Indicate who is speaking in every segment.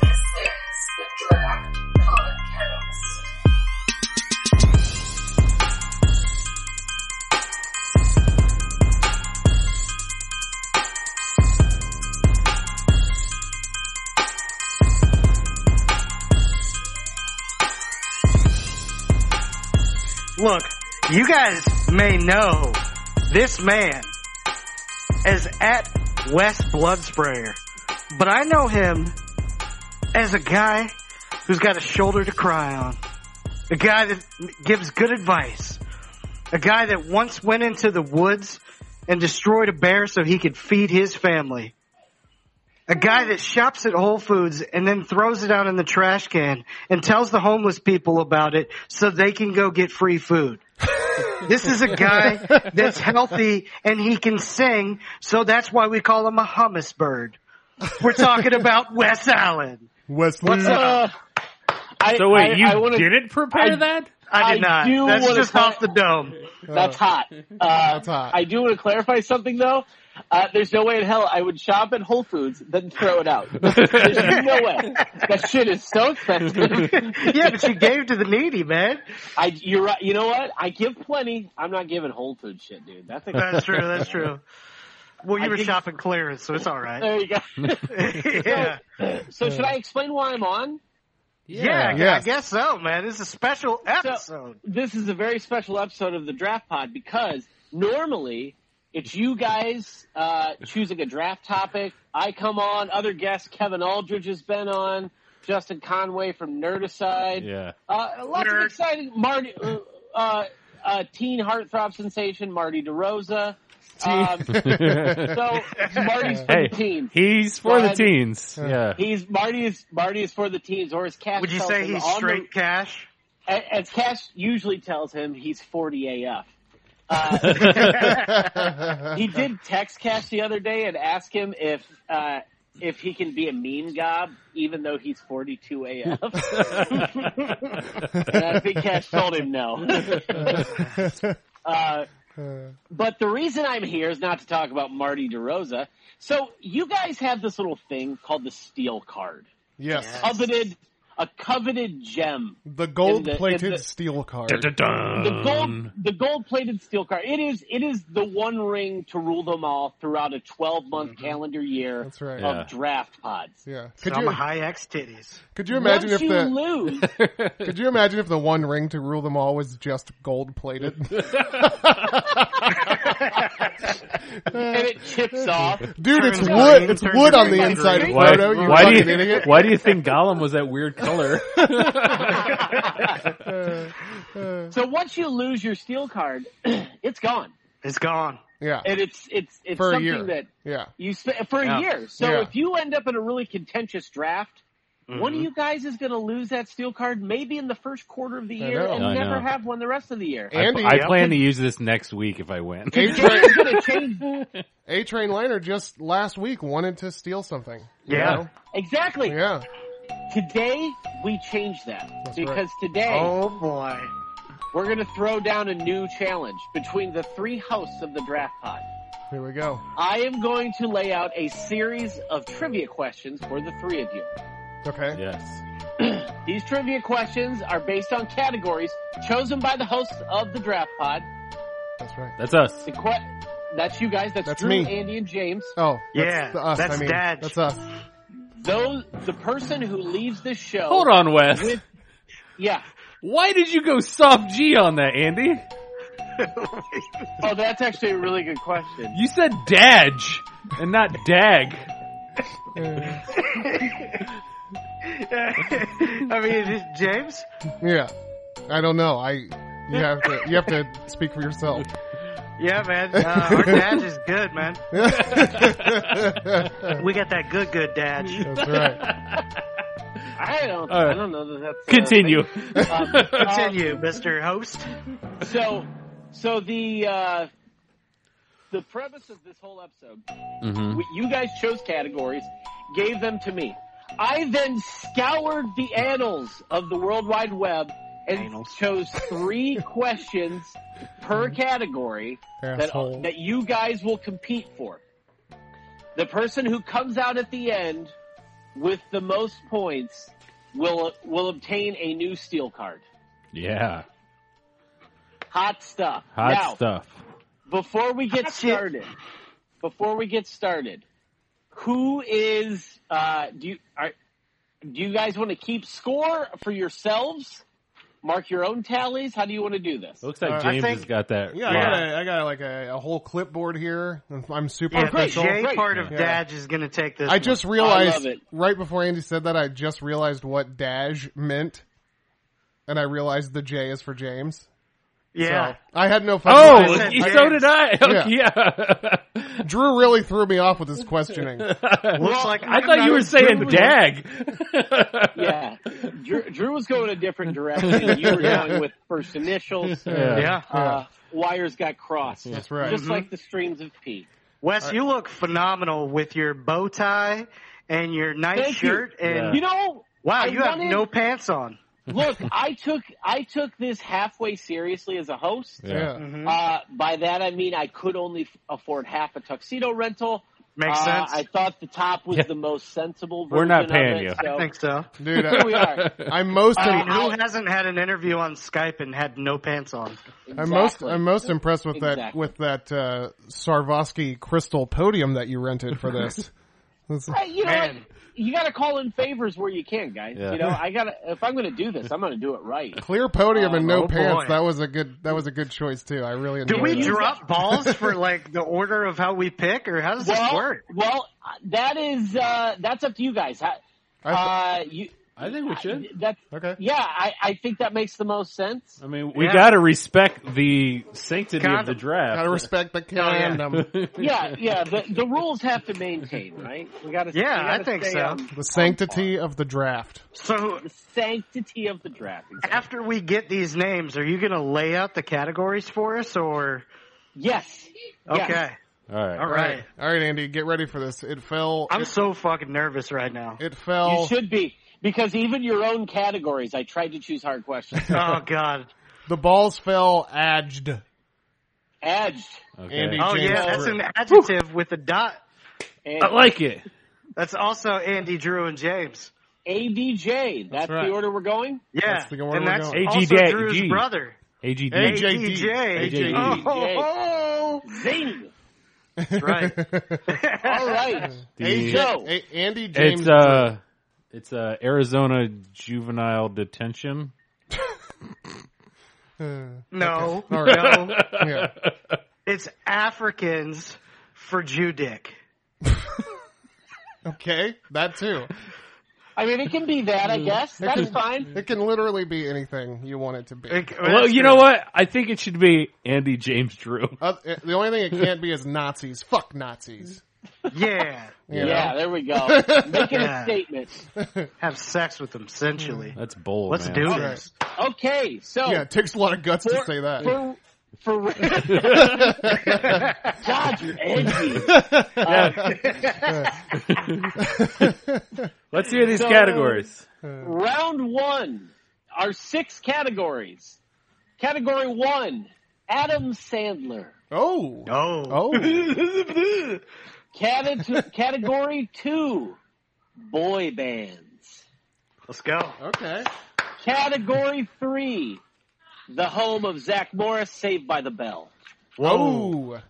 Speaker 1: This is the Draft Podcast.
Speaker 2: Look, you guys may know this man as at West Bloodsprayer, but I know him as a guy who's got a shoulder to cry on, a guy that gives good advice, a guy that once went into the woods and destroyed a bear so he could feed his family. A guy that shops at Whole Foods and then throws it out in the trash can and tells the homeless people about it so they can go get free food. this is a guy that's healthy and he can sing, so that's why we call him a hummus bird. We're talking about Wes Allen.
Speaker 3: Wesley. What's
Speaker 4: Uh, I,
Speaker 5: So wait,
Speaker 4: I-
Speaker 5: you
Speaker 4: I wanna-
Speaker 5: didn't prepare
Speaker 4: I-
Speaker 5: that?
Speaker 2: I did
Speaker 4: I
Speaker 2: not.
Speaker 4: do
Speaker 2: That's
Speaker 4: wanna
Speaker 2: just
Speaker 4: call-
Speaker 2: off the dome.
Speaker 4: That's hot. Uh, that's
Speaker 3: Oh. hot.
Speaker 4: I do want to clarify something though. Uh, there's no way in hell I would shop at Whole Foods then throw it out.
Speaker 5: Mm.
Speaker 4: There's no way. That shit is so expensive.
Speaker 2: yeah, but you gave to the needy, man.
Speaker 4: I, you're right. You know what? I give plenty. I'm not giving Whole Foods shit, dude. That's, a,
Speaker 2: That's true. That's true. Well, you
Speaker 4: I
Speaker 2: were
Speaker 4: think-
Speaker 2: shopping clearance, so it's all right.
Speaker 4: there you go.
Speaker 2: yeah.
Speaker 4: So should I explain why I'm on?
Speaker 2: Yeah, I- I
Speaker 3: Yes.
Speaker 2: guess so, man. It's a special episode.
Speaker 4: This is a very special episode of the Draft Pod because normally it's you guys uh, choosing a draft topic. I come on, other guests. Kevin Aldridge has been on. Justin Conway from Nerdicide.
Speaker 5: Yeah.
Speaker 4: Uh, lots
Speaker 2: Nerd.
Speaker 4: of exciting Marty, uh, uh, uh, teen heartthrob sensation Marty DeRosa. Um, so Marty's for the
Speaker 5: Hey,
Speaker 4: teens.
Speaker 5: he's for the
Speaker 4: But-
Speaker 5: teens. Yeah.
Speaker 4: He's Marty is Marty is for the teens, or as Cash
Speaker 2: Would you
Speaker 4: tells
Speaker 2: say
Speaker 4: him
Speaker 2: he's
Speaker 4: on the-
Speaker 2: straight cash?
Speaker 4: a- as Cash usually tells him, he's forty AF.
Speaker 3: up?
Speaker 4: He did text Cash the other day and ask him if uh, if he can be a meme gob, even though he's forty two AF. and I think Cash told him no. uh, But the reason I'm here is not to talk about Marty DeRosa. So you guys have this little thing called the steel card.
Speaker 3: yes.
Speaker 4: Coveted a coveted gem.
Speaker 3: The gold
Speaker 4: in
Speaker 3: plated
Speaker 4: the-
Speaker 3: steel card.
Speaker 5: Dun, dun, dun.
Speaker 4: The gold the gold plated steel card. It is it is the one ring to rule them all throughout a twelve month calendar year
Speaker 3: That's right.
Speaker 4: of
Speaker 5: Mm-hmm. Yeah.
Speaker 4: draft pods.
Speaker 3: Yeah. Could
Speaker 2: Some
Speaker 3: you
Speaker 2: high X titties.
Speaker 3: could you imagine if
Speaker 4: Once you
Speaker 3: the
Speaker 4: lose
Speaker 3: could you imagine if the one ring to rule them all was just gold plated? Eh,
Speaker 4: and it chips off.
Speaker 3: Dude, it's
Speaker 2: Turns
Speaker 3: wood.
Speaker 2: green,
Speaker 3: It's
Speaker 2: turns
Speaker 3: wood on
Speaker 2: green.
Speaker 3: the inside,
Speaker 2: Why-
Speaker 5: Why,
Speaker 3: Frodo. You
Speaker 5: why do
Speaker 3: fucking
Speaker 5: you,
Speaker 3: idiot.
Speaker 5: why do you think Gollum was that weird color?
Speaker 3: Eh,
Speaker 4: So once you lose your steel card, it's gone.
Speaker 2: It's gone.
Speaker 3: Yeah.
Speaker 4: And it's it's it's
Speaker 3: For a
Speaker 4: something
Speaker 3: year.
Speaker 4: that
Speaker 3: Yeah.
Speaker 4: You sp- for
Speaker 2: Yeah.
Speaker 4: a year. So
Speaker 3: Yeah.
Speaker 4: if you end up in a really contentious draft, one
Speaker 5: Mm-hmm.
Speaker 4: of you guys is going to lose that steel card, maybe in the first quarter of the
Speaker 3: I
Speaker 4: year,
Speaker 3: know.
Speaker 4: and
Speaker 5: I
Speaker 4: never
Speaker 5: know.
Speaker 4: have one the rest of the year.
Speaker 3: Andy,
Speaker 5: I, I plan to use this next week if I win.
Speaker 3: A train,
Speaker 4: It's going to change
Speaker 3: A Train Liner just last week wanted to steal something. you
Speaker 2: Yeah.
Speaker 3: know?
Speaker 4: exactly.
Speaker 3: Yeah.
Speaker 4: Today we change that
Speaker 3: That's right.
Speaker 4: because today
Speaker 2: Oh boy.
Speaker 4: we're going to throw down a new challenge between the three hosts of the draft pod.
Speaker 3: Here we go.
Speaker 4: I am going to lay out a series of trivia questions for the three of you.
Speaker 3: Okay.
Speaker 5: Yes.
Speaker 4: These trivia questions are based on categories chosen by the hosts of the draft pod.
Speaker 3: That's right.
Speaker 5: That's us.
Speaker 4: The que- that's you guys. That's,
Speaker 3: That's
Speaker 4: Drew,
Speaker 3: me.
Speaker 4: Andy, and James.
Speaker 3: Oh, that's
Speaker 2: Yeah,
Speaker 3: the us.
Speaker 2: that's
Speaker 3: I mean,
Speaker 2: Dad.
Speaker 3: that's us.
Speaker 4: Those the person who leaves this show.
Speaker 5: Hold on, Wes.
Speaker 4: With- Yeah.
Speaker 5: Why did you go soft G on that, Andy?
Speaker 4: Oh, that's actually a really good question.
Speaker 5: You said dadge and not dag.
Speaker 3: Eh.
Speaker 2: I mean, is it James.
Speaker 3: Yeah. I don't know. I you have to you have to speak for yourself.
Speaker 2: Yeah, man. Uh, our dad is good, man. We got that good, good dad.
Speaker 3: That's right.
Speaker 4: I don't.
Speaker 5: All right.
Speaker 4: I don't know that that's. uh,
Speaker 5: Continue.
Speaker 4: um, um,
Speaker 2: Continue, Mister Host.
Speaker 4: so, so the uh, the premise of this whole episode,
Speaker 5: Mhm.
Speaker 4: we, you guys chose categories, gave them to me. I then scoured the annals of the World Wide Web and chose three questions per category that, uh,
Speaker 3: Asshole.
Speaker 4: that you guys will compete for. The person who comes out at the end with the most points will will obtain a new steel card.
Speaker 5: Yeah.
Speaker 4: Hot stuff.
Speaker 5: Hot
Speaker 4: now,
Speaker 5: stuff.
Speaker 4: before we get
Speaker 2: shit.
Speaker 4: started, before we get started, who is uh, do you are, do you guys want to keep score for yourselves? Mark your own tallies. How do you want to do this?
Speaker 5: It looks like
Speaker 3: Uh, I
Speaker 5: James
Speaker 2: think-
Speaker 5: has got that.
Speaker 3: Yeah, I got, a, I got like a, a whole clipboard here. I'm super
Speaker 2: Yeah, the
Speaker 3: official.
Speaker 2: J
Speaker 4: great.
Speaker 2: part of
Speaker 3: Yeah.
Speaker 2: Dadge is going to take this.
Speaker 3: I
Speaker 2: one.
Speaker 3: just
Speaker 4: I love
Speaker 3: realized
Speaker 4: it.
Speaker 3: right before Andy said that, I just realized what dash meant, and I realized the J is for James.
Speaker 2: yeah.
Speaker 3: So, I had no fucking
Speaker 5: Oh,
Speaker 3: idea.
Speaker 2: said
Speaker 5: you-
Speaker 2: James.
Speaker 5: so did I. Okay, yeah.
Speaker 3: Drew really threw me off with his questioning.
Speaker 2: Looks like
Speaker 5: I thought you were saying dag.
Speaker 4: Yeah, Drew, Drew was going a different direction. You were going with first initials.
Speaker 2: Yeah.
Speaker 4: Uh, wires got crossed.
Speaker 3: That's right. Mm-hmm.
Speaker 4: Just like the streams of pee.
Speaker 2: Wes, you look phenomenal with your bow tie and your nice
Speaker 4: Thank you.
Speaker 2: shirt. And
Speaker 5: Yeah.
Speaker 4: You know,
Speaker 2: wow,
Speaker 4: I
Speaker 2: you have
Speaker 4: wanted-
Speaker 2: no pants on.
Speaker 4: look, I took I took this halfway seriously as a host.
Speaker 3: Yeah.
Speaker 2: Mm-hmm.
Speaker 4: Uh, by that I mean I could only f- afford half a tuxedo rental.
Speaker 2: Makes
Speaker 4: Uh,
Speaker 2: sense.
Speaker 4: I thought the top was
Speaker 5: Yeah.
Speaker 4: the most sensible. Version
Speaker 5: We're not
Speaker 4: of
Speaker 5: paying
Speaker 4: it,
Speaker 5: you.
Speaker 4: so-
Speaker 2: I think so.
Speaker 3: Dude,
Speaker 4: we
Speaker 3: I,
Speaker 4: are.
Speaker 3: I'm most
Speaker 2: I
Speaker 3: im-
Speaker 2: mean, who hasn't had an interview on Skype and had no pants on?
Speaker 3: I'm most
Speaker 4: Exactly.
Speaker 3: I'm most impressed with that
Speaker 4: Exactly.
Speaker 3: with that uh, Sarvosky crystal podium that you rented for this. That's-
Speaker 4: Hey, you know,
Speaker 2: Man.
Speaker 4: what? you got to call in favors where you can, guys.
Speaker 5: Yeah.
Speaker 4: You know, I got to if I'm going to do this, I'm going to do it right.
Speaker 3: Clear podium and no
Speaker 2: Oh, boy.
Speaker 3: pants. That was a good. That was a good choice too. I really
Speaker 2: Do
Speaker 3: enjoyed
Speaker 2: we
Speaker 3: that.
Speaker 2: drop balls for like the order of how we pick, or how does this work?
Speaker 4: well, uh, that is uh, that's up to you guys. Ha-
Speaker 3: I
Speaker 4: Uh, you
Speaker 5: I think we should.
Speaker 4: that's
Speaker 3: th- okay.
Speaker 4: yeah. I, I think that makes the most sense.
Speaker 5: I mean, we
Speaker 2: Yeah.
Speaker 5: got to respect the sanctity of
Speaker 2: Gotta-
Speaker 5: the draft.
Speaker 3: Gotta respect
Speaker 2: Oh,
Speaker 3: the um, condom.
Speaker 4: Yeah, yeah. The, the rules have to maintain, right? We got to.
Speaker 2: Yeah, I think so.
Speaker 3: The sanctity of the draft.
Speaker 2: So
Speaker 4: the sanctity of the draft. Exactly.
Speaker 2: after we get these names, are you going to lay out the categories for us, or
Speaker 4: Yes.
Speaker 2: okay?
Speaker 4: Yes.
Speaker 5: All right.
Speaker 2: All right.
Speaker 3: All right, Andy, get ready for this. It fell.
Speaker 2: I'm
Speaker 3: it,
Speaker 2: so fucking nervous right now.
Speaker 3: it
Speaker 4: You
Speaker 3: fell.
Speaker 4: should be because even your own categories, I tried to choose hard questions.
Speaker 2: Oh god.
Speaker 3: The balls fell edged.
Speaker 4: Edged.
Speaker 5: Okay.
Speaker 3: Andy.
Speaker 2: Oh
Speaker 3: James
Speaker 2: yeah, that's
Speaker 3: Drew.
Speaker 2: an adjective with a dot.
Speaker 4: And
Speaker 5: I like it.
Speaker 2: That's also Andy, Drew, and James.
Speaker 4: ADJ. That's,
Speaker 3: right.
Speaker 4: the order we're going.
Speaker 2: Yeah,
Speaker 3: That's the order
Speaker 2: and
Speaker 3: we're
Speaker 2: that's
Speaker 3: going.
Speaker 2: also
Speaker 5: AGJ.
Speaker 2: Drew's brother.
Speaker 5: AGD.
Speaker 3: AJD.
Speaker 2: AJD.
Speaker 5: AJD.
Speaker 2: Oh,
Speaker 4: Zing.
Speaker 2: that's right.
Speaker 4: All right.
Speaker 5: The-
Speaker 4: So
Speaker 3: A- Andy James.
Speaker 5: it's uh, it's uh, Arizona juvenile detention.
Speaker 2: No,
Speaker 3: All right.
Speaker 2: no,
Speaker 3: yeah.
Speaker 2: it's Africans for Jew dick.
Speaker 3: Okay, that too.
Speaker 4: I mean, it can be that.
Speaker 3: Mm.
Speaker 4: I guess that's fine.
Speaker 3: It can literally be anything you want it to be.
Speaker 2: Like,
Speaker 5: Well,
Speaker 2: that's
Speaker 5: you
Speaker 2: good.
Speaker 5: know what? I think it should be Andy James Drew.
Speaker 3: Oth- eh, the only thing it can't be is Nazis. Fuck Nazis.
Speaker 2: Yeah,
Speaker 3: you
Speaker 4: Yeah,
Speaker 3: know?
Speaker 4: there we go. Making
Speaker 2: Yeah.
Speaker 4: a statement.
Speaker 2: have sex with them essentially.
Speaker 5: That's bold.
Speaker 2: Let's
Speaker 5: Oh, man.
Speaker 2: do
Speaker 3: All
Speaker 2: this.
Speaker 4: Okay, so
Speaker 3: Yeah, it takes a lot of guts to say that.
Speaker 4: Oh. for for God, you're edgy.
Speaker 5: Let's hear these
Speaker 4: So-
Speaker 5: categories.
Speaker 4: Round one are six categories. Category one: Adam Sandler.
Speaker 3: Oh.
Speaker 2: Oh,
Speaker 3: Oh.
Speaker 4: Cate- category two: boy bands.
Speaker 2: let's go.
Speaker 3: Okay.
Speaker 4: Category three: the home of Zach Morris, Saved by the Bell.
Speaker 3: Whoa. Oh.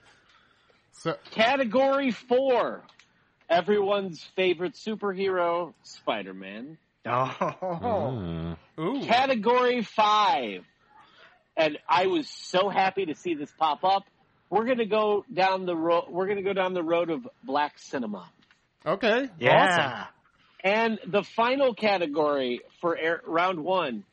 Speaker 3: So
Speaker 4: Category four: everyone's favorite superhero, Spider-Man.
Speaker 2: Oh,
Speaker 5: Mm.
Speaker 3: ooh.
Speaker 4: Category five. And I was so happy to see this pop up. We're gonna go down the road. We're gonna go down the road of black cinema.
Speaker 3: Okay. Awesome.
Speaker 2: yeah.
Speaker 4: And the final category for air, round one,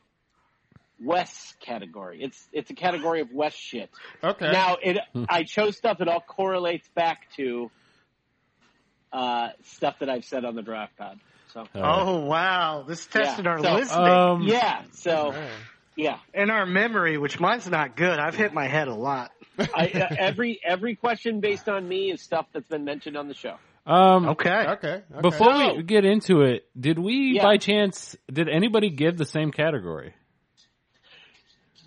Speaker 4: West category. It's it's a category of West shit.
Speaker 3: Okay.
Speaker 4: Now it, I chose stuff that all correlates back to uh, stuff that I've said on the draft pod. So
Speaker 5: All right.
Speaker 2: Oh wow, this tested our
Speaker 4: So,
Speaker 2: listening
Speaker 5: Um,
Speaker 4: yeah, so
Speaker 3: Alright.
Speaker 4: yeah.
Speaker 2: and our memory, which mine's not good. I've hit my head a lot.
Speaker 4: I, uh, every every question based on me is stuff that's been mentioned on the show.
Speaker 5: Um,
Speaker 2: Okay.
Speaker 3: Okay. okay.
Speaker 5: Before
Speaker 4: So-
Speaker 5: we get into it, did we
Speaker 4: Yeah.
Speaker 5: by chance did anybody give the same category?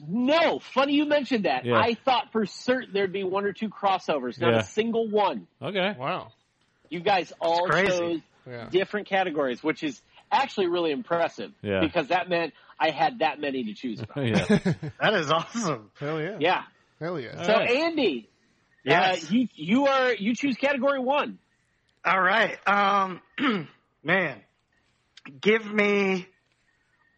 Speaker 4: No, funny you mentioned that.
Speaker 5: Yeah.
Speaker 4: I thought for certain there'd be one or two crossovers, not
Speaker 5: Yeah.
Speaker 4: a single one.
Speaker 5: Okay.
Speaker 3: Wow.
Speaker 4: You guys all
Speaker 2: crazy.
Speaker 4: chose
Speaker 3: Yeah.
Speaker 4: different categories, which is actually really impressive
Speaker 5: Yeah.
Speaker 4: because that meant I had that many to choose from.
Speaker 5: yeah.
Speaker 2: That is awesome.
Speaker 3: Hell yeah.
Speaker 4: yeah.
Speaker 3: Hell yeah.
Speaker 4: So
Speaker 5: Alright.
Speaker 4: Andy,
Speaker 2: Yes.
Speaker 4: uh, you you are you choose category one.
Speaker 2: All right. Um, man, give me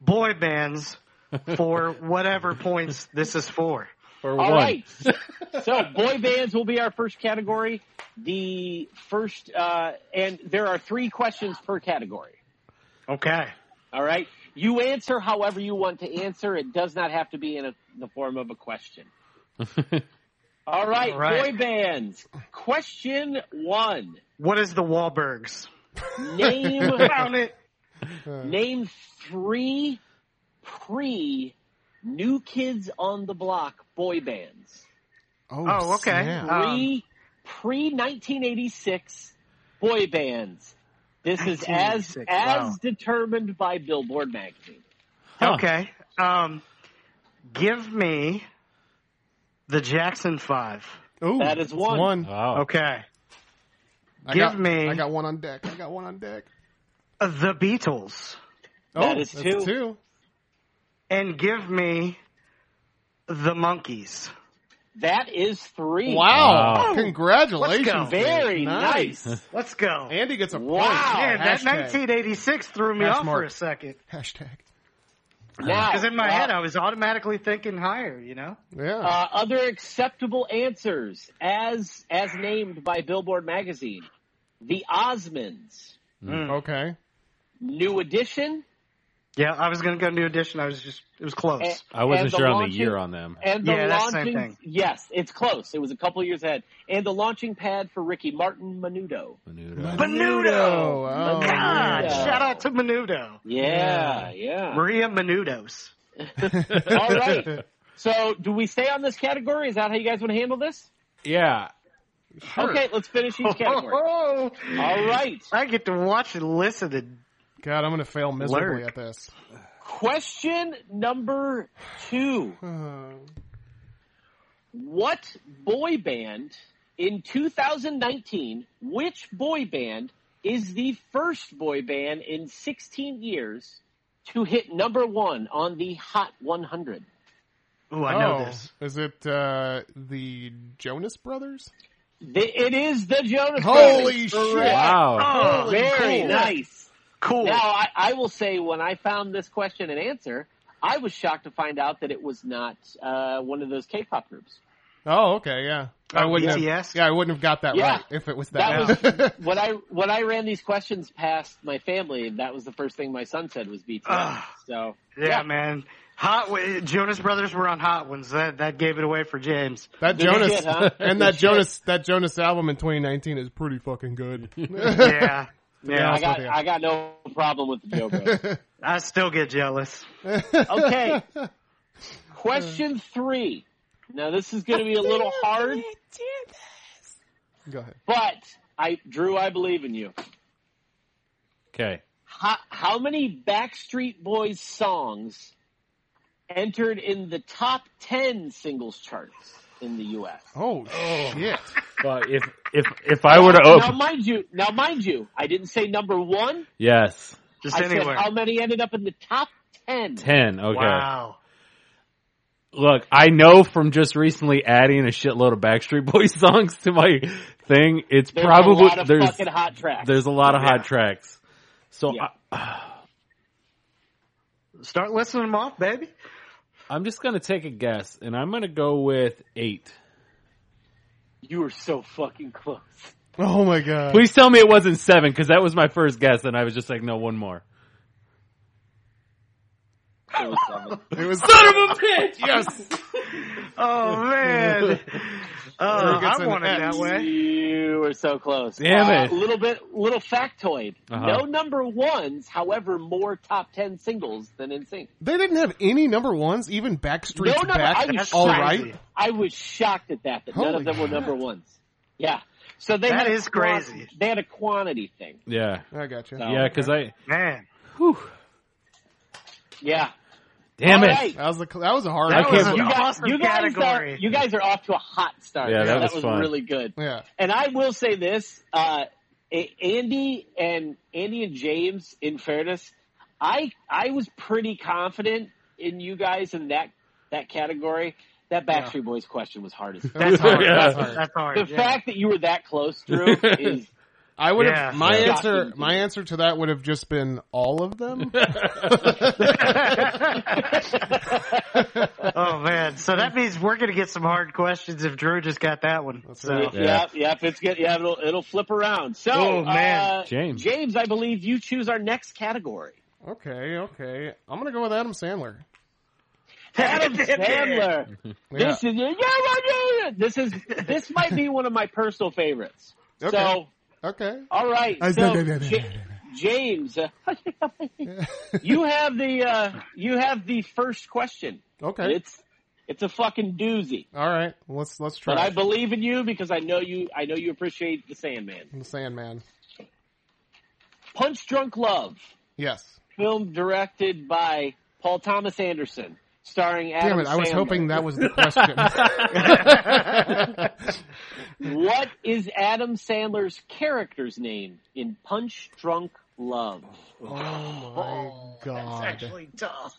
Speaker 2: boy bands for whatever points this is for.
Speaker 5: Or
Speaker 4: All
Speaker 5: one.
Speaker 4: right. so boy bands will be our first category. The first uh, and there are three questions per category.
Speaker 2: Okay.
Speaker 4: All right. You answer however you want to answer. It does not have to be in a, the form of a question. All right,
Speaker 2: All right.
Speaker 4: boy bands. Question one:
Speaker 2: What is the Wahlbergs?
Speaker 4: Name
Speaker 2: Found it.
Speaker 4: name three pre New Kids on the Block boy bands.
Speaker 2: Oh, okay.
Speaker 3: snap.
Speaker 2: Um,
Speaker 4: Pre pre nineteen eighty six boy bands. This is as
Speaker 2: 1986,
Speaker 4: as
Speaker 2: wow.
Speaker 4: determined by Billboard magazine.
Speaker 5: Huh.
Speaker 2: Okay. Um, give me the Jackson Five.
Speaker 3: Ooh,
Speaker 4: that is
Speaker 3: it's
Speaker 4: one.
Speaker 5: Wow.
Speaker 2: Okay.
Speaker 3: I
Speaker 2: Give
Speaker 3: got,
Speaker 2: me-
Speaker 3: I got one on deck. I got one on deck.
Speaker 2: Uh, The Beatles.
Speaker 3: Oh,
Speaker 4: That is
Speaker 3: that's
Speaker 4: two.
Speaker 2: And give me the Monkeys.
Speaker 4: That is three.
Speaker 5: Wow.
Speaker 3: Congratulations.
Speaker 2: Let's go.
Speaker 4: Very
Speaker 3: dude.
Speaker 4: nice.
Speaker 2: Let's go.
Speaker 3: Andy gets a
Speaker 4: Wow.
Speaker 3: point.
Speaker 2: Man, that
Speaker 3: Hashtag.
Speaker 2: 1986 threw me
Speaker 3: Hash
Speaker 2: off for
Speaker 3: mark.
Speaker 2: a second.
Speaker 3: Hashtag.
Speaker 4: Now,
Speaker 2: Because in my
Speaker 4: uh,
Speaker 2: head, I was automatically thinking higher, you know?
Speaker 3: Yeah.
Speaker 4: uh, other acceptable answers, as as named by Billboard magazine, the Osmonds,
Speaker 2: Um,
Speaker 3: okay.
Speaker 4: New Edition,
Speaker 2: Mm. Yeah, I was going to go new edition. I was just, it was close.
Speaker 4: and,
Speaker 5: I wasn't
Speaker 4: and
Speaker 5: sure on the
Speaker 4: launching-
Speaker 5: year on them.
Speaker 4: And the
Speaker 2: Yeah, that's the
Speaker 4: launching,
Speaker 2: same
Speaker 4: yes, it's close. It was a couple years ahead, and the launching pad for Ricky Martin Menudo.
Speaker 5: Menudo.
Speaker 2: Menudo!
Speaker 3: Oh,
Speaker 2: God,
Speaker 4: Menudo.
Speaker 2: shout out to Menudo.
Speaker 4: Yeah, yeah.
Speaker 2: Maria Menudos.
Speaker 4: All right. So, do we stay on this category? Is that how you guys want to handle this?
Speaker 5: Yeah.
Speaker 4: Okay, let's finish each category.
Speaker 2: Oh,
Speaker 4: All right.
Speaker 2: I get to watch and listen to.
Speaker 3: God, I'm going to fail miserably
Speaker 2: Lurk.
Speaker 3: at this.
Speaker 4: Question number two.
Speaker 3: Uh,
Speaker 4: What boy band in 2019, which boy band is the first boy band in 16 years to hit number one on the Hot 100?
Speaker 2: Ooh, I know
Speaker 3: oh,
Speaker 2: this.
Speaker 3: Is it uh, the Jonas Brothers?
Speaker 4: The, it is the Jonas
Speaker 3: Holy
Speaker 4: Brothers.
Speaker 3: shit.
Speaker 4: Correct.
Speaker 5: Wow.
Speaker 2: Oh,
Speaker 4: Very
Speaker 2: cool.
Speaker 4: nice.
Speaker 2: Cool.
Speaker 4: Now, I, I will say when I found this question and answer, I was shocked to find out that it was not uh, one of those K-pop groups.
Speaker 3: Oh, okay, yeah. I
Speaker 2: Oh,
Speaker 3: wouldn't
Speaker 2: BTS?
Speaker 3: have, yeah, I wouldn't have got that
Speaker 4: Yeah.
Speaker 3: right if it was
Speaker 4: That
Speaker 3: that.
Speaker 4: When I when I ran these questions past my family, that was the first thing my son said was BTS.
Speaker 2: Ugh.
Speaker 4: So
Speaker 2: yeah, man. Hot Wi- Jonas Brothers were on Hot Ones. That that gave it away for James.
Speaker 3: that
Speaker 4: Did they
Speaker 3: Jonas
Speaker 4: get, huh?
Speaker 3: and that Jonas that Jonas album in 2019 is pretty fucking good.
Speaker 2: Yeah, yeah.
Speaker 4: I
Speaker 3: honest
Speaker 4: got
Speaker 3: with you.
Speaker 4: I got no problem with the Joe Bros.
Speaker 2: I still get jealous.
Speaker 4: Okay. Question three. Now this is going to be a little hard,
Speaker 3: Go ahead.
Speaker 4: but I Drew, I believe in you.
Speaker 5: Okay.
Speaker 4: How, how many Backstreet Boys songs entered in the top ten singles charts in the U.S.?
Speaker 3: Oh, shit!
Speaker 5: But if if if I were to
Speaker 4: Now,
Speaker 5: open,
Speaker 4: mind you, now mind you, I didn't say number one.
Speaker 5: yes,
Speaker 2: Just
Speaker 4: I
Speaker 2: anywhere.
Speaker 4: said um, how many ended up in the top ten.
Speaker 5: ten. Okay.
Speaker 2: Wow.
Speaker 5: Look, I know from just recently adding a shitload of Backstreet Boys songs to my thing. It's
Speaker 4: There's
Speaker 5: probably
Speaker 4: a lot of
Speaker 5: there's
Speaker 4: fucking hot tracks.
Speaker 5: there's a lot of
Speaker 2: Yeah.
Speaker 5: hot tracks. So
Speaker 4: Yeah.
Speaker 2: Start listening them off, baby.
Speaker 5: I, I'm just gonna take a guess, and I'm gonna go with eight.
Speaker 4: you were so fucking close.
Speaker 3: Oh my god!
Speaker 5: Please tell me it wasn't seven, because that was my first guess, and I was just like, no, one more.
Speaker 4: It was seven.
Speaker 3: It was
Speaker 5: Son of a bitch! Yes.
Speaker 2: Oh man. Oh, I
Speaker 3: an
Speaker 2: want it
Speaker 3: X.
Speaker 2: that way.
Speaker 4: You were so close.
Speaker 5: Damn
Speaker 4: Uh,
Speaker 5: it.
Speaker 4: little bit, little factoid.
Speaker 5: Uh-huh.
Speaker 4: No number ones, however, more top ten singles than in sync.
Speaker 3: They didn't have any number ones, even
Speaker 4: No
Speaker 3: Backstreet's
Speaker 4: number.
Speaker 3: back.
Speaker 4: I was
Speaker 2: that's
Speaker 4: shocked.
Speaker 3: all right.
Speaker 4: I was shocked at that. That none
Speaker 3: Holy
Speaker 4: of them were number ones. Yeah. So they
Speaker 2: That
Speaker 4: had a
Speaker 2: is
Speaker 4: quan-
Speaker 2: crazy.
Speaker 4: They had a quantity thing.
Speaker 5: Yeah.
Speaker 3: I got you.
Speaker 4: No.
Speaker 5: Yeah, because I.
Speaker 2: Man.
Speaker 5: Whew,
Speaker 4: Yeah.
Speaker 5: damn
Speaker 4: All
Speaker 5: it.
Speaker 4: right.
Speaker 3: That was a cl- that was a hard.
Speaker 5: That
Speaker 3: one.
Speaker 5: was
Speaker 4: You
Speaker 5: an
Speaker 4: guys,
Speaker 2: awesome
Speaker 4: you guys
Speaker 2: category.
Speaker 4: Are, you guys are off to a hot start.
Speaker 5: Yeah, that was fun.
Speaker 4: really good.
Speaker 3: yeah.
Speaker 4: And I will say this, uh, A- Andy and Andy and James, in fairness, I I was pretty confident in you guys in that that category. That Backstreet Boys question was hard as fuck.
Speaker 2: That's hard.
Speaker 5: Yeah.
Speaker 2: That's hard. That's hard.
Speaker 4: The
Speaker 2: yeah.
Speaker 4: fact that you were that close, Drew, is
Speaker 3: I would
Speaker 2: Yeah.
Speaker 3: have my
Speaker 4: Yeah.
Speaker 3: answer. My answer to that would have just been all of them.
Speaker 2: Oh man. So that means we're gonna get some hard questions if Drew just got that one. So
Speaker 5: Yeah.
Speaker 4: yep, yep, it's good. Yeah, it'll it'll flip around. So,
Speaker 2: Oh, man.
Speaker 4: uh,
Speaker 5: James.
Speaker 4: James, I believe you choose our next category.
Speaker 3: okay, okay. I'm gonna go with Adam Sandler.
Speaker 4: Adam Sandler.
Speaker 3: Yeah.
Speaker 4: This is yeah, yeah, yeah, yeah. This is this might be one of my personal favorites. So,
Speaker 3: Okay. okay.
Speaker 4: all right.
Speaker 3: I-
Speaker 4: so, Ja- James, uh, you have the uh, you have the first question.
Speaker 3: Okay.
Speaker 4: It's it's a fucking doozy.
Speaker 3: All right. Let's let's try.
Speaker 4: But I
Speaker 3: it.
Speaker 4: believe in you because I know you I know you appreciate the Sandman.
Speaker 3: the Sandman.
Speaker 4: Punch Drunk Love,
Speaker 3: Yes.
Speaker 4: film directed by Paul Thomas Anderson, starring Adam
Speaker 3: Damn it! I was
Speaker 4: Sandler.
Speaker 3: hoping that was the question.
Speaker 4: What is Adam Sandler's character's name in Punch Drunk Love?
Speaker 3: oh my
Speaker 2: that's
Speaker 3: god!
Speaker 2: actually tough.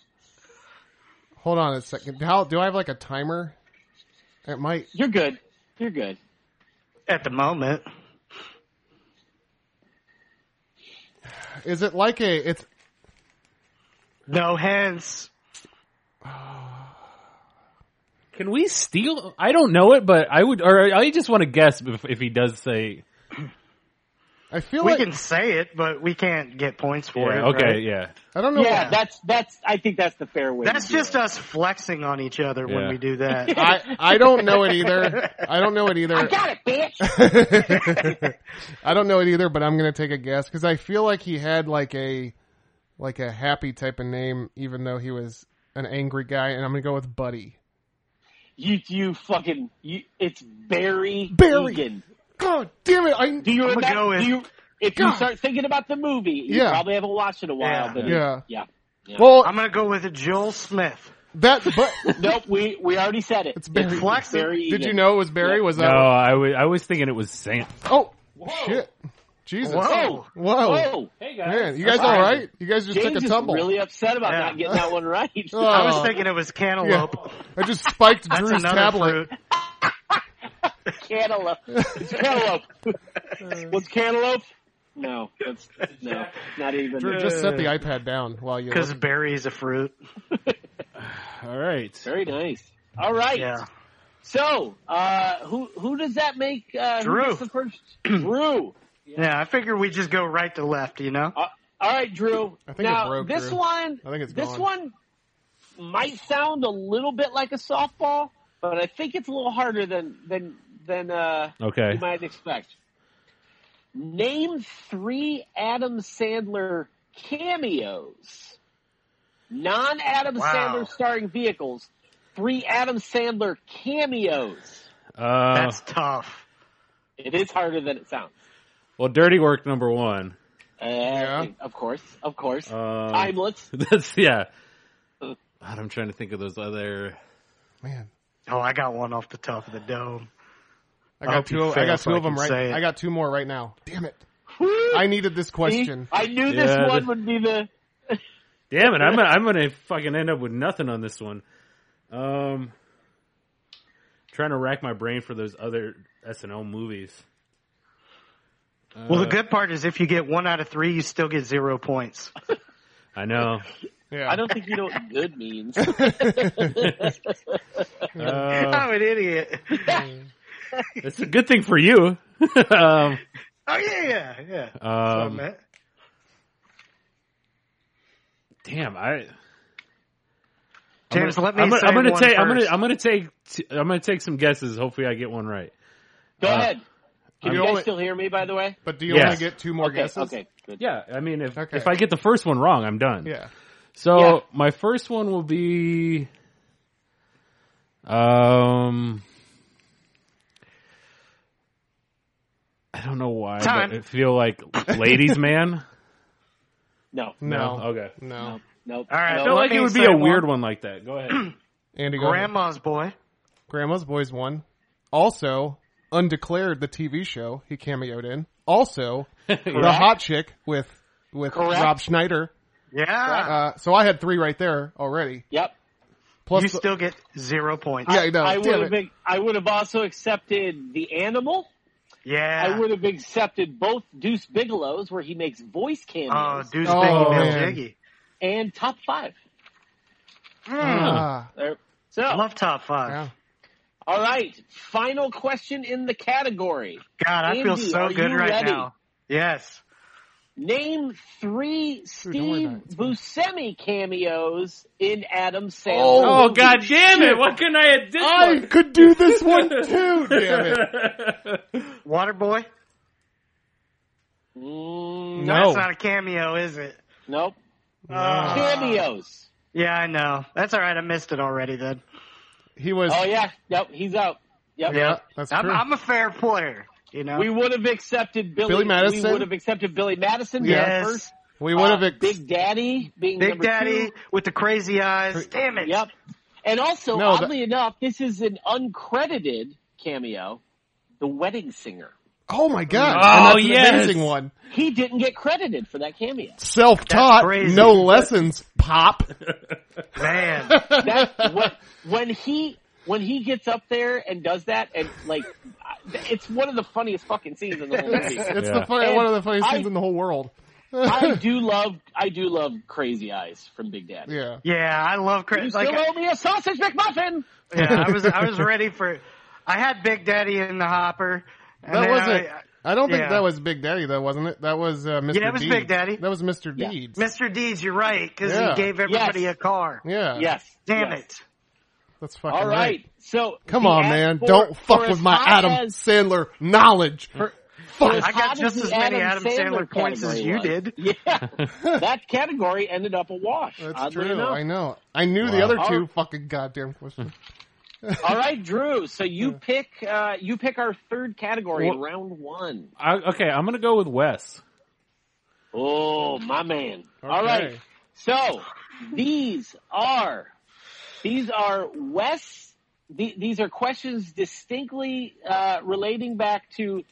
Speaker 3: Hold on a second. How do I have like a timer? It might.
Speaker 4: You're good. You're good.
Speaker 2: At the moment.
Speaker 3: Is it like a? It's
Speaker 2: No hands.
Speaker 5: Can we steal? I don't know it, but I would, or I just want to guess if, if he does say.
Speaker 3: I feel
Speaker 2: We
Speaker 3: like
Speaker 2: can say it, but we can't get points for
Speaker 5: Yeah,
Speaker 2: it.
Speaker 5: okay,
Speaker 2: right?
Speaker 5: yeah.
Speaker 3: I don't know.
Speaker 4: Yeah,
Speaker 3: why.
Speaker 4: that's that's. I think that's the fair way.
Speaker 2: That's
Speaker 4: to do
Speaker 2: just
Speaker 4: it.
Speaker 2: us flexing on each other when
Speaker 5: Yeah.
Speaker 2: we do that.
Speaker 3: I I don't know it either. I don't know it either.
Speaker 4: I got it, bitch.
Speaker 3: I don't know it either, but I'm gonna take a guess because I feel like he had like a like a happy type of name, even though he was an angry guy. And I'm gonna go with Buddy.
Speaker 4: you you fucking. You, it's Barry.
Speaker 3: Barry.
Speaker 4: Egan.
Speaker 3: God damn it! I oh
Speaker 4: Do you
Speaker 2: I'ma
Speaker 4: remember?
Speaker 2: go with-
Speaker 4: do you, if you
Speaker 3: God.
Speaker 4: start thinking about the movie, you
Speaker 3: Yeah.
Speaker 4: probably haven't watched it a while.
Speaker 2: Yeah.
Speaker 4: But
Speaker 3: Yeah.
Speaker 4: yeah.
Speaker 3: well
Speaker 2: I'm gonna go with Joel Smith.
Speaker 3: that but
Speaker 4: Nope. We we already said it.
Speaker 3: It's Barry.
Speaker 4: It's
Speaker 2: Flex it.
Speaker 4: Barry
Speaker 3: did you
Speaker 4: Egan.
Speaker 3: know it was Barry? Was
Speaker 5: No,
Speaker 3: that?
Speaker 5: I was, I was thinking it was Sam.
Speaker 3: Oh shit! Jesus!
Speaker 2: Whoa.
Speaker 3: Whoa.
Speaker 4: Whoa.
Speaker 5: Hey
Speaker 3: Man, you guys all right? You guys just
Speaker 4: Oh. James
Speaker 3: took a
Speaker 4: is
Speaker 3: tumble.
Speaker 4: really upset about
Speaker 2: Yeah.
Speaker 4: not getting that one right.
Speaker 2: I was
Speaker 3: Oh.
Speaker 2: thinking it was cantaloupe.
Speaker 3: I just spiked
Speaker 2: That's
Speaker 3: Drew's
Speaker 2: another
Speaker 3: tablet.
Speaker 2: fruit.
Speaker 4: cantaloupe. It's cantaloupe. What's cantaloupe? No, that's no, not even.
Speaker 3: Drew, just set the iPad down while you.
Speaker 2: Because
Speaker 3: Look.
Speaker 2: berry's a fruit.
Speaker 5: All right.
Speaker 4: Very nice. All right.
Speaker 2: Yeah.
Speaker 4: So, uh, who who does that make? Uh,
Speaker 2: Drew.
Speaker 4: Who gets the first? Drew.
Speaker 2: Yeah, I figure we just go right to left, you know?
Speaker 4: Uh, all right, Drew.
Speaker 3: I think it
Speaker 4: now
Speaker 3: broke,
Speaker 4: this
Speaker 3: Drew.
Speaker 4: one,
Speaker 3: I think it's
Speaker 4: this
Speaker 3: gone.
Speaker 4: one might sound a little bit like a softball, but I think it's a little harder than than than uh,
Speaker 5: Okay.
Speaker 4: you might expect. Name three Adam Sandler cameos, non Adam
Speaker 2: Wow.
Speaker 4: Sandler starring vehicles. Three Adam Sandler cameos.
Speaker 5: Uh,
Speaker 2: That's tough.
Speaker 4: It is harder than it sounds.
Speaker 5: well, dirty work number one.
Speaker 4: Uh, Of course, of course.
Speaker 3: Uh,
Speaker 5: Um,
Speaker 4: Timeless.
Speaker 5: That's yeah. God, I'm trying to think of those other.
Speaker 3: Man,
Speaker 2: Oh, I got one off the top of the dome.
Speaker 3: I
Speaker 2: I
Speaker 3: got
Speaker 2: hope
Speaker 3: two.
Speaker 2: you
Speaker 3: I
Speaker 2: fail
Speaker 3: got
Speaker 2: so
Speaker 3: two
Speaker 2: I
Speaker 3: of them
Speaker 2: can
Speaker 3: right.
Speaker 2: say it.
Speaker 3: I got two more right now. Damn it!
Speaker 4: Woo!
Speaker 3: I needed this
Speaker 4: See?
Speaker 3: question.
Speaker 4: I knew this
Speaker 5: Yeah,
Speaker 4: one
Speaker 5: the-
Speaker 4: would be the.
Speaker 5: Damn it! I'm gonna, I'm gonna fucking end up with nothing on this one. Um, trying to rack my brain for those other SNL movies.
Speaker 2: well,
Speaker 5: Uh,
Speaker 2: the good part is if you get one out of three, you still get zero points.
Speaker 5: I know.
Speaker 3: Yeah.
Speaker 4: I don't think you know what good means.
Speaker 5: Uh,
Speaker 2: I'm an idiot.
Speaker 5: it's a good thing for you. um,
Speaker 2: Oh, yeah, yeah, yeah. So,
Speaker 5: um,
Speaker 2: man.
Speaker 5: damn, I.
Speaker 2: James,
Speaker 5: I'm gonna,
Speaker 2: let me
Speaker 5: I'm gonna,
Speaker 2: say
Speaker 5: I'm gonna
Speaker 2: one
Speaker 5: take. i am I'm gonna.
Speaker 2: first.
Speaker 5: I'm gonna take. T- I'm gonna take some guesses. Hopefully, I get one right.
Speaker 4: Go
Speaker 5: Uh,
Speaker 4: ahead. Can
Speaker 3: I'm-
Speaker 4: you
Speaker 3: You
Speaker 4: guys
Speaker 3: only-
Speaker 4: still hear me? By the way.
Speaker 3: but do you
Speaker 5: Yes.
Speaker 3: only get two more
Speaker 4: okay.
Speaker 3: guesses?
Speaker 4: Okay. Good.
Speaker 5: Yeah, I mean, if
Speaker 3: Okay.
Speaker 5: if I get the first one wrong, I'm done.
Speaker 3: Yeah.
Speaker 5: So
Speaker 4: Yeah.
Speaker 5: my first one will be, um, I don't know why,
Speaker 2: Time.
Speaker 5: but I feel like Ladies Man.
Speaker 4: No,
Speaker 3: No.
Speaker 5: Okay.
Speaker 3: No.
Speaker 4: nope.
Speaker 2: All right,
Speaker 5: I
Speaker 4: nope.
Speaker 5: felt
Speaker 2: let
Speaker 5: like
Speaker 2: me
Speaker 5: it would be
Speaker 2: say
Speaker 5: a
Speaker 2: one.
Speaker 5: weird one like that. Go ahead.
Speaker 3: Andy, go ahead.
Speaker 2: Grandma's boy.
Speaker 3: Grandma's Boys one. Also, Undeclared, the TV show he cameoed in. Also, the hot chick with with
Speaker 4: Correct.
Speaker 3: Rob Schneider.
Speaker 2: Yeah.
Speaker 3: Uh, so I had three right there already.
Speaker 4: Yep.
Speaker 3: Plus,
Speaker 2: you still get zero points.
Speaker 3: yeah, no,
Speaker 4: I would
Speaker 3: damn
Speaker 4: have
Speaker 3: it.
Speaker 4: been, I would have also accepted the animal.
Speaker 2: Yeah.
Speaker 4: I would have accepted both Deuce Bigelow's, where he makes voice
Speaker 2: Oh,
Speaker 4: cameos,
Speaker 2: Deuce
Speaker 3: Oh,
Speaker 2: Biggie, Bill
Speaker 3: man.
Speaker 2: Jiggy.
Speaker 4: and top five.
Speaker 3: Ah,
Speaker 4: There. So,
Speaker 2: I love top five.
Speaker 3: yeah.
Speaker 4: all right, final question in the category.
Speaker 2: God, I feel
Speaker 4: Andy,
Speaker 2: so
Speaker 4: are
Speaker 2: good
Speaker 4: you
Speaker 2: right
Speaker 4: ready?
Speaker 2: now. Yes.
Speaker 4: Name three
Speaker 3: don't worry
Speaker 4: Steve
Speaker 3: about it.
Speaker 4: Buscemi cameos in Adam Sandler.
Speaker 5: Oh
Speaker 3: Oh,
Speaker 5: god damn it! What can I have did?
Speaker 3: I could do this one too. Damn it!
Speaker 2: Waterboy?
Speaker 4: Mm,
Speaker 3: No.
Speaker 2: That's not a cameo, is it?
Speaker 4: Nope.
Speaker 2: Uh,
Speaker 4: Cameos.
Speaker 2: yeah, I know. That's all right. I missed it already then.
Speaker 3: He was.
Speaker 4: Oh yeah. Nope. He's out. Yep.
Speaker 3: Yeah, that's
Speaker 2: I'm,
Speaker 3: true.
Speaker 2: I'm a fair player, you know?
Speaker 4: We would have accepted Billy.
Speaker 3: Billy Madison?
Speaker 4: We would have accepted Billy Madison. being
Speaker 2: Yes.
Speaker 4: First.
Speaker 3: we would have.
Speaker 4: Uh,
Speaker 3: ex-
Speaker 4: Big Daddy being
Speaker 2: Big
Speaker 4: number
Speaker 2: Daddy
Speaker 4: two.
Speaker 2: with the crazy eyes. Damn it.
Speaker 4: Yep. And also,
Speaker 3: No, that-
Speaker 4: oddly enough, this is an uncredited cameo. The Wedding Singer.
Speaker 3: oh my
Speaker 5: Oh,
Speaker 3: god! and that's an
Speaker 5: yes.
Speaker 3: amazing one.
Speaker 4: He didn't get credited for that cameo.
Speaker 3: Self-taught,
Speaker 2: That's crazy.
Speaker 3: no lessons. Pop.
Speaker 2: Man.
Speaker 4: That's what when he when he gets up there and does that and like I- it's one of the funniest fucking scenes in the whole movie.
Speaker 3: It's
Speaker 5: Yeah.
Speaker 3: the funny,
Speaker 4: And
Speaker 3: one of the funniest
Speaker 4: I-
Speaker 3: things in the whole world.
Speaker 4: I do love I do love Crazy Eyes from Big Daddy.
Speaker 3: Yeah.
Speaker 2: Yeah, I love cra-
Speaker 4: You
Speaker 2: like
Speaker 4: still owe me a sausage McMuffin.
Speaker 2: yeah, I was I was ready for I had Big Daddy in the hopper. and
Speaker 3: That
Speaker 2: then
Speaker 3: wasn't.
Speaker 2: I-
Speaker 3: I don't think
Speaker 2: yeah.
Speaker 3: that was Big Daddy, though, wasn't it? That was uh, Mr.
Speaker 2: Yeah, it was
Speaker 3: Deeds.
Speaker 2: Big Daddy.
Speaker 3: That was Mr.
Speaker 4: Yeah.
Speaker 3: Deeds.
Speaker 2: Mr. Deeds, you're right, because
Speaker 3: Yeah.
Speaker 2: he gave everybody
Speaker 4: Yes.
Speaker 2: a car.
Speaker 3: Yeah.
Speaker 4: Yes.
Speaker 2: Damn
Speaker 4: yes.
Speaker 2: it.
Speaker 3: That's fucking
Speaker 4: All
Speaker 3: right.
Speaker 4: right. So
Speaker 3: Come
Speaker 4: the
Speaker 3: on,
Speaker 4: ad-
Speaker 3: man.
Speaker 4: for-
Speaker 3: Don't fuck
Speaker 4: for
Speaker 3: with
Speaker 4: as
Speaker 3: my
Speaker 4: hot
Speaker 3: Adam
Speaker 4: as-
Speaker 3: Sandler knowledge.
Speaker 4: for
Speaker 3: Fuck.
Speaker 2: I got
Speaker 4: hot
Speaker 2: just
Speaker 4: the
Speaker 2: as many Adam Sandler points as
Speaker 4: category
Speaker 2: you
Speaker 4: was.
Speaker 2: did.
Speaker 4: Yeah. that category ended up a wash.
Speaker 3: That's
Speaker 4: oddly
Speaker 3: true.
Speaker 4: enough.
Speaker 3: I know. I knew the
Speaker 5: Wow.
Speaker 3: other
Speaker 4: All
Speaker 3: two
Speaker 4: right.
Speaker 3: fucking goddamn questions.
Speaker 4: All right, Drew. So you pick uh, you pick our third category in round one.
Speaker 5: I, okay, I'm gonna go with Wes.
Speaker 4: Oh, my man. All right. So these are these are Wes. The, these are questions distinctly uh, relating back to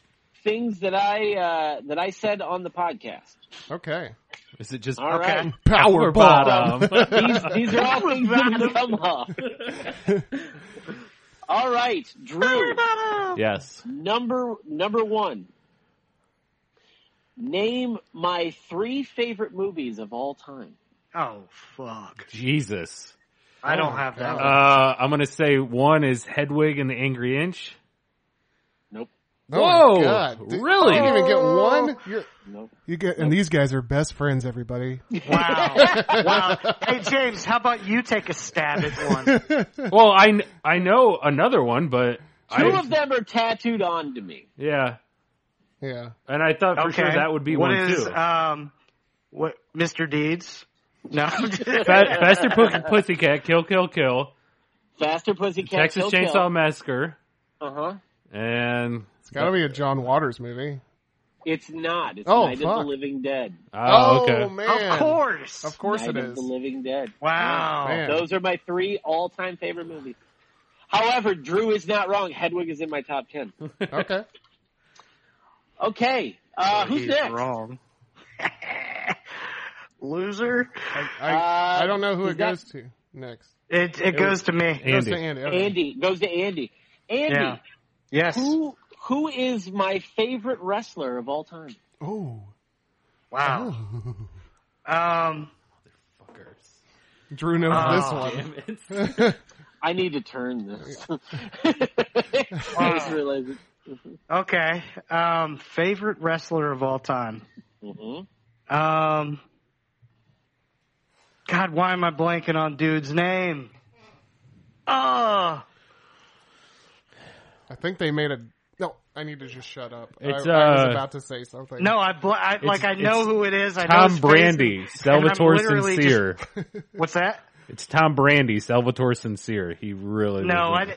Speaker 4: things that I uh, that I said on the podcast.
Speaker 3: Okay.
Speaker 5: Is it just
Speaker 4: All right.
Speaker 3: Power
Speaker 5: Power
Speaker 3: bottom.
Speaker 4: These, these are all things that have come up. All right, Drew.
Speaker 5: yes.
Speaker 4: Number number one. Name my three favorite movies of all time.
Speaker 2: Oh fuck!
Speaker 5: Jesus.
Speaker 2: I
Speaker 3: Oh,
Speaker 2: don't have that.
Speaker 3: God.
Speaker 5: Uh, I'm gonna say one is Hedwig and the Angry Inch.
Speaker 4: Nope.
Speaker 3: Oh
Speaker 5: Whoa,
Speaker 3: my God. Did-
Speaker 5: really?
Speaker 3: You didn't even get one? You're,
Speaker 4: Nope.
Speaker 3: you get, and these guys are best friends, everybody.
Speaker 2: Wow! wow! Hey James, how about you take a stab at one?
Speaker 5: Well, I, kn- I know another one, but
Speaker 4: Two
Speaker 5: I,
Speaker 4: of them are tattooed onto me.
Speaker 5: yeah,
Speaker 3: Yeah.
Speaker 5: and I thought for sure that would be
Speaker 2: What
Speaker 5: one
Speaker 2: is,
Speaker 5: too.
Speaker 2: Um, what Mr. Deeds? No, I'm just-
Speaker 5: Fa- Faster Pu- Pussycat, Kill Kill Kill,
Speaker 4: Faster Pussycat.
Speaker 5: Texas
Speaker 4: Kill
Speaker 5: Chainsaw Massacre,
Speaker 4: Uh huh.
Speaker 5: and
Speaker 3: It's gotta be a John Waters movie.
Speaker 4: It's not. It's
Speaker 3: Oh,
Speaker 4: Night
Speaker 3: fuck.
Speaker 4: of the Living Dead.
Speaker 5: oh, okay,
Speaker 3: man.
Speaker 2: of course.
Speaker 3: Of course
Speaker 4: Night
Speaker 3: it
Speaker 4: of
Speaker 3: is.
Speaker 4: the Living Dead.
Speaker 2: Wow!
Speaker 3: Man.
Speaker 4: Those are my three all-time favorite movies. However, Drew is not wrong. Hedwig is in my top ten.
Speaker 3: Okay.
Speaker 4: Okay, uh, who's
Speaker 2: He's
Speaker 4: next?
Speaker 2: wrong. Loser.
Speaker 3: I, I,
Speaker 4: Uh,
Speaker 3: I don't know who
Speaker 4: is
Speaker 3: it
Speaker 4: that-
Speaker 3: goes to next.
Speaker 2: It it goes to me.
Speaker 3: It goes to
Speaker 5: Andy.
Speaker 3: Andy. okay.
Speaker 4: Andy goes to Andy. Andy,
Speaker 2: Yeah. Yes.
Speaker 4: who who is my favorite wrestler of all time?
Speaker 3: Oh.
Speaker 2: Wow. Um.
Speaker 3: Drew knows
Speaker 2: Oh,
Speaker 3: this one.
Speaker 4: I need to turn this. I just realized. It.
Speaker 2: Okay. Um. Favorite wrestler of all time.
Speaker 4: Mhm.
Speaker 2: Um. God, why am I blanking on dude's name? Oh,
Speaker 3: I think they made a. No, I need to just shut up.
Speaker 5: It's,
Speaker 3: I, I
Speaker 5: uh,
Speaker 3: was about to say something.
Speaker 2: no, I, bl- I like I know
Speaker 5: it's
Speaker 2: who it is. I know
Speaker 5: Tom
Speaker 2: his face.
Speaker 5: Brandy,
Speaker 2: and I'm
Speaker 5: Salvatore
Speaker 2: literally
Speaker 5: Sincere.
Speaker 2: What's that?
Speaker 5: It's Tom Brandy, Salvatore Sincere. He really
Speaker 2: No,
Speaker 5: was
Speaker 2: I.
Speaker 5: in
Speaker 2: di-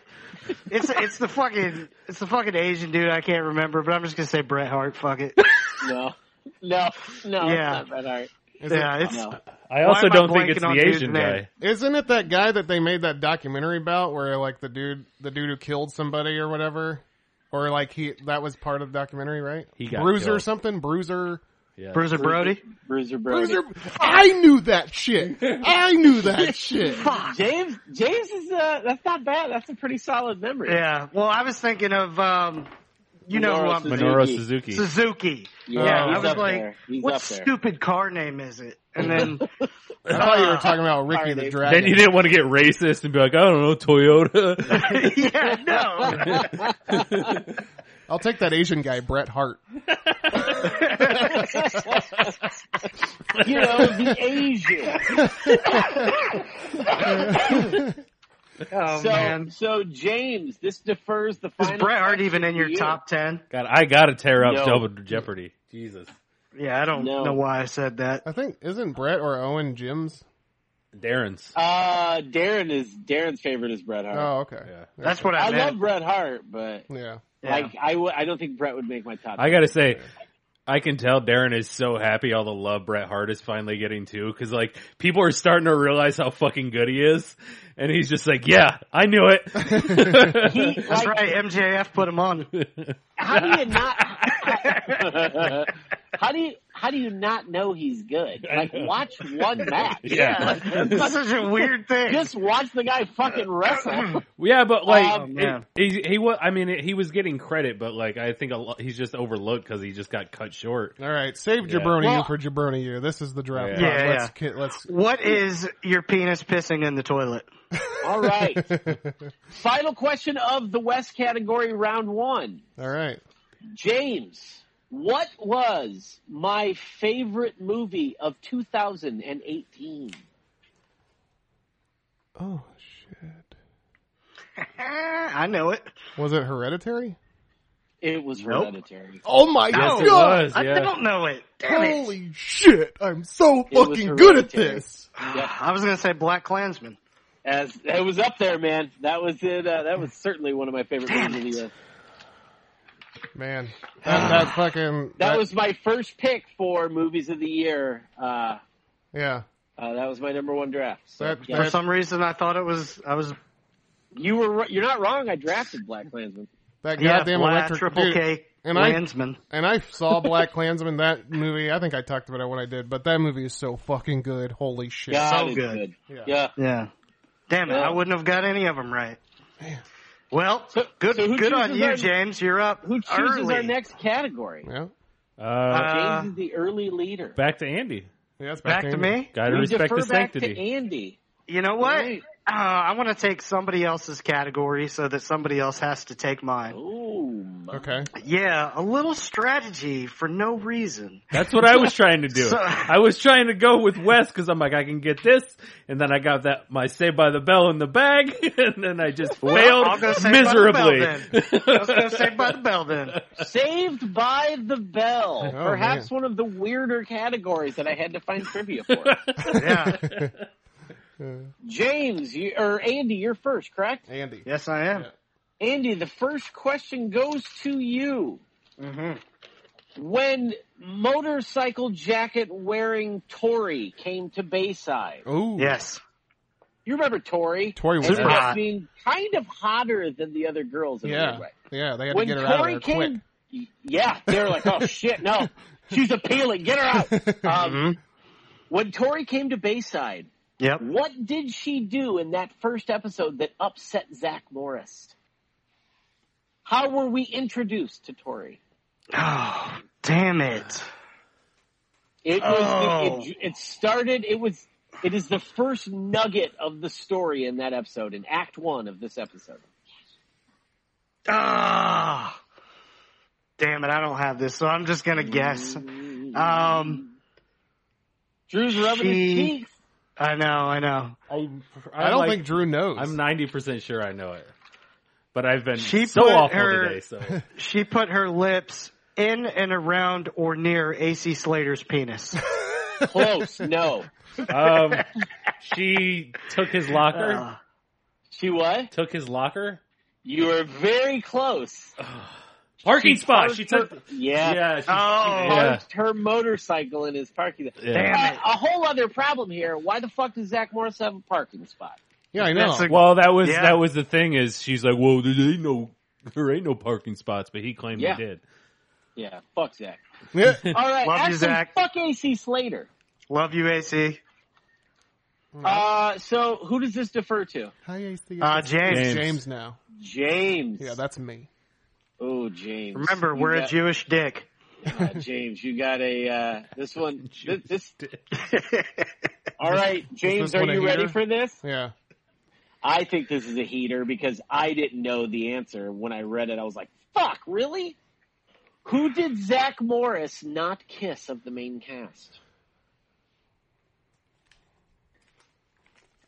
Speaker 5: it.
Speaker 2: It's it's the fucking it's the fucking Asian dude. I can't remember, but I'm just gonna say Bret Hart. Fuck it.
Speaker 4: No, no, no.
Speaker 2: Yeah.
Speaker 4: It's not that hard.
Speaker 3: Is
Speaker 2: Yeah,
Speaker 3: it,
Speaker 2: it's
Speaker 4: No.
Speaker 5: I also
Speaker 2: am I
Speaker 5: don't think it's
Speaker 2: blanking on
Speaker 5: the
Speaker 2: dude's
Speaker 5: Asian
Speaker 2: name?
Speaker 5: guy.
Speaker 3: isn't it that guy that they made that documentary about, where like the dude, the dude who killed somebody or whatever, or like he that was part of the documentary, right?
Speaker 5: He got
Speaker 3: Bruiser
Speaker 5: killed.
Speaker 3: something, Bruiser.
Speaker 5: Yeah.
Speaker 2: Bruiser Brody.
Speaker 4: Bruiser Brody.
Speaker 3: Bruiser. I knew that shit. I knew that shit.
Speaker 4: James, James is uh, that's not bad. That's a pretty solid memory.
Speaker 2: Yeah. Well, I was thinking of um, you know
Speaker 4: Minoru
Speaker 2: who I'm
Speaker 5: Minoru
Speaker 4: Suzuki.
Speaker 5: Suzuki.
Speaker 2: Suzuki.
Speaker 4: Yeah,
Speaker 3: Yeah,
Speaker 4: Oh, he's
Speaker 3: I was
Speaker 4: up
Speaker 2: like,
Speaker 4: there. He's
Speaker 2: what
Speaker 4: up there.
Speaker 2: stupid car name is it? And then
Speaker 3: I thought you were talking about Ricky the
Speaker 4: Dave.
Speaker 3: Dragon.
Speaker 5: Then you didn't want to get racist and be like, I don't know, Toyota.
Speaker 2: yeah, no.
Speaker 3: I'll take that Asian guy, Bret Hart.
Speaker 4: You know, the Asian.
Speaker 2: Oh
Speaker 4: so,
Speaker 2: man.
Speaker 4: so James, this defers the
Speaker 2: Is
Speaker 4: final.
Speaker 2: Bret Hart
Speaker 4: question
Speaker 2: even in
Speaker 4: to
Speaker 2: your
Speaker 4: you.
Speaker 2: top ten?
Speaker 5: God, I gotta tear up
Speaker 4: No.
Speaker 5: Double Jeopardy. Jesus,
Speaker 2: Yeah, I don't
Speaker 4: No.
Speaker 2: know why I said that.
Speaker 3: I think isn't Brett or Owen Jim's?
Speaker 5: Darren's.
Speaker 4: Uh, Darren is Darren's favorite is Bret Hart.
Speaker 3: Oh, okay.
Speaker 5: Yeah.
Speaker 2: That's what I,
Speaker 4: I
Speaker 2: meant.
Speaker 4: love Bret Hart, but
Speaker 3: Yeah.
Speaker 2: Yeah.
Speaker 4: like I, w- I don't think Bret would make my top.
Speaker 5: I gotta say, I can tell Darren is so happy all the love Bret Hart is finally getting too, because like people are starting to realize how fucking good he is, and he's just like, yeah, I knew it.
Speaker 4: He,
Speaker 2: That's
Speaker 4: like,
Speaker 2: right. MJF put him on.
Speaker 4: How do you not? how do you how do you not know he's good? Like watch one match.
Speaker 5: yeah,
Speaker 2: That's such a weird thing.
Speaker 4: Just watch the guy fucking wrestle.
Speaker 5: yeah, but like
Speaker 4: Oh,
Speaker 2: man.
Speaker 5: it- he, he was. I mean, he was getting credit, but like I think a lot, he's just overlooked because he just got cut short.
Speaker 3: All right. Save
Speaker 5: Yeah.
Speaker 3: Jabroni
Speaker 4: Well-
Speaker 3: you for Jabroni you. This is the draft.
Speaker 5: Yeah.
Speaker 3: Come on,
Speaker 2: Yeah,
Speaker 3: let's ki- let's.
Speaker 2: What is your penis pissing in the toilet?
Speaker 4: All right. Final question of the West category round 1.
Speaker 3: All right.
Speaker 4: James, what was my favorite movie of 2018?
Speaker 3: Oh shit.
Speaker 2: I know it.
Speaker 3: Was it Hereditary?
Speaker 4: It was
Speaker 2: Nope.
Speaker 4: Hereditary.
Speaker 3: Oh my
Speaker 5: Yes, it
Speaker 3: god!
Speaker 5: was.
Speaker 2: I
Speaker 5: yeah.
Speaker 2: don't know it. Damn it.
Speaker 3: Holy shit! I'm so
Speaker 4: was
Speaker 3: fucking good at
Speaker 4: Hereditary.
Speaker 3: this.
Speaker 4: Yeah.
Speaker 2: I was gonna say Black Klansman.
Speaker 4: As it was up there, man. That was it. Uh, that was certainly one of my favorite
Speaker 2: Damn
Speaker 4: movies of the year.
Speaker 3: Man, that, that fucking
Speaker 4: That was my first pick for movies of the year. Uh,
Speaker 3: yeah.
Speaker 4: uh, that was my number one draft. So,
Speaker 3: That-
Speaker 4: yeah.
Speaker 2: For some reason, I thought it was. I was
Speaker 4: you were ri- you're not wrong. I drafted Black Klansman.
Speaker 3: That
Speaker 2: yeah,
Speaker 3: goddamn
Speaker 2: Black
Speaker 3: electric
Speaker 2: Triple
Speaker 3: dude.
Speaker 2: K
Speaker 3: and I-
Speaker 2: Klansman.
Speaker 3: And I saw Black Klansman that movie. I think I talked about it when I did, but that movie is so fucking good. Holy shit!
Speaker 4: God,
Speaker 2: so
Speaker 4: it's
Speaker 2: good.
Speaker 4: Yeah.
Speaker 2: yeah. Damn it!
Speaker 4: Yeah.
Speaker 2: I wouldn't have got any of them right. Well,
Speaker 4: Oh. So-
Speaker 2: good.
Speaker 4: so who
Speaker 2: good on
Speaker 4: chooses
Speaker 2: you,
Speaker 4: our-
Speaker 2: James. You're up.
Speaker 4: Who chooses
Speaker 2: early.
Speaker 4: our next category?
Speaker 3: Yeah,
Speaker 5: Uh,
Speaker 2: Uh,
Speaker 4: James is the early leader.
Speaker 5: back to Andy.
Speaker 3: yeah. That's
Speaker 2: Back to
Speaker 3: in.
Speaker 2: me.
Speaker 5: Gotta
Speaker 4: we
Speaker 5: respect
Speaker 4: defer
Speaker 5: the
Speaker 4: back
Speaker 5: sanctity.
Speaker 4: to Andy.
Speaker 2: You know what?
Speaker 4: Right.
Speaker 2: Uh, I want to take somebody else's category so that somebody else has to take
Speaker 4: Oh.
Speaker 2: mine.
Speaker 4: Ooh, my-
Speaker 3: Okay.
Speaker 2: Yeah, a little strategy for no reason.
Speaker 5: That's what I was trying to do.
Speaker 2: So-
Speaker 5: I was trying to go with Wes because I'm like, I can get this, and then I got that my Saved by the Bell in the bag, and then I just failed
Speaker 2: I'll go Saved by
Speaker 5: miserably.
Speaker 2: the Bell Let's go say by the bell then.
Speaker 4: Saved by the Bell.
Speaker 3: Oh,
Speaker 4: Perhaps one of the weirder categories that I had to find trivia for.
Speaker 2: Yeah.
Speaker 4: James, you, or Andy, you're first, correct?
Speaker 3: Andy.
Speaker 2: Yes, I am.
Speaker 4: Andy, the first question goes to you. When motorcycle jacket wearing Tory came to Bayside,
Speaker 3: Ooh.
Speaker 2: Yes.
Speaker 4: you remember Tory?
Speaker 3: Tori Oh. was
Speaker 4: Ended
Speaker 2: Super
Speaker 4: up
Speaker 2: hot.
Speaker 4: being kind of hotter than the other girls. In a
Speaker 3: Yeah.
Speaker 4: weird way.
Speaker 3: Yeah. They had
Speaker 4: When
Speaker 3: to get her out
Speaker 4: Tori
Speaker 3: of there quick.
Speaker 4: came, yeah, they were like, "Oh shit, no, she's appealing. Get her out." Um,
Speaker 3: Mm-hmm.
Speaker 4: When Tori came to Bayside,
Speaker 2: Yep.
Speaker 4: what did she do in that first episode that upset Zach Morris? How were we introduced to Tori?
Speaker 2: Oh, damn it.
Speaker 4: It was
Speaker 2: Oh.
Speaker 4: it, it started. It was it is the first nugget of the story in that episode in Act One of this episode.
Speaker 2: Ah. Damn it, I don't have this, so I'm just gonna guess. Um,
Speaker 4: Drew's rubbing
Speaker 2: She-
Speaker 4: his cheeks.
Speaker 2: I know, I know.
Speaker 5: I,
Speaker 3: I don't think Drew knows.
Speaker 5: I'm 90 percent sure I know it, but I've been
Speaker 2: She
Speaker 5: so
Speaker 2: put
Speaker 5: awful
Speaker 2: her-
Speaker 5: today. So
Speaker 2: She put her lips in and around or near AC Slater's penis.
Speaker 4: Close. No.
Speaker 5: Um, she took his locker.
Speaker 4: Uh, she what?
Speaker 5: took his locker.
Speaker 4: You were very close.
Speaker 5: Parking spot. She took.
Speaker 4: Yeah.
Speaker 5: Yeah. She,
Speaker 2: Oh.
Speaker 4: Parked her motorcycle in his parking lot.
Speaker 5: Yeah.
Speaker 2: Damn.
Speaker 4: Uh, a whole other problem here. Why the fuck does Zach Morris have a parking spot?
Speaker 3: Yeah, I know.
Speaker 2: That's a-
Speaker 5: Well, that was
Speaker 2: Yeah.
Speaker 5: that was the thing is she's like, whoa, there ain't no there ain't no parking spots, but he claimed
Speaker 4: Yeah.
Speaker 5: he did.
Speaker 4: Yeah, fuck Zach.
Speaker 3: Yeah.
Speaker 4: All right,
Speaker 2: Love you,
Speaker 4: actually,
Speaker 2: Zach.
Speaker 4: fuck AC Slater.
Speaker 2: Love you, AC.
Speaker 4: Uh, so who does this defer to?
Speaker 3: Hi, AC.
Speaker 2: Uh, James.
Speaker 3: It's
Speaker 5: James.
Speaker 3: James now.
Speaker 4: James.
Speaker 3: Yeah, that's me.
Speaker 4: Oh, James.
Speaker 2: Remember,
Speaker 4: You
Speaker 2: we're a
Speaker 4: got-
Speaker 2: Jewish dick.
Speaker 4: uh, James, you got a uh, this one. This, this. All right, James,
Speaker 3: this
Speaker 4: are
Speaker 3: one a
Speaker 4: you ready
Speaker 3: heater?
Speaker 4: for this?
Speaker 3: Yeah.
Speaker 4: I think this is a heater because I didn't know the answer when I read it. I was like, "Fuck, really? Who did Zach Morris not kiss of the main cast?"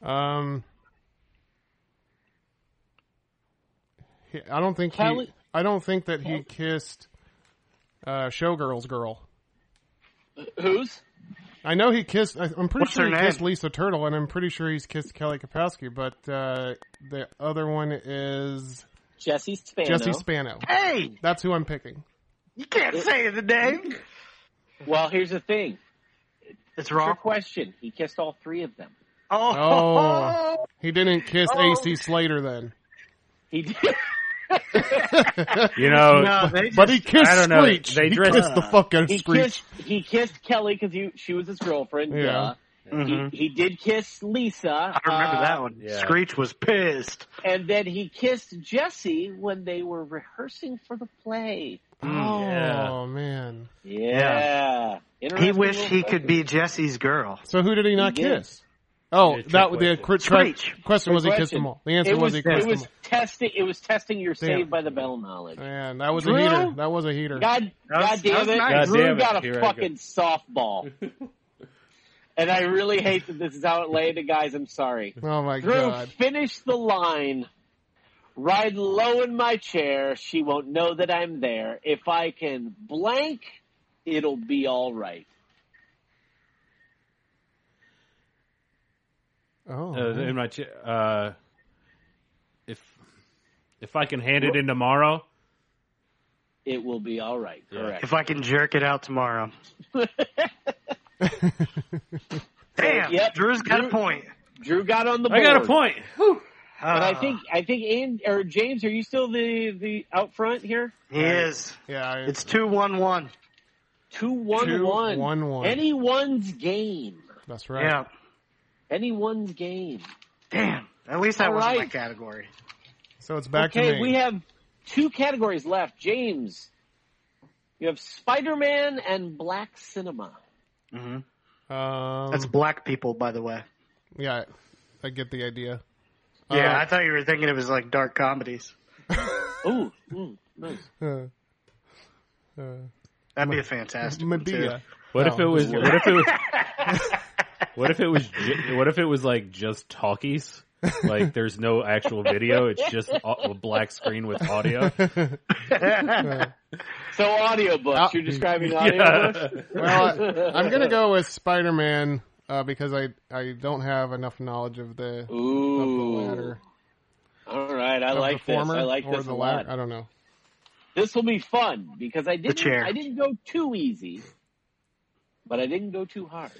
Speaker 3: Um. he- I don't think he.
Speaker 4: Kelly-
Speaker 3: I don't think that he kissed uh, Showgirls girl.
Speaker 4: Who's?
Speaker 3: I know he kissed. I- I'm pretty
Speaker 2: What's
Speaker 3: sure
Speaker 2: her
Speaker 3: he
Speaker 2: name?
Speaker 3: kissed Lisa Turtle, and I'm pretty sure he's kissed Kelly Kapowski. But uh, the other one is
Speaker 4: Jesse Spano.
Speaker 3: Jesse Spano.
Speaker 2: Hey,
Speaker 3: That's who I'm picking.
Speaker 2: you can't say the name.
Speaker 4: Well, here's the thing.
Speaker 2: It's
Speaker 4: Your
Speaker 2: wrong.
Speaker 4: question. He kissed all three of them.
Speaker 2: Oh,
Speaker 3: Oh. He didn't kiss
Speaker 2: Oh.
Speaker 3: AC Slater then.
Speaker 4: He did.
Speaker 5: You know,
Speaker 2: no, they just,
Speaker 3: But he kissed
Speaker 5: I don't know.
Speaker 3: Screech.
Speaker 5: They
Speaker 3: he
Speaker 5: dressed-
Speaker 3: kissed the fuck out of
Speaker 4: He
Speaker 3: Screech.
Speaker 4: kissed. He kissed Kelly because she was his girlfriend.
Speaker 3: Yeah.
Speaker 4: duh.
Speaker 2: Mhm.
Speaker 4: He, he did kiss Lisa.
Speaker 2: I remember
Speaker 4: uh,
Speaker 2: that one.
Speaker 5: yeah.
Speaker 2: Screech was pissed.
Speaker 4: And then he kissed Jesse when they were rehearsing for the play.
Speaker 3: Oh
Speaker 5: Mm, Yeah.
Speaker 3: man.
Speaker 4: Yeah.
Speaker 2: He
Speaker 4: Interesting
Speaker 2: wished he
Speaker 4: little
Speaker 2: could
Speaker 4: thing.
Speaker 2: be Jesse's girl.
Speaker 3: So who did he not
Speaker 4: He did.
Speaker 3: kiss? Oh,
Speaker 5: He did a
Speaker 3: that
Speaker 5: trick
Speaker 3: the
Speaker 5: question.
Speaker 3: cri- tri-
Speaker 2: Screech.
Speaker 3: question was he kissed
Speaker 4: Question.
Speaker 3: them all. The answer
Speaker 4: It
Speaker 3: was,
Speaker 4: was,
Speaker 3: he
Speaker 4: it
Speaker 3: kissed
Speaker 4: was
Speaker 3: them
Speaker 4: testing. It was testing your
Speaker 3: Damn.
Speaker 4: saved by the bell knowledge.
Speaker 3: all. Man, that was
Speaker 4: Drew?
Speaker 3: a heater. That was a heater.
Speaker 4: God,
Speaker 2: That
Speaker 4: God
Speaker 2: was-
Speaker 4: damn
Speaker 2: that was
Speaker 4: it!
Speaker 2: nice.
Speaker 4: Drew
Speaker 5: God damn it.
Speaker 4: got a
Speaker 5: Here I go.
Speaker 4: fucking softball, and I really hate that this is how it landed, guys. I'm sorry.
Speaker 3: Oh my
Speaker 4: Drew,
Speaker 3: god.
Speaker 4: finish the line. Ride low in my chair. She won't know that I'm there. If I can blank, it'll be all right.
Speaker 3: Oh.
Speaker 5: Uh, in my ch- uh, if if I can hand it in tomorrow,
Speaker 4: It will be all right.
Speaker 5: Yeah.
Speaker 4: Correct.
Speaker 2: If I can jerk it out tomorrow. Damn,
Speaker 4: Yep.
Speaker 2: Drew's got
Speaker 4: Drew-
Speaker 2: a point.
Speaker 4: Drew got on the
Speaker 5: I
Speaker 4: board.
Speaker 5: got a point.
Speaker 4: But I
Speaker 2: Uh,
Speaker 4: think I think and or James, are you still the the out front here?
Speaker 2: he is.
Speaker 3: yeah. I-
Speaker 2: It's two one one.
Speaker 4: Two one
Speaker 3: Two,
Speaker 4: one.
Speaker 3: one, one.
Speaker 4: Anyone's game.
Speaker 3: that's right.
Speaker 2: Yeah.
Speaker 4: Anyone's game.
Speaker 2: Damn. At least that
Speaker 4: All
Speaker 2: wasn't my
Speaker 4: right.
Speaker 2: category.
Speaker 3: So it's back
Speaker 4: okay,
Speaker 3: to me.
Speaker 4: we have two categories left. James, you have Spider Man and Black Cinema.
Speaker 2: hmm
Speaker 3: um,
Speaker 2: That's black people, by the way.
Speaker 3: yeah. I get the idea.
Speaker 2: Yeah,
Speaker 3: Uh,
Speaker 2: I thought you were thinking it was like dark comedies.
Speaker 4: Ooh, mm, nice.
Speaker 3: Uh, uh,
Speaker 2: That'd be a fantastic one, too.
Speaker 3: Medea.
Speaker 5: What
Speaker 3: Oh,
Speaker 5: if it was?
Speaker 3: this
Speaker 5: What if it? Was, what if it was? ju- What if it was like just talkies? Like there's no actual video. It's just au- a black screen with
Speaker 4: So
Speaker 5: audio.
Speaker 4: audiobooks.
Speaker 3: Out-
Speaker 4: You're describing audiobooks?
Speaker 5: Yeah.
Speaker 3: Well, I, I'm gonna go with Spider Man uh, because I I don't have enough knowledge of the of the
Speaker 4: Ooh.
Speaker 3: latter.
Speaker 4: All right, I
Speaker 3: of
Speaker 4: like
Speaker 3: the
Speaker 4: this.
Speaker 3: former
Speaker 4: I like
Speaker 3: or
Speaker 4: this
Speaker 3: the
Speaker 4: a
Speaker 3: latter.
Speaker 4: lot.
Speaker 3: I don't know.
Speaker 4: This will be fun because I didn't
Speaker 2: chair.
Speaker 4: I didn't go too easy, but I didn't go too hard.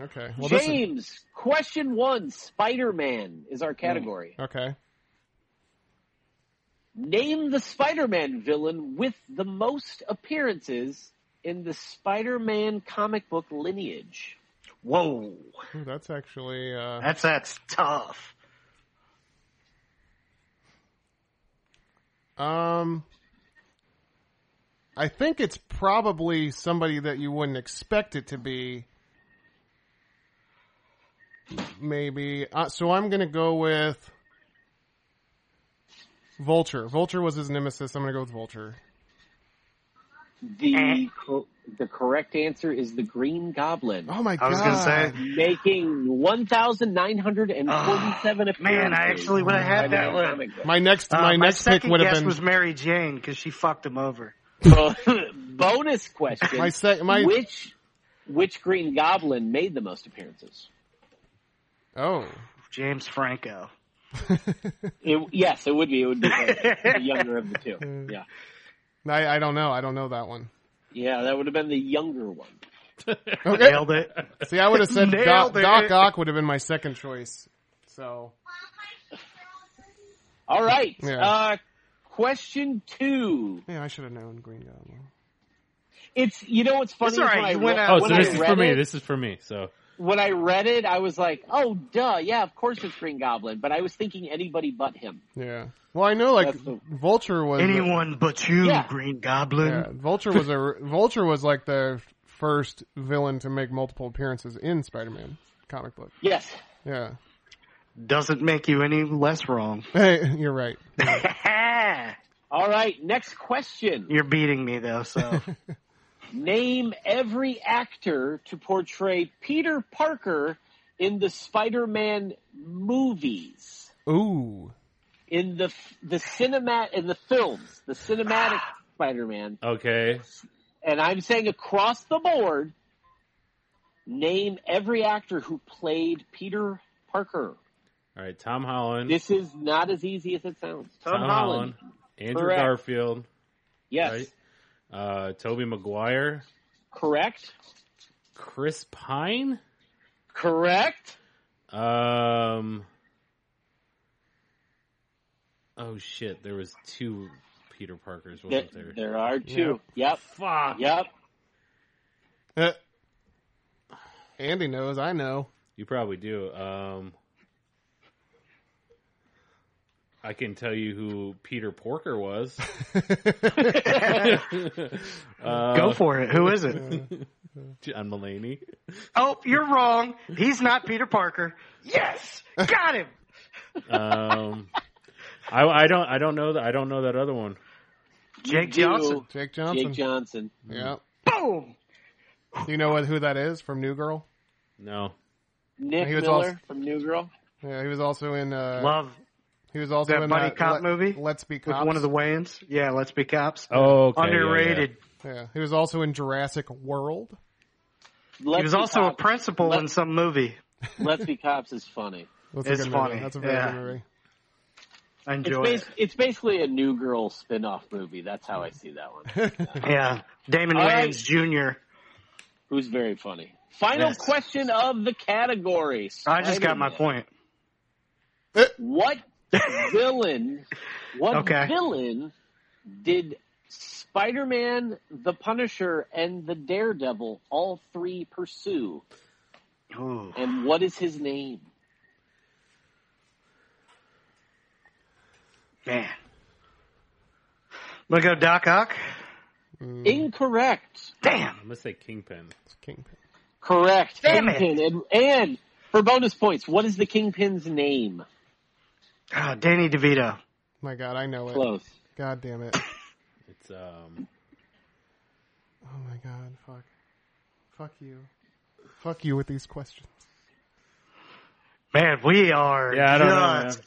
Speaker 3: Okay. Well, this is,
Speaker 4: James, question one, Spider Man is our category.
Speaker 3: okay.
Speaker 4: Name the Spider Man villain with the most appearances in the Spider Man comic book lineage.
Speaker 2: Whoa.
Speaker 3: Ooh, that's actually uh,
Speaker 2: That's that's tough.
Speaker 3: um. I think it's probably somebody that you wouldn't expect it to be. Maybe uh, so. I'm gonna go with Vulture. Vulture was his nemesis. I'm gonna go with Vulture. Eh.
Speaker 4: The co- the correct answer is the Green Goblin,
Speaker 3: Oh my god!
Speaker 2: I was gonna say
Speaker 4: making one thousand nine hundred and
Speaker 3: Ah,
Speaker 4: forty-seven appearances.
Speaker 2: Ah, Man, I actually would have had that
Speaker 4: in the
Speaker 2: one.
Speaker 4: comic book.
Speaker 3: My next,
Speaker 2: Uh,
Speaker 3: my next pick
Speaker 2: second
Speaker 3: would have
Speaker 2: guess
Speaker 3: been
Speaker 2: was Mary Jane because she fucked him over.
Speaker 4: Bo- bonus question.
Speaker 3: my sec- my
Speaker 4: which which Green Goblin made the most appearances?
Speaker 3: Oh.
Speaker 2: James Franco.
Speaker 4: It, yes, it would be. It would be the, the younger of the two. Yeah,
Speaker 3: I, I don't know. I don't know that one.
Speaker 4: yeah, that would have been the younger one.
Speaker 3: Okay.
Speaker 2: Nailed it.
Speaker 3: See, I would have said Doc,
Speaker 2: Nailed it.
Speaker 3: Doc Ock would have been my second choice. So,
Speaker 4: All right.
Speaker 3: Yeah.
Speaker 4: Uh, question two.
Speaker 3: yeah, I should have known Green Goblin.
Speaker 4: It's you know what's funny
Speaker 2: It's
Speaker 4: is
Speaker 2: all right.
Speaker 4: when, I
Speaker 2: You
Speaker 4: re-
Speaker 2: went out-
Speaker 5: Oh,
Speaker 4: when
Speaker 5: so
Speaker 4: I
Speaker 5: this is for
Speaker 4: read
Speaker 5: me.
Speaker 4: it-
Speaker 5: This is for me. So
Speaker 4: when I read it, I was like, "Oh, duh, yeah, of course it's Green Goblin," but I was thinking anybody but him.
Speaker 3: Yeah. Well, I know like
Speaker 4: That's the-
Speaker 3: Vulture was
Speaker 2: Anyone but you,
Speaker 4: Yeah.
Speaker 2: Green Goblin.
Speaker 3: Yeah, Vulture was a Vulture was like the first villain to make multiple appearances in Spider-Man comic book.
Speaker 4: Yes,
Speaker 3: Yeah.
Speaker 2: Doesn't make you any less wrong.
Speaker 3: Hey, you're right.
Speaker 4: All right, next question.
Speaker 2: You're beating me though, so
Speaker 4: Name every actor to portray Peter Parker in the Spider-Man movies.
Speaker 3: Ooh.
Speaker 4: In the f- the cinemat in the films, the cinematic Spider-Man,
Speaker 5: okay,
Speaker 4: and I'm saying across the board, name every actor who played Peter Parker.
Speaker 5: all right. Tom Holland,
Speaker 4: This is not as easy as it sounds.
Speaker 5: Tom Holland, Andrew
Speaker 4: Correct.
Speaker 5: Garfield,
Speaker 4: Yes.
Speaker 5: right? Uh, Toby Maguire,
Speaker 4: Correct.
Speaker 5: Chris Pine.
Speaker 4: Correct.
Speaker 5: Um. Oh shit! There was two Peter Parkers,
Speaker 4: Th-
Speaker 5: wasn't there?
Speaker 4: There, are two. Yep.
Speaker 5: Fuck!
Speaker 4: Yep.
Speaker 3: Eh. Andy knows, I know.
Speaker 5: You probably do. Um. I can tell you who Peter Porker was. uh,
Speaker 2: go for it. Who is it?
Speaker 5: John Mulaney.
Speaker 2: oh, you're wrong. He's not Peter Parker. Yes, got him.
Speaker 5: Um, I, I don't. I don't know that. I don't know that other one.
Speaker 2: Jake
Speaker 4: You,
Speaker 2: Johnson.
Speaker 3: Jake Johnson.
Speaker 4: Jake Johnson.
Speaker 3: yeah.
Speaker 2: Boom.
Speaker 3: Do you know what, who that is from New Girl?
Speaker 5: No.
Speaker 4: Nick
Speaker 3: He
Speaker 4: Miller
Speaker 3: was also-
Speaker 4: from New Girl.
Speaker 3: Yeah, he was also in uh
Speaker 2: Love
Speaker 3: he was also
Speaker 2: that
Speaker 3: in
Speaker 2: buddy
Speaker 3: uh,
Speaker 2: cop movie
Speaker 3: Let's Be
Speaker 2: with
Speaker 3: Cops.
Speaker 2: one of the Wayans. Yeah, let's be cops.
Speaker 5: Oh, okay, yeah, yeah.
Speaker 2: Underrated.
Speaker 3: Yeah. He was also in Jurassic World.
Speaker 4: Let's
Speaker 2: He was
Speaker 4: Be
Speaker 2: also a
Speaker 4: cops.
Speaker 2: principal
Speaker 4: Let-
Speaker 2: in some movie.
Speaker 4: Let's be cops is funny.
Speaker 3: That's a
Speaker 2: It's
Speaker 3: good
Speaker 2: funny,
Speaker 3: Movie. That's a very
Speaker 2: yeah.
Speaker 3: good movie.
Speaker 2: I
Speaker 4: It's,
Speaker 2: enjoy
Speaker 4: bas-
Speaker 2: it.
Speaker 4: it's basically a New Girl spin-off movie. That's how I see that one.
Speaker 2: Yeah, Damon
Speaker 4: All right.
Speaker 2: Wayans Jr.
Speaker 4: Who's very funny. Final
Speaker 2: Yes.
Speaker 4: question of the category.
Speaker 2: I just got my
Speaker 4: Spider-Man.
Speaker 2: point.
Speaker 4: What villain? What
Speaker 2: Okay.
Speaker 4: villain did Spider-Man, the Punisher, and the Daredevil all three pursue?
Speaker 2: Ooh.
Speaker 4: And what is his name?
Speaker 2: Man. I'm gonna go Doc Ock. Hmm.
Speaker 4: Incorrect.
Speaker 2: Damn.
Speaker 5: I'm gonna say Kingpin.
Speaker 3: It's Kingpin.
Speaker 4: Correct.
Speaker 2: Damn it.
Speaker 4: Kingpin. And, and for bonus points, what is the Kingpin's name?
Speaker 2: Oh, Danny DeVito.
Speaker 3: My god, I know it.
Speaker 4: Close.
Speaker 3: God damn it.
Speaker 5: It's um.
Speaker 3: Oh my god, fuck. Fuck you. Fuck you with these questions.
Speaker 2: Man, we are
Speaker 5: Yeah, I don't know,
Speaker 2: just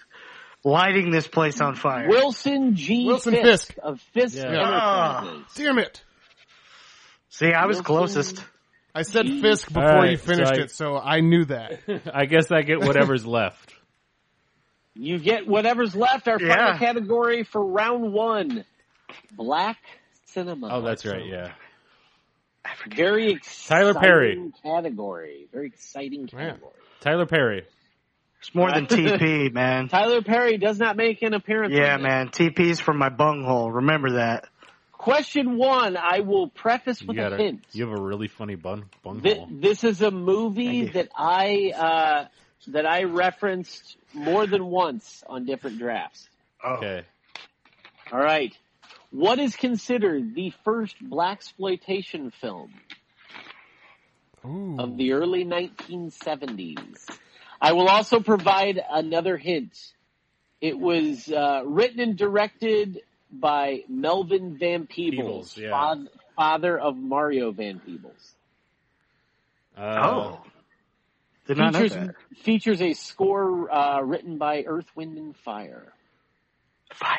Speaker 2: lighting this place on fire.
Speaker 4: Wilson G.
Speaker 3: Wilson
Speaker 4: Fisk,
Speaker 3: Fisk.
Speaker 4: of Fisk
Speaker 5: Yeah.
Speaker 2: Ah.
Speaker 4: Enterprises.
Speaker 3: Damn it!
Speaker 2: See, I was
Speaker 4: Wilson-
Speaker 2: closest.
Speaker 3: I said Fisk before
Speaker 5: All right,
Speaker 3: you finished
Speaker 5: so I-
Speaker 3: it, so I knew that.
Speaker 5: I guess I get whatever's left.
Speaker 4: You get whatever's left. Our final
Speaker 2: Yeah.
Speaker 4: category for round one: black cinema.
Speaker 5: Oh, that's right. Yeah.
Speaker 4: Very exciting
Speaker 5: Tyler Perry.
Speaker 4: category. Very exciting category.
Speaker 5: Tyler Perry.
Speaker 2: It's more than TP, man.
Speaker 4: Tyler Perry does not make an appearance.
Speaker 2: Yeah,
Speaker 4: on this.
Speaker 2: man. TP's from my bunghole. Remember that.
Speaker 4: Question one. I will preface
Speaker 5: You
Speaker 4: with
Speaker 5: got
Speaker 4: a
Speaker 5: a,
Speaker 4: hint.
Speaker 5: You have a really funny bun
Speaker 4: This,
Speaker 5: bunghole.
Speaker 4: this is a
Speaker 2: Thank
Speaker 4: movie
Speaker 2: you.
Speaker 4: that I uh, that I referenced more than once on different drafts.
Speaker 2: Oh.
Speaker 5: Okay.
Speaker 4: All right. What is considered the first black exploitation film
Speaker 3: Ooh.
Speaker 4: of
Speaker 2: Hmm.
Speaker 4: the early 1970s? I will also provide another hint. It was uh, written and directed by Melvin Van Peebles,
Speaker 5: Peebles, yeah.
Speaker 4: fath- father of Mario Van Peebles.
Speaker 5: Uh,
Speaker 2: Oh. Did not know
Speaker 4: features,
Speaker 2: that.
Speaker 4: features a score uh, written by Earth, Wind, and Fire.
Speaker 2: Fire.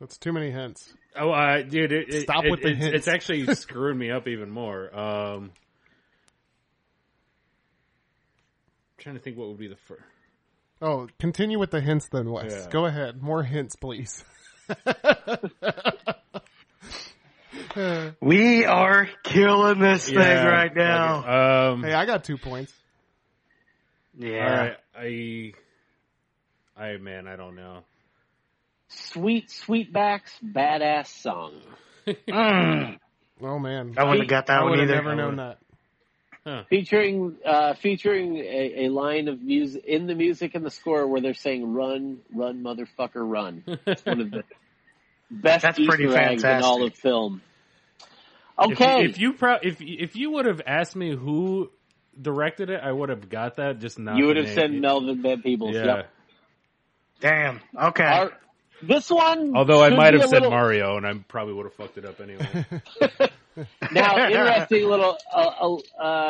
Speaker 3: That's too many hints.
Speaker 5: Oh, uh, dude, it, it-
Speaker 3: Stop
Speaker 5: it-
Speaker 3: with the
Speaker 5: it's-
Speaker 3: hints.
Speaker 5: It's actually screwing me up even more. Um, trying to think what would be the first.
Speaker 3: Oh, continue with the hints then, Wes.
Speaker 5: Yeah.
Speaker 3: Go ahead. More hints, please.
Speaker 2: We are killing this thing right now.
Speaker 5: Um,
Speaker 3: Hey, I got two points.
Speaker 2: Yeah.
Speaker 5: all right, I, I man, I don't know.
Speaker 4: Sweet Sweetback's badass song.
Speaker 2: Mm,
Speaker 3: Oh man,
Speaker 2: I wouldn't have got that
Speaker 3: I
Speaker 2: one
Speaker 3: would have
Speaker 2: either.
Speaker 3: never known that.
Speaker 4: featuring uh, featuring a, a line of music in the music and the score where they're saying "Run, run, motherfucker, run." It's one of the best
Speaker 2: That's
Speaker 4: Easter
Speaker 2: pretty
Speaker 4: eggs in all
Speaker 2: fantastic.
Speaker 4: of film.
Speaker 5: If you-
Speaker 4: Okay,
Speaker 5: If you pro- if if you would have asked me who directed it, I would have got that. Just not.
Speaker 4: you, would
Speaker 5: the
Speaker 4: have said
Speaker 5: name.
Speaker 4: Melvin Van Peebles.
Speaker 5: eh? Yeah.
Speaker 4: Yep.
Speaker 2: Damn. Okay.
Speaker 4: Our- this one,
Speaker 5: Although I
Speaker 4: should
Speaker 5: might
Speaker 4: be
Speaker 5: have
Speaker 4: a
Speaker 5: said
Speaker 4: little-
Speaker 5: Mario, and I probably would have fucked it up anyway.
Speaker 4: Now, interesting little uh, uh,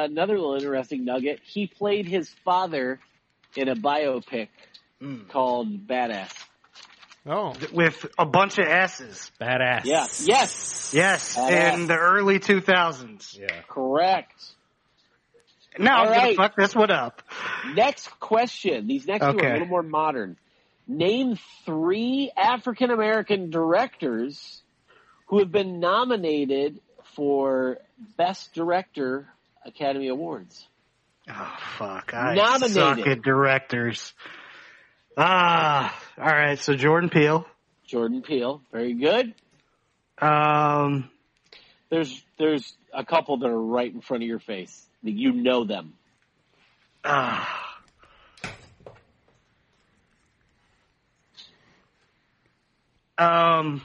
Speaker 4: another little interesting nugget. He played his father in a biopic
Speaker 2: Hmm.
Speaker 4: called Badass.
Speaker 3: Oh,
Speaker 2: With a bunch of S's.
Speaker 5: Badass.
Speaker 4: Yeah. Yes.
Speaker 2: Yes,
Speaker 4: Badass.
Speaker 2: in the early 2000s.
Speaker 5: Yeah.
Speaker 4: Correct.
Speaker 2: Now I'm
Speaker 4: All
Speaker 2: going
Speaker 4: right.
Speaker 2: to fuck this one up.
Speaker 4: Next question. These next two are
Speaker 2: Okay.
Speaker 4: a little more modern. Name three African American directors who have been nominated for Best Director Academy Awards.
Speaker 2: Oh, fuck. I
Speaker 4: Nominated.
Speaker 2: suck at directors. Ah, all right. So Jordan Peele.
Speaker 4: Jordan Peele, very good.
Speaker 2: Um,
Speaker 4: There's there's a couple that are right in front of your face. that You know them.
Speaker 2: ah. Um,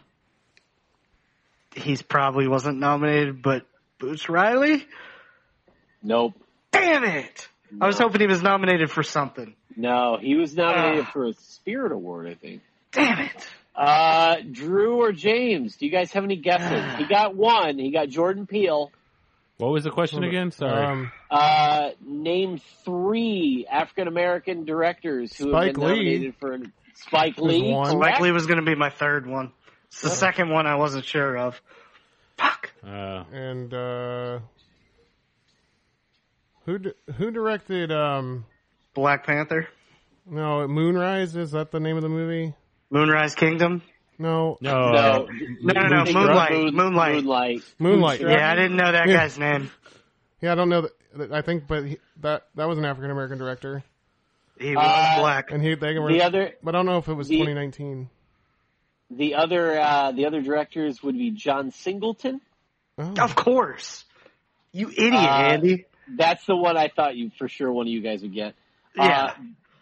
Speaker 2: he's probably wasn't nominated, but Boots Riley.
Speaker 4: Nope.
Speaker 2: Damn it! I was hoping he was nominated for something.
Speaker 4: No, he was nominated
Speaker 2: Ah.
Speaker 4: for a Spirit Award, I think.
Speaker 2: Damn it!
Speaker 4: Uh, Drew or James? Do you guys have any guesses? He got one. He got Jordan Peele.
Speaker 5: What was the question again? Sorry.
Speaker 3: um,
Speaker 4: Uh, name three African American directors who
Speaker 3: Spike
Speaker 4: have been nominated
Speaker 3: Lee.
Speaker 4: for an Spike
Speaker 3: There's
Speaker 4: Lee.
Speaker 3: one.
Speaker 4: correct?
Speaker 2: Likely was going to be my third one. It's the second one I wasn't sure of. Fuck.
Speaker 5: Uh,
Speaker 3: and uh, who d- who directed? Um,
Speaker 2: Black Panther,
Speaker 3: no, Moonrise is that the name of the movie?
Speaker 2: Moonrise Kingdom.
Speaker 3: No,
Speaker 5: no.
Speaker 4: No,
Speaker 5: uh,
Speaker 2: No, no, no,
Speaker 4: Moonstruck?
Speaker 2: Moonlight,
Speaker 4: Moon-
Speaker 2: Moonlight.
Speaker 4: Moonlight.
Speaker 3: Moonlight.
Speaker 4: Moonstruck?
Speaker 2: Yeah, I didn't know that guy's name.
Speaker 3: Yeah, I don't know. That, I think, but he, that that was an African American director,
Speaker 2: He was
Speaker 4: Uh,
Speaker 2: black.
Speaker 3: and he they were.
Speaker 4: The other,
Speaker 3: but I don't know if it was
Speaker 4: the-
Speaker 3: 2019.
Speaker 4: the other, uh, the other directors would be John Singleton.
Speaker 3: Oh,
Speaker 2: Of course. You idiot,
Speaker 4: Uh,
Speaker 2: Andy.
Speaker 4: That's the one I thought you for sure one of you guys would get.
Speaker 2: Yeah.
Speaker 4: Uh,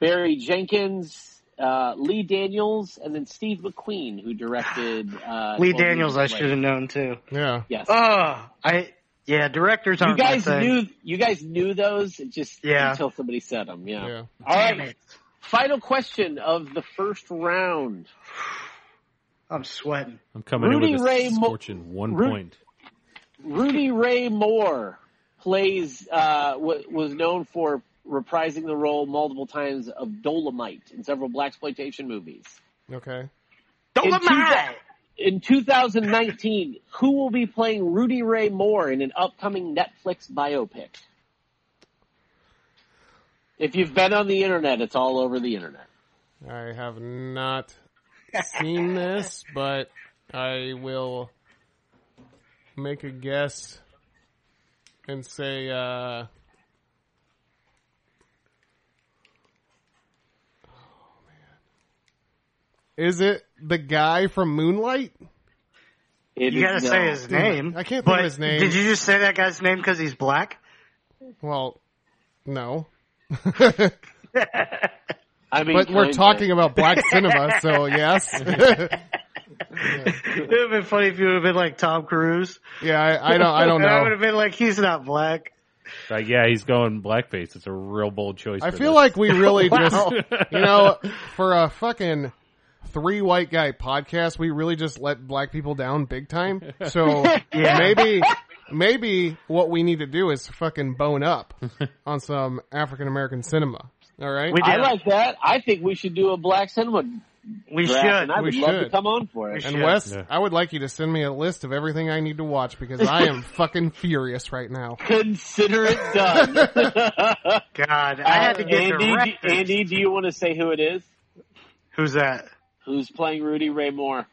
Speaker 4: Barry Jenkins, uh, Lee Daniels, and then Steve McQueen, who directed uh,
Speaker 2: Lee
Speaker 4: 12
Speaker 2: Daniels, I
Speaker 4: Years a Slave.
Speaker 2: should have known too.
Speaker 3: yeah.
Speaker 4: Yes.
Speaker 2: Oh, I yeah, directors
Speaker 4: you
Speaker 2: aren't my
Speaker 4: guys
Speaker 2: thing.
Speaker 4: knew you guys knew those it just
Speaker 2: Yeah.
Speaker 4: until somebody said them. Yeah.
Speaker 3: Yeah.
Speaker 4: All
Speaker 2: Damn
Speaker 4: right.
Speaker 2: it.
Speaker 4: Final question of the first round.
Speaker 2: I'm sweating.
Speaker 5: I'm coming
Speaker 4: Rudy
Speaker 5: in with a
Speaker 4: Ray Mo-
Speaker 5: scorching one
Speaker 4: Ru-
Speaker 5: point.
Speaker 4: Rudy Ray Moore plays uh, what was known for reprising the role multiple times of Dolomite in several black exploitation movies.
Speaker 3: Okay.
Speaker 2: Don't
Speaker 4: In
Speaker 2: let
Speaker 4: two
Speaker 2: my
Speaker 4: thou- In 2019, who will be playing Rudy Ray Moore in an upcoming Netflix biopic? If you've been on the internet, it's all over the internet.
Speaker 3: I have not seen this, but I will make a guess and say uh oh, Is it the guy from Moonlight?
Speaker 4: It
Speaker 2: You
Speaker 4: is
Speaker 2: gotta
Speaker 4: no.
Speaker 2: say his name.
Speaker 3: I can't think
Speaker 2: But
Speaker 3: of his name.
Speaker 2: Did you just say that guy's name because he's black?
Speaker 3: Well, no. but
Speaker 4: I mean,
Speaker 3: we're
Speaker 4: kinda.
Speaker 3: talking about black cinema, so yes.
Speaker 2: it would have been funny if you would have been like Tom Cruise.
Speaker 3: yeah, I, I don't I don't
Speaker 2: And I
Speaker 3: know.
Speaker 2: would have been like, he's not black.
Speaker 5: Like, yeah, he's going blackface. It's a real bold choice.
Speaker 3: I
Speaker 5: for
Speaker 3: feel
Speaker 5: this.
Speaker 3: like we really
Speaker 2: Wow.
Speaker 3: just, you know, for a fucking three white guy podcast, we really just let black people down big time. So maybe, maybe what we need to do is fucking bone up on some African American cinema. All right.
Speaker 2: We
Speaker 4: I
Speaker 2: Yeah.
Speaker 4: like that. I think we should do a black cinema
Speaker 2: We
Speaker 4: draft,
Speaker 2: should.
Speaker 4: and I
Speaker 3: We
Speaker 4: would love to
Speaker 3: should.
Speaker 4: come on for it.
Speaker 2: We
Speaker 3: And
Speaker 2: Shit.
Speaker 3: Wes,
Speaker 5: Yeah.
Speaker 3: I would like you to send me a list of everything I need to watch because I am fucking furious right now.
Speaker 4: Consider it done.
Speaker 2: God, I had to get
Speaker 4: Andy,
Speaker 2: directed.
Speaker 4: do, Andy, do you want to say who it is?
Speaker 2: Who's that?
Speaker 4: Who's playing Rudy Ray Moore?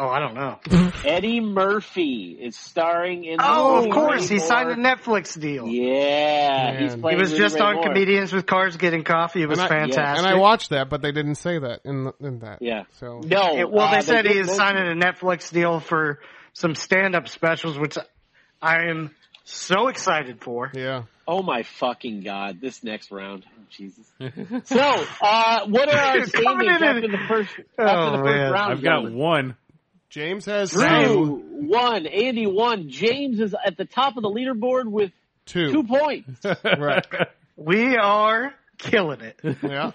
Speaker 2: Oh, I don't know.
Speaker 4: Eddie Murphy is starring in. the
Speaker 2: Oh,
Speaker 4: Rudy
Speaker 2: of course,
Speaker 4: Ray
Speaker 2: he signed a
Speaker 4: Moore-
Speaker 2: Netflix deal.
Speaker 4: Yeah, he's
Speaker 3: Man.
Speaker 4: playing
Speaker 2: He was
Speaker 4: Rudy
Speaker 2: just
Speaker 4: Ray
Speaker 2: on
Speaker 4: Moore.
Speaker 2: Comedians with Cars Getting Coffee. It was
Speaker 3: And I-
Speaker 2: fantastic.
Speaker 3: And I watched that, but they didn't say that in, the, in that.
Speaker 4: Yeah.
Speaker 3: So
Speaker 4: No,
Speaker 2: It- well,
Speaker 4: uh,
Speaker 2: they said
Speaker 4: did
Speaker 2: he is
Speaker 4: mention-
Speaker 2: signing a Netflix deal for some stand-up specials, which I am so excited for.
Speaker 3: yeah,
Speaker 4: Oh my fucking god! This next round, Oh, Jesus. so, uh, what are our
Speaker 2: It's
Speaker 4: standings
Speaker 2: coming in
Speaker 4: after
Speaker 2: and-
Speaker 4: the first
Speaker 2: Oh,
Speaker 4: after the first
Speaker 2: man.
Speaker 4: round?
Speaker 5: I've got
Speaker 4: gentlemen?
Speaker 5: one.
Speaker 3: James has two,
Speaker 4: Drew one, Andy one. James is at the top of the leaderboard with two
Speaker 3: two.
Speaker 4: points.
Speaker 3: right?
Speaker 2: We are killing it.
Speaker 3: Yeah.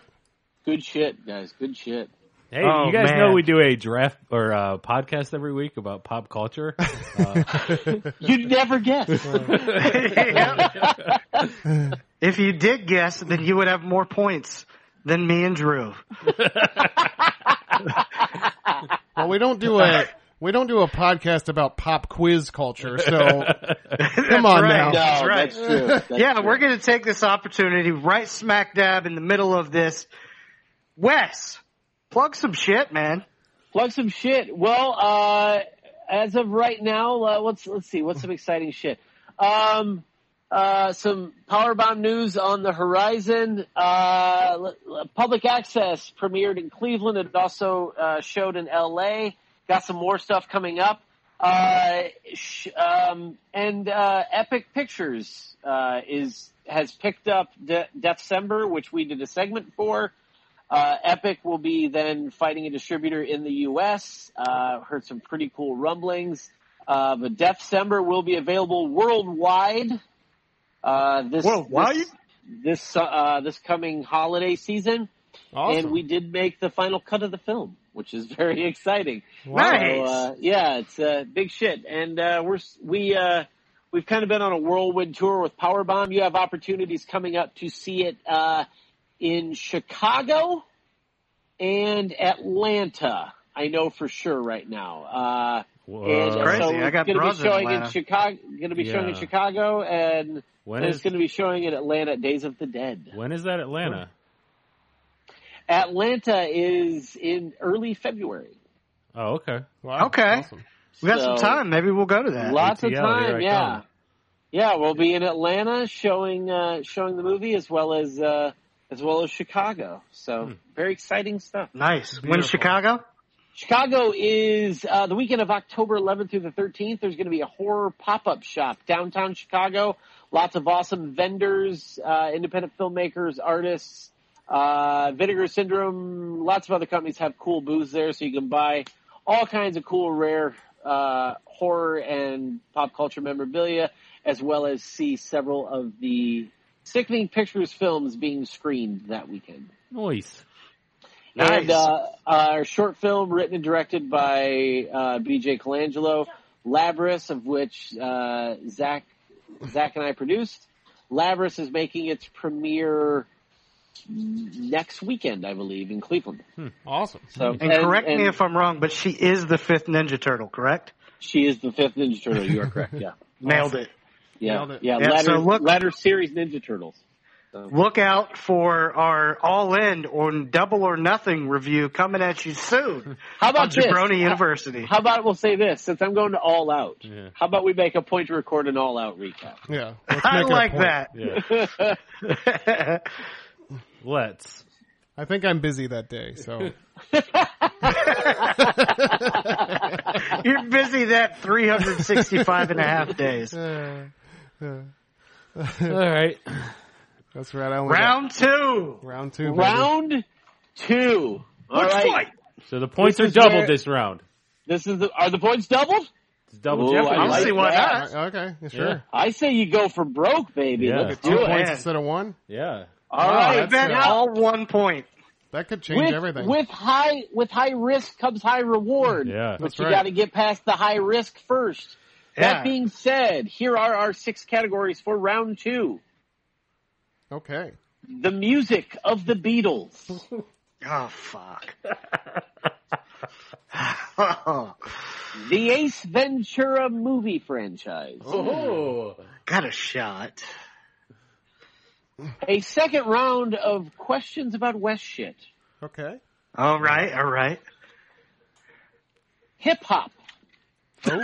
Speaker 4: Good shit, guys. Good shit.
Speaker 5: Hey,
Speaker 2: Oh,
Speaker 5: you guys
Speaker 2: man.
Speaker 5: know we do a draft or a podcast every week about pop culture. Uh,
Speaker 4: You'd never guess.
Speaker 2: if you did guess, then you would have more points than me and Drew.
Speaker 3: Well, we don't do a we don't do a podcast about pop quiz culture, so come on
Speaker 2: right.
Speaker 3: now.
Speaker 4: No,
Speaker 2: That's right.
Speaker 4: that's true. That's
Speaker 2: yeah,
Speaker 4: true.
Speaker 2: we're going to take this opportunity right smack dab in the middle of this. Wes, plug some shit, man.
Speaker 4: plug some shit. Well, uh, as of right now, uh, let's let's see what's some exciting shit. Um, uh, some Powerbomb news on the horizon. Uh, l- l- public access premiered in Cleveland. It also uh, showed in L.A. Got some more stuff coming up. Uh, sh- um, and uh, Epic Pictures uh, is has picked up De- December, which we did a segment for. Uh, Epic will be then fighting a distributor in the U.S. Uh, heard some pretty cool rumblings. Uh, but December will be available worldwide. Uh, this,
Speaker 2: Worldwide?
Speaker 4: This, this, uh, this coming holiday season.
Speaker 3: Awesome.
Speaker 4: And we did make the final cut of the film, which is very exciting.
Speaker 2: Nice.
Speaker 4: So, uh, yeah, it's uh, big shit, and uh, we're s- we uh, we've kind of been on a whirlwind tour with Powerbomb. You have opportunities coming up to see it uh, in Chicago and Atlanta. I know for sure right now. Uh, and, uh,
Speaker 5: whoa.
Speaker 2: Crazy.
Speaker 4: So it's
Speaker 2: I got
Speaker 4: gonna
Speaker 2: bras in
Speaker 4: be showing
Speaker 2: Atlanta.
Speaker 4: Chicago. Going to be showing in
Speaker 5: Yeah.
Speaker 4: Chicago, and
Speaker 5: When
Speaker 4: and
Speaker 5: is
Speaker 4: it's going to be showing in Atlanta. at Days of the Dead.
Speaker 5: when is that Atlanta?
Speaker 4: Atlanta is in early February.
Speaker 5: Oh, okay.
Speaker 3: Wow,
Speaker 2: Okay.
Speaker 3: awesome.
Speaker 2: We got some
Speaker 4: So-
Speaker 2: time. Maybe we'll go to that.
Speaker 4: Lots of
Speaker 5: ATL, here
Speaker 4: time,
Speaker 5: I
Speaker 4: yeah.
Speaker 5: come.
Speaker 4: Yeah, we'll be in Atlanta showing uh, showing the movie as well as uh, as well as Chicago.
Speaker 5: Hmm.
Speaker 4: So very exciting stuff.
Speaker 2: Nice. When
Speaker 3: Beautiful.
Speaker 2: Chicago?
Speaker 4: Chicago is uh, the weekend of October 11th through the 13th. There's going to be a horror pop up shop downtown Chicago. Lots of awesome vendors, uh, independent filmmakers, artists. Uh, Vinegar Syndrome. Lots of other companies have cool booths there, so you can buy all kinds of cool, rare uh, horror and pop culture memorabilia, as well as see several of the sickening pictures films being screened that weekend.
Speaker 5: Noise.
Speaker 2: Nice.
Speaker 4: And uh, our short film, written and directed by uh, BJ Colangelo, Labrys, of which uh, Zach Zach and I produced. Labrys is making its premiere next weekend, I believe, in Cleveland.
Speaker 3: Awesome.
Speaker 4: So,
Speaker 2: And, correct me if I'm wrong, but she is the fifth Ninja Turtle, correct?
Speaker 4: she is the fifth Ninja Turtle. You are correct. Yeah,
Speaker 2: Nailed it.
Speaker 4: yeah,
Speaker 3: Nailed it.
Speaker 4: yeah.
Speaker 2: Yeah,
Speaker 4: latter,
Speaker 2: so look-
Speaker 4: latter series Ninja Turtles.
Speaker 2: Look out for our all in or double or nothing review coming at you soon.
Speaker 4: How about
Speaker 2: on Jabroni
Speaker 4: this?
Speaker 2: University?
Speaker 4: How about we'll say this? Since I'm going to All Out,
Speaker 5: Yeah.
Speaker 4: how about we make a point to record an All Out recap?
Speaker 3: Yeah, let's
Speaker 2: I
Speaker 3: make it a
Speaker 2: like
Speaker 3: point.
Speaker 2: that.
Speaker 5: Yeah. Let's.
Speaker 3: I think I'm busy that day, so
Speaker 2: You're busy that 365 and a half days.
Speaker 3: Uh,
Speaker 5: All right.
Speaker 3: that's right. I only got-
Speaker 2: Round two.
Speaker 3: round two. baby.
Speaker 4: Round two. All right.
Speaker 2: Let's fight.
Speaker 5: So the points
Speaker 4: This
Speaker 5: are
Speaker 4: is
Speaker 5: doubled
Speaker 4: where-
Speaker 5: this round.
Speaker 4: This is the, are the points doubled?
Speaker 5: It's double
Speaker 4: Ooh,
Speaker 5: jeopardy.
Speaker 4: I
Speaker 2: I'll
Speaker 4: like
Speaker 2: see why
Speaker 4: that.
Speaker 2: not.
Speaker 3: Uh, Okay, yeah, sure.
Speaker 4: I say you go for broke, baby.
Speaker 5: Yeah.
Speaker 4: Let's
Speaker 3: Two
Speaker 4: do
Speaker 3: points
Speaker 4: it.
Speaker 2: Yeah.
Speaker 3: instead of one.
Speaker 5: Yeah.
Speaker 4: All
Speaker 3: Wow,
Speaker 4: right.
Speaker 2: I
Speaker 3: that's
Speaker 2: bet
Speaker 3: good.
Speaker 4: now,
Speaker 2: all one point.
Speaker 3: That could change
Speaker 4: with,
Speaker 3: everything.
Speaker 4: with high with high risk comes high reward.
Speaker 5: Yeah.
Speaker 4: But
Speaker 3: That's
Speaker 4: you
Speaker 3: right.
Speaker 4: got to get past the high risk first.
Speaker 2: Yeah.
Speaker 4: That being said, here are our six categories for round two.
Speaker 3: okay.
Speaker 4: The music of the Beatles.
Speaker 2: Oh fuck. Oh,
Speaker 4: The Ace Ventura movie franchise.
Speaker 5: Oh,
Speaker 2: Got a shot.
Speaker 4: A second round of questions about West shit.
Speaker 3: Okay.
Speaker 2: All right, all right.
Speaker 4: Hip hop.
Speaker 3: Oh,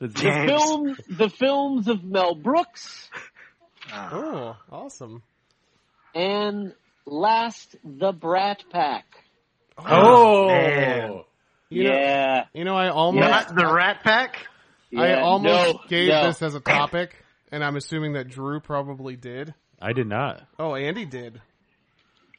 Speaker 5: That's-
Speaker 2: James.
Speaker 4: Film the films of Mel Brooks.
Speaker 2: Uh,
Speaker 3: oh, awesome.
Speaker 4: And last the Brat Pack.
Speaker 5: oh,
Speaker 2: man.
Speaker 3: You know-
Speaker 4: yeah.
Speaker 3: You know, I almost
Speaker 2: not the Rat Pack.
Speaker 3: I
Speaker 4: yeah,
Speaker 3: almost
Speaker 4: no,
Speaker 3: gave
Speaker 4: no.
Speaker 3: this as a topic, and I'm assuming that Drew probably did.
Speaker 5: I did not.
Speaker 3: Oh, Andy did.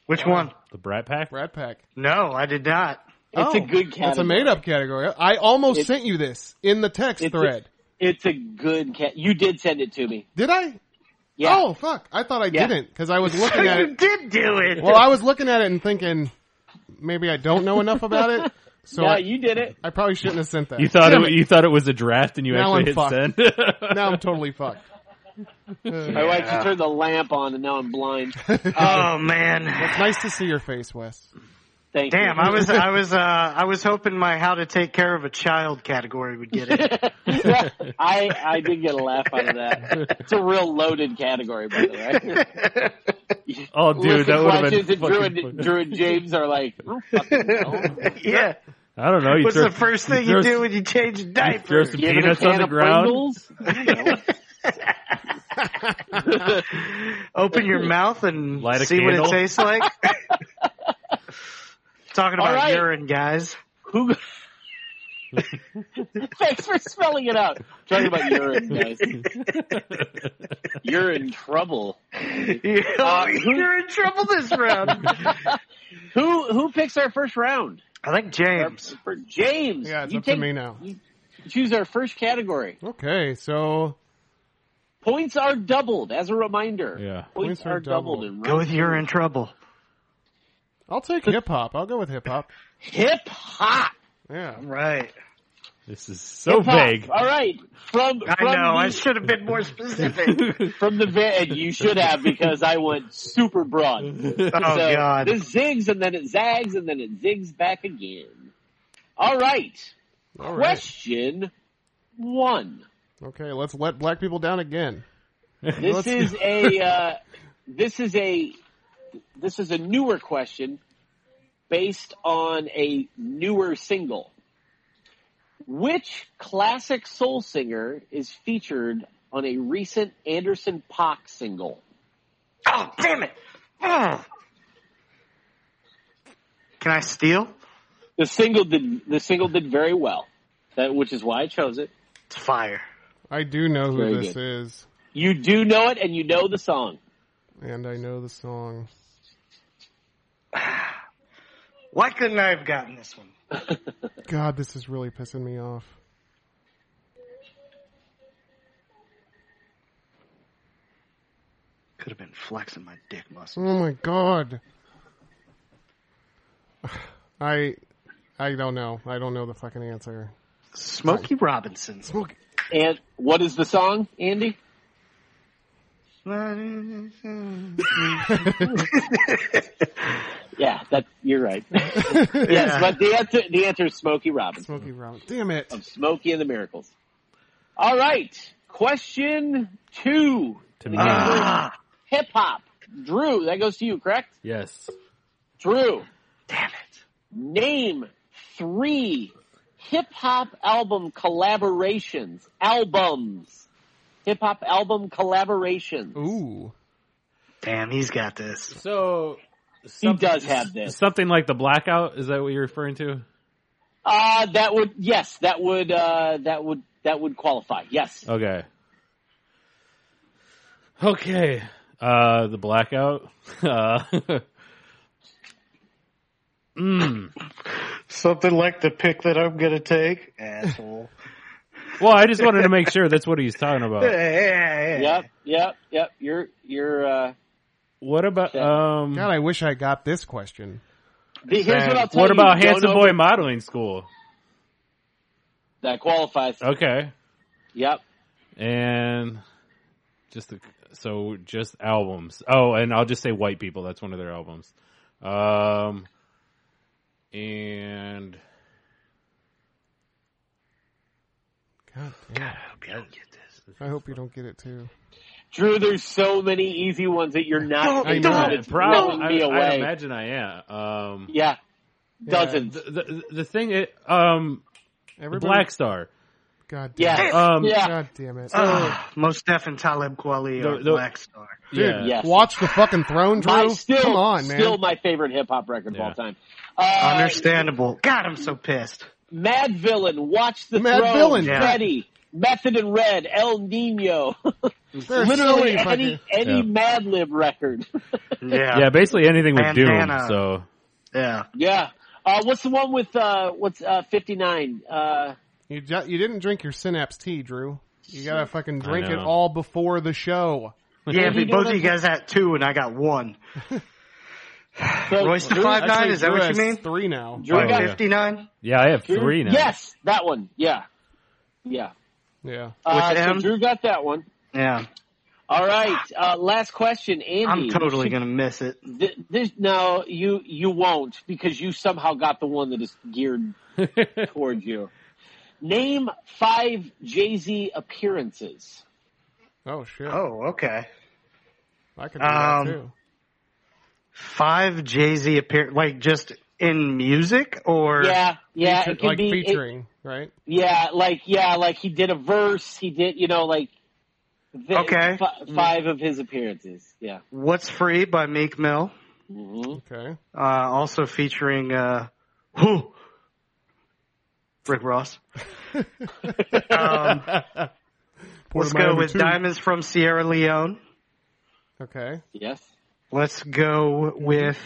Speaker 2: Which one?
Speaker 5: The Brat Pack.
Speaker 3: Brad Pack.
Speaker 2: No, I did not.
Speaker 4: It's a
Speaker 3: Oh,
Speaker 4: good category.
Speaker 3: It's a made-up category. I almost
Speaker 4: It's-
Speaker 3: sent you this in the text
Speaker 4: It's a-
Speaker 3: thread.
Speaker 4: It's a good cat. You did send it to me.
Speaker 3: Did I?
Speaker 4: Yeah.
Speaker 3: Oh fuck! I thought I
Speaker 4: Yeah.
Speaker 3: didn't because I was looking at
Speaker 2: you
Speaker 3: it.
Speaker 2: did do it.
Speaker 3: Well, I was looking at it and thinking maybe I don't know enough about it, so
Speaker 4: no,
Speaker 3: I,
Speaker 4: you did it.
Speaker 3: I probably shouldn't have sent that.
Speaker 5: You thought
Speaker 3: Damn
Speaker 5: it, you thought it was a draft, and you
Speaker 3: Now
Speaker 5: actually
Speaker 3: I'm
Speaker 5: hit send.
Speaker 3: now I'm totally fucked.
Speaker 4: My wife just turned the lamp on and now I'm blind.
Speaker 2: oh man.
Speaker 3: Nice to see your face, Wes.
Speaker 4: Thank
Speaker 2: Damn,
Speaker 4: you.
Speaker 2: I was, I was, uh, I was hoping my "How to Take Care of a Child" category would get it.
Speaker 4: I I did get a laugh out of that. It's a real loaded category, by the way.
Speaker 5: oh, dude,
Speaker 4: Lucas
Speaker 5: that would have
Speaker 4: watches and
Speaker 5: been.
Speaker 4: Drew
Speaker 5: fucking
Speaker 4: and,
Speaker 5: funny.
Speaker 4: Drew and James are like, "I don't fucking know.
Speaker 2: yeah.
Speaker 5: I don't know. You
Speaker 2: What's
Speaker 5: throw,
Speaker 2: the first thing
Speaker 5: throw
Speaker 2: you
Speaker 5: s-
Speaker 2: do when you change a
Speaker 5: throw
Speaker 2: diaper?
Speaker 5: some
Speaker 4: Give it a
Speaker 5: peanuts on
Speaker 4: can
Speaker 5: the
Speaker 4: of
Speaker 5: ground.
Speaker 4: Pringles. You know.
Speaker 2: Open your mouth and
Speaker 5: Light a
Speaker 2: see
Speaker 5: candle.
Speaker 2: what it tastes like. Talking
Speaker 4: All
Speaker 2: about
Speaker 4: right.
Speaker 2: urine, guys.
Speaker 4: Who? Thanks for spelling it out. Talking about urine, guys. You're in trouble.
Speaker 2: Uh, You're in trouble this round.
Speaker 4: Who who picks our first round?
Speaker 2: I think James.
Speaker 4: Our- for James.
Speaker 3: Yeah, it's
Speaker 4: you
Speaker 3: up
Speaker 4: take,
Speaker 3: to me now.
Speaker 4: you choose our first category.
Speaker 3: Okay, so
Speaker 4: Points are doubled. As a reminder,
Speaker 5: Yeah.
Speaker 4: points, are, doubled. in
Speaker 2: Go
Speaker 4: round.
Speaker 2: with you're in trouble.
Speaker 3: I'll take hip hop. I'll go with hip hop.
Speaker 4: Hip hop.
Speaker 3: Yeah.
Speaker 2: Right.
Speaker 5: This is so
Speaker 4: Hip-hop.
Speaker 5: Oh, vague.
Speaker 4: All right, from
Speaker 2: I
Speaker 4: from
Speaker 2: know. I
Speaker 4: the-
Speaker 2: should have been more specific.
Speaker 4: from the ve- and you should have because I went super broad.
Speaker 2: oh
Speaker 4: so
Speaker 2: God.
Speaker 4: This zigs and then it zags and then it zigs back again. All right.
Speaker 3: All right.
Speaker 4: Question one.
Speaker 3: Okay, let's let black people down again.
Speaker 4: This
Speaker 3: Let's
Speaker 4: is a uh, this is a this is a newer question based on a newer single. Which classic soul singer is featured on a recent Anderson Pock single?
Speaker 2: Oh damn it. Oh. Can I steal?
Speaker 4: The single did the single did very well, that, which is why I chose it.
Speaker 2: It's fire.
Speaker 3: I do know who
Speaker 4: Very
Speaker 3: this is,
Speaker 4: You do know it, and you know the song.
Speaker 3: and I know the song.
Speaker 2: Why couldn't I have gotten this one?
Speaker 3: God, this is really pissing me off.
Speaker 2: Could have been flexing my dick muscle.
Speaker 3: Oh my god. I I don't know. I don't know the fucking answer.
Speaker 2: Smokey Robinson.
Speaker 4: And what is the song, Andy? Yeah, that you're right. yes, but the answer the answer is Smokey Robinson
Speaker 3: Smokey Robinson. Damn it.
Speaker 4: of Smokey and the Miracles. All right, question two:
Speaker 5: to me.
Speaker 4: Ah.
Speaker 2: Ah.
Speaker 4: hip hop. Drew, that goes to you, correct?
Speaker 5: yes.
Speaker 4: Drew,
Speaker 2: Damn it.
Speaker 4: name three hip hop album collaborations. Albums. Hip hop album collaborations.
Speaker 3: Ooh.
Speaker 2: Damn, he's got this.
Speaker 5: So
Speaker 4: He does have this.
Speaker 5: something like the blackout. Is that what you're referring to?
Speaker 4: Uh, that would yes, that would uh, that would that would qualify. Yes.
Speaker 5: Okay. Okay. Uh, the blackout. Uh, mm.
Speaker 2: Something like the pick that I'm gonna take, asshole.
Speaker 5: Well, I just wanted to make sure that's what he's talking about.
Speaker 2: yeah,
Speaker 4: Yep. Yep. Yep. You're you're. Uh,
Speaker 5: What about um?
Speaker 3: God, I wish I got this question.
Speaker 4: the, here's what I'll tell
Speaker 5: What
Speaker 4: you.
Speaker 5: about
Speaker 4: Don't
Speaker 5: handsome
Speaker 4: over-
Speaker 5: boy modeling school?
Speaker 4: That qualifies.
Speaker 5: Okay,
Speaker 4: Yep.
Speaker 5: and just the, so just albums. Oh, and I'll just say white people. That's one of their albums. Um, and
Speaker 3: God
Speaker 5: I
Speaker 3: damn.
Speaker 5: hope you don't get this.
Speaker 3: I hope you don't get it too.
Speaker 4: Drew, there's so many easy ones that you're not
Speaker 3: Don't-
Speaker 4: thinking
Speaker 3: don't-
Speaker 4: of.
Speaker 3: don't
Speaker 4: It's
Speaker 5: Probably,
Speaker 4: blowing
Speaker 5: I,
Speaker 4: me
Speaker 5: I
Speaker 4: away.
Speaker 5: imagine I am. Um,
Speaker 4: yeah, dozens.
Speaker 5: the, the the thing, is, um,
Speaker 3: Everybody,
Speaker 5: Black Star.
Speaker 3: God damn.
Speaker 4: Yeah,
Speaker 5: Um,
Speaker 4: yeah,
Speaker 3: God damn it.
Speaker 5: Ah.
Speaker 2: Ugh, Ah, Most Def and Talib Kweli are
Speaker 5: The- the-
Speaker 2: Black Star.
Speaker 5: yeah.
Speaker 3: Dude,
Speaker 4: Yes.
Speaker 3: watch the fucking throne, Drew.
Speaker 4: My, still,
Speaker 3: Come on, man.
Speaker 4: still my favorite hip hop record
Speaker 5: Yeah.
Speaker 4: of all time. Uh,
Speaker 2: Understandable. God, I'm so pissed.
Speaker 4: Mad Villain, Watch the
Speaker 3: Mad
Speaker 4: Throne,
Speaker 3: Villain.
Speaker 2: Yeah.
Speaker 4: Betty, Method and Red, El Nino.
Speaker 3: There's so
Speaker 4: Literally
Speaker 3: many
Speaker 4: any
Speaker 3: fucking.
Speaker 4: any
Speaker 5: Yeah.
Speaker 4: Mad Lib record.
Speaker 2: Yeah.
Speaker 5: yeah, basically anything with Doom.
Speaker 2: Santana.
Speaker 5: So
Speaker 2: Yeah.
Speaker 4: yeah. Uh, what's the one with uh, what's uh, fifty nine? Uh,
Speaker 3: You, ju- you didn't drink your synapse tea, Drew. You gotta fucking
Speaker 5: I
Speaker 3: drink it
Speaker 5: know.
Speaker 3: all before the show.
Speaker 4: he
Speaker 2: Yeah, but
Speaker 4: do
Speaker 2: both of
Speaker 4: that-
Speaker 2: you guys had two and I got one.
Speaker 4: so-
Speaker 2: Royce the
Speaker 4: Drew-
Speaker 2: Five Nine,
Speaker 3: Actually,
Speaker 2: is that
Speaker 3: Drew
Speaker 2: what you
Speaker 3: has
Speaker 2: mean?
Speaker 3: Three now.
Speaker 4: Drew
Speaker 5: Oh,
Speaker 4: got
Speaker 5: yeah.
Speaker 2: Fifty nine?
Speaker 5: yeah, I have
Speaker 4: Drew-
Speaker 5: three now.
Speaker 4: Yes, that one. Yeah, yeah.
Speaker 3: Yeah.
Speaker 4: Uh,
Speaker 2: With
Speaker 4: so
Speaker 2: M?
Speaker 4: Drew got that one.
Speaker 2: Yeah.
Speaker 4: All right.
Speaker 3: Ah.
Speaker 4: Uh, last question, Andy.
Speaker 2: I'm totally gonna miss it.
Speaker 4: Th- this, no, you you won't because you somehow got the one that is geared toward you. Name five Jay Z appearances.
Speaker 3: Oh shit.
Speaker 2: Oh, okay.
Speaker 3: I could do that
Speaker 2: Um,
Speaker 3: too.
Speaker 2: Five Jay Z appear like just in music or
Speaker 4: Yeah, yeah,
Speaker 3: Feature-
Speaker 4: it can
Speaker 3: like
Speaker 4: be. it-
Speaker 3: featuring, right?
Speaker 4: yeah, like yeah, like he did a verse. He did, you know, like the,
Speaker 2: Okay.
Speaker 4: fi- five of his appearances. Yeah,
Speaker 2: What's Free by Meek Mill.
Speaker 4: Mhm.
Speaker 3: Okay.
Speaker 2: Uh also featuring uh who Rick Ross. um,
Speaker 3: Port
Speaker 2: let's
Speaker 3: of
Speaker 2: go
Speaker 3: Miami
Speaker 2: with
Speaker 3: two.
Speaker 2: Diamonds from Sierra Leone.
Speaker 3: Okay.
Speaker 4: yes.
Speaker 2: Let's go with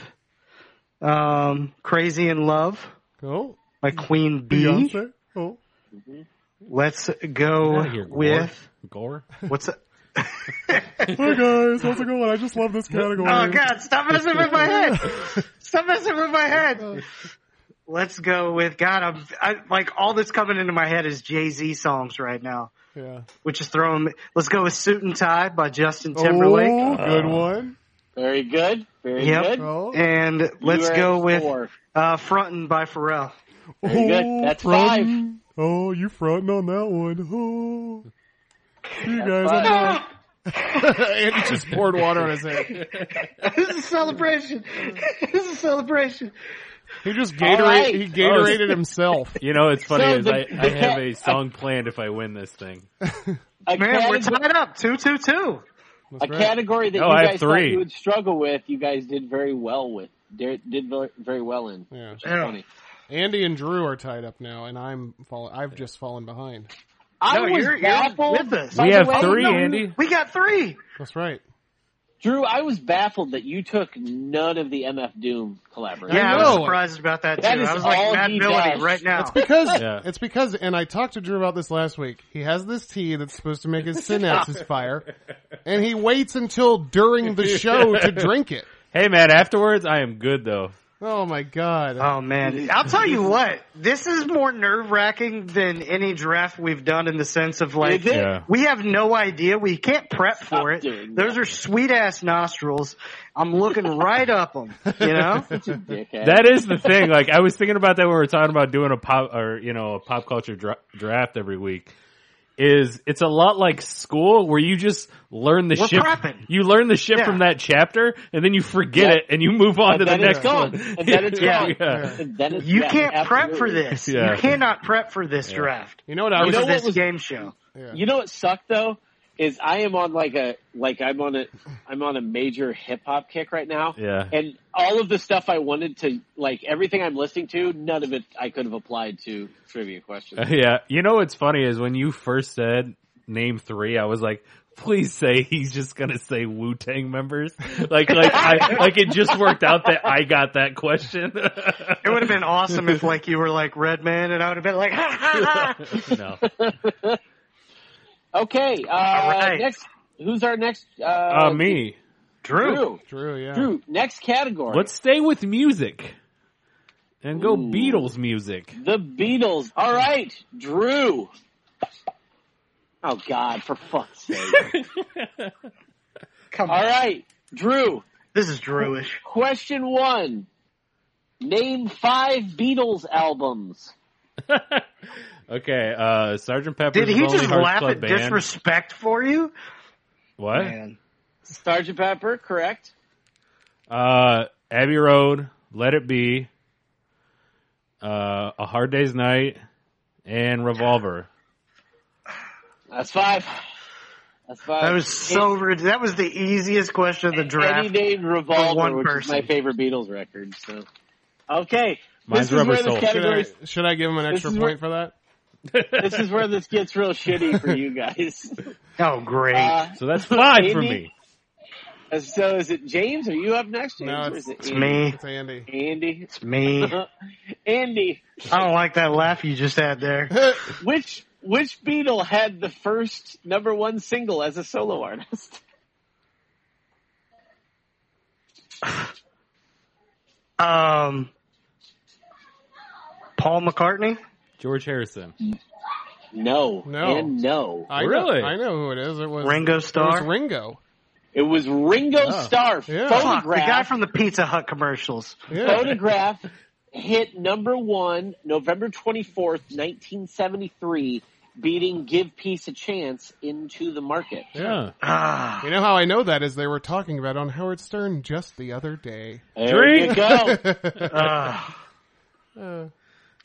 Speaker 2: um, Crazy in Love
Speaker 3: Cool.
Speaker 2: by Queen Bee.
Speaker 3: Oh, Beyonce. Oh.
Speaker 2: Let's go
Speaker 5: Outta here, Gore.
Speaker 2: with
Speaker 5: Gore.
Speaker 2: what's.
Speaker 3: Hey guys, how's it going? I just love this category.
Speaker 2: Oh God! Stop messing with my head! Stop messing with my head! Let's go with God. I'm I, like all that's coming into my head is Jay Z songs right now,
Speaker 3: Yeah.
Speaker 2: which is throwing. me- Let's go with Suit and Tie by Justin Timberlake.
Speaker 3: Oh, good one.
Speaker 4: Very good. Very
Speaker 2: Yep.
Speaker 4: good.
Speaker 3: Oh.
Speaker 2: And
Speaker 4: You
Speaker 2: let's
Speaker 4: are
Speaker 2: go
Speaker 4: at
Speaker 2: with
Speaker 4: four.
Speaker 2: uh, Frontin' by Pharrell.
Speaker 4: Very good. That's
Speaker 3: Oh, frontin'. Oh, you fronting on that one. Oh. See you guys.
Speaker 4: five.
Speaker 3: I'm out. Andy just poured water on his head.
Speaker 2: this is a celebration. this is a celebration.
Speaker 3: He just
Speaker 4: All
Speaker 3: Gatorade.
Speaker 4: right.
Speaker 3: He Gatorated himself.
Speaker 5: You know, it's funny.
Speaker 4: So
Speaker 5: is
Speaker 4: the-
Speaker 5: I, I have a song planned if I win this thing.
Speaker 4: A
Speaker 2: Man, we're
Speaker 4: category-
Speaker 2: tied up. Two, two, two.
Speaker 4: a
Speaker 3: That's right.
Speaker 4: category that
Speaker 5: No,
Speaker 4: you
Speaker 5: I have
Speaker 4: guys thought
Speaker 5: three.
Speaker 4: you would struggle with, you guys did very well with. Did did ver- very well in.
Speaker 3: Yeah.
Speaker 4: Which is funny.
Speaker 3: Andy and Drew are tied up now, and I'm fall- I've just fallen behind.
Speaker 4: I
Speaker 2: No,
Speaker 4: was
Speaker 2: you're- you're
Speaker 4: baffled.
Speaker 2: with us.
Speaker 4: by
Speaker 5: we
Speaker 4: the
Speaker 5: have
Speaker 4: way-
Speaker 5: three,
Speaker 4: No,
Speaker 5: Andy.
Speaker 2: We got three.
Speaker 3: That's right.
Speaker 4: Drew, I was baffled that you took none of the MF Doom collaboration.
Speaker 2: Yeah, I,
Speaker 3: know.
Speaker 2: was surprised about that too.
Speaker 4: That is
Speaker 2: I was like
Speaker 4: all
Speaker 2: Mad
Speaker 4: he
Speaker 2: Melody
Speaker 4: does.
Speaker 2: right now.
Speaker 3: Because
Speaker 5: Yeah.
Speaker 3: it's because, and I talked to Drew about this last week. He has this tea that's supposed to make his synapses fire, and he waits until during the show to drink it.
Speaker 5: Hey, man. Afterwards, I am good though.
Speaker 3: Oh my god!
Speaker 2: Oh man, I'll tell you what. This is more nerve wracking than any draft we've done in the sense of like
Speaker 4: Is it?
Speaker 5: Yeah.
Speaker 2: we have no idea. We can't prep for it.
Speaker 4: Stop doing
Speaker 2: Those are sweet ass nostrils. I'm looking right up them. You know.
Speaker 4: Dickhead.
Speaker 5: That is the thing. Like I was thinking about that when we were talking about doing a pop or you know a pop culture dra- draft every week. Is it's a lot like school where you just learn the
Speaker 2: We're
Speaker 5: shit.
Speaker 2: prepping.
Speaker 5: You learn the shit
Speaker 2: Yeah.
Speaker 5: from that chapter, and then you forget
Speaker 4: Yeah.
Speaker 5: it, and you move on
Speaker 4: And
Speaker 5: to the
Speaker 4: then it's
Speaker 5: next
Speaker 4: gone.
Speaker 5: one.
Speaker 4: And then it's
Speaker 5: yeah,
Speaker 4: gone.
Speaker 5: yeah.
Speaker 4: And then it's-
Speaker 2: You
Speaker 4: yeah,
Speaker 2: can't prep for
Speaker 4: absolutely.
Speaker 2: this.
Speaker 5: Yeah.
Speaker 2: You cannot prep for this draft.
Speaker 3: you know what I
Speaker 4: You
Speaker 3: was?
Speaker 4: know
Speaker 2: Or
Speaker 4: what
Speaker 2: this
Speaker 4: was-
Speaker 2: game show.
Speaker 3: yeah.
Speaker 4: You know what sucked though is I am on like a like I'm on a I'm on a major hip hop kick right now.
Speaker 5: Yeah.
Speaker 4: And all of the stuff I wanted to like everything I'm listening to, none of it I could have applied to trivia questions.
Speaker 5: Yeah. You know what's funny is when you first said name three, I was like, please say he's just gonna say Wu Tang members. Like, like, I, like it just worked out that I got that question.
Speaker 2: It would have been awesome if like you were like Redman, and I would have been like, ha ha ha.
Speaker 5: no.
Speaker 4: Okay. Uh,
Speaker 2: right.
Speaker 4: Next, who's our next? Uh,
Speaker 5: Uh, me.
Speaker 2: Drew.
Speaker 4: Drew.
Speaker 3: Drew, yeah.
Speaker 4: Drew. Next category.
Speaker 5: Let's stay with music and go
Speaker 4: Ooh.
Speaker 5: Beatles music.
Speaker 4: the Beatles? All right, Drew. Oh God, for fuck's sake!
Speaker 2: Come
Speaker 4: All
Speaker 2: on.
Speaker 4: right, Drew.
Speaker 2: This is Drewish.
Speaker 4: Question one. Name five Beatles albums.
Speaker 5: okay, uh, Sergeant Pepper's
Speaker 2: Did he
Speaker 5: Lonely
Speaker 2: just
Speaker 5: Hearts
Speaker 2: laugh
Speaker 5: Club
Speaker 2: at
Speaker 5: Band.
Speaker 2: disrespect for you?
Speaker 5: What?
Speaker 2: Man.
Speaker 4: Sgt. Pepper, correct?
Speaker 5: Uh, Abbey Road, Let It Be, uh, A Hard Day's Night, and Revolver.
Speaker 4: That's five. That's five.
Speaker 5: Uh,
Speaker 2: That was so rude. That was the easiest question of the
Speaker 4: Any
Speaker 2: draft.
Speaker 4: named Revolver,
Speaker 2: one
Speaker 4: which
Speaker 2: person.
Speaker 4: is my favorite Beatles record. So, okay,
Speaker 5: Mine's
Speaker 4: this is
Speaker 5: Rubber
Speaker 4: where
Speaker 5: Soul.
Speaker 4: this
Speaker 3: Should I,
Speaker 4: category.
Speaker 3: should I give him an extra
Speaker 4: is
Speaker 3: point
Speaker 4: where-
Speaker 3: for that?
Speaker 4: this is where this gets real shitty for you guys.
Speaker 2: Oh, great.
Speaker 4: Uh,
Speaker 5: So that's five for
Speaker 4: Amy?
Speaker 5: me.
Speaker 4: so, is it James? Are you up next, James?
Speaker 3: No,
Speaker 4: or is it
Speaker 2: it's
Speaker 4: Andy?
Speaker 2: me.
Speaker 3: It's Andy.
Speaker 4: Andy.
Speaker 2: It's me.
Speaker 4: Andy,
Speaker 2: I don't like that laugh you just had there.
Speaker 4: which which Beatle had the first number one single as a solo artist?
Speaker 2: Um, Paul McCartney?
Speaker 5: George Harrison.
Speaker 4: No,
Speaker 3: No.
Speaker 4: and no.
Speaker 3: I
Speaker 5: Really?
Speaker 3: Know, I know who it is. It was
Speaker 2: Ringo
Speaker 3: It was
Speaker 2: Starr?
Speaker 3: Ringo.
Speaker 4: It was Ringo Starr.
Speaker 3: Yeah.
Speaker 2: Oh. Fuck, the guy
Speaker 4: Photograph.
Speaker 2: from the Pizza Hut commercials.
Speaker 4: Oh,
Speaker 3: Yeah.
Speaker 4: Photograph hit number one November 24th, 1973, beating Give Peace a Chance into the market.
Speaker 5: Yeah.
Speaker 2: Ah,
Speaker 3: You know how I know that is they were talking about it on Howard Stern just the other day.
Speaker 4: There
Speaker 5: Drink.
Speaker 4: you go.
Speaker 2: ah.
Speaker 3: Uh,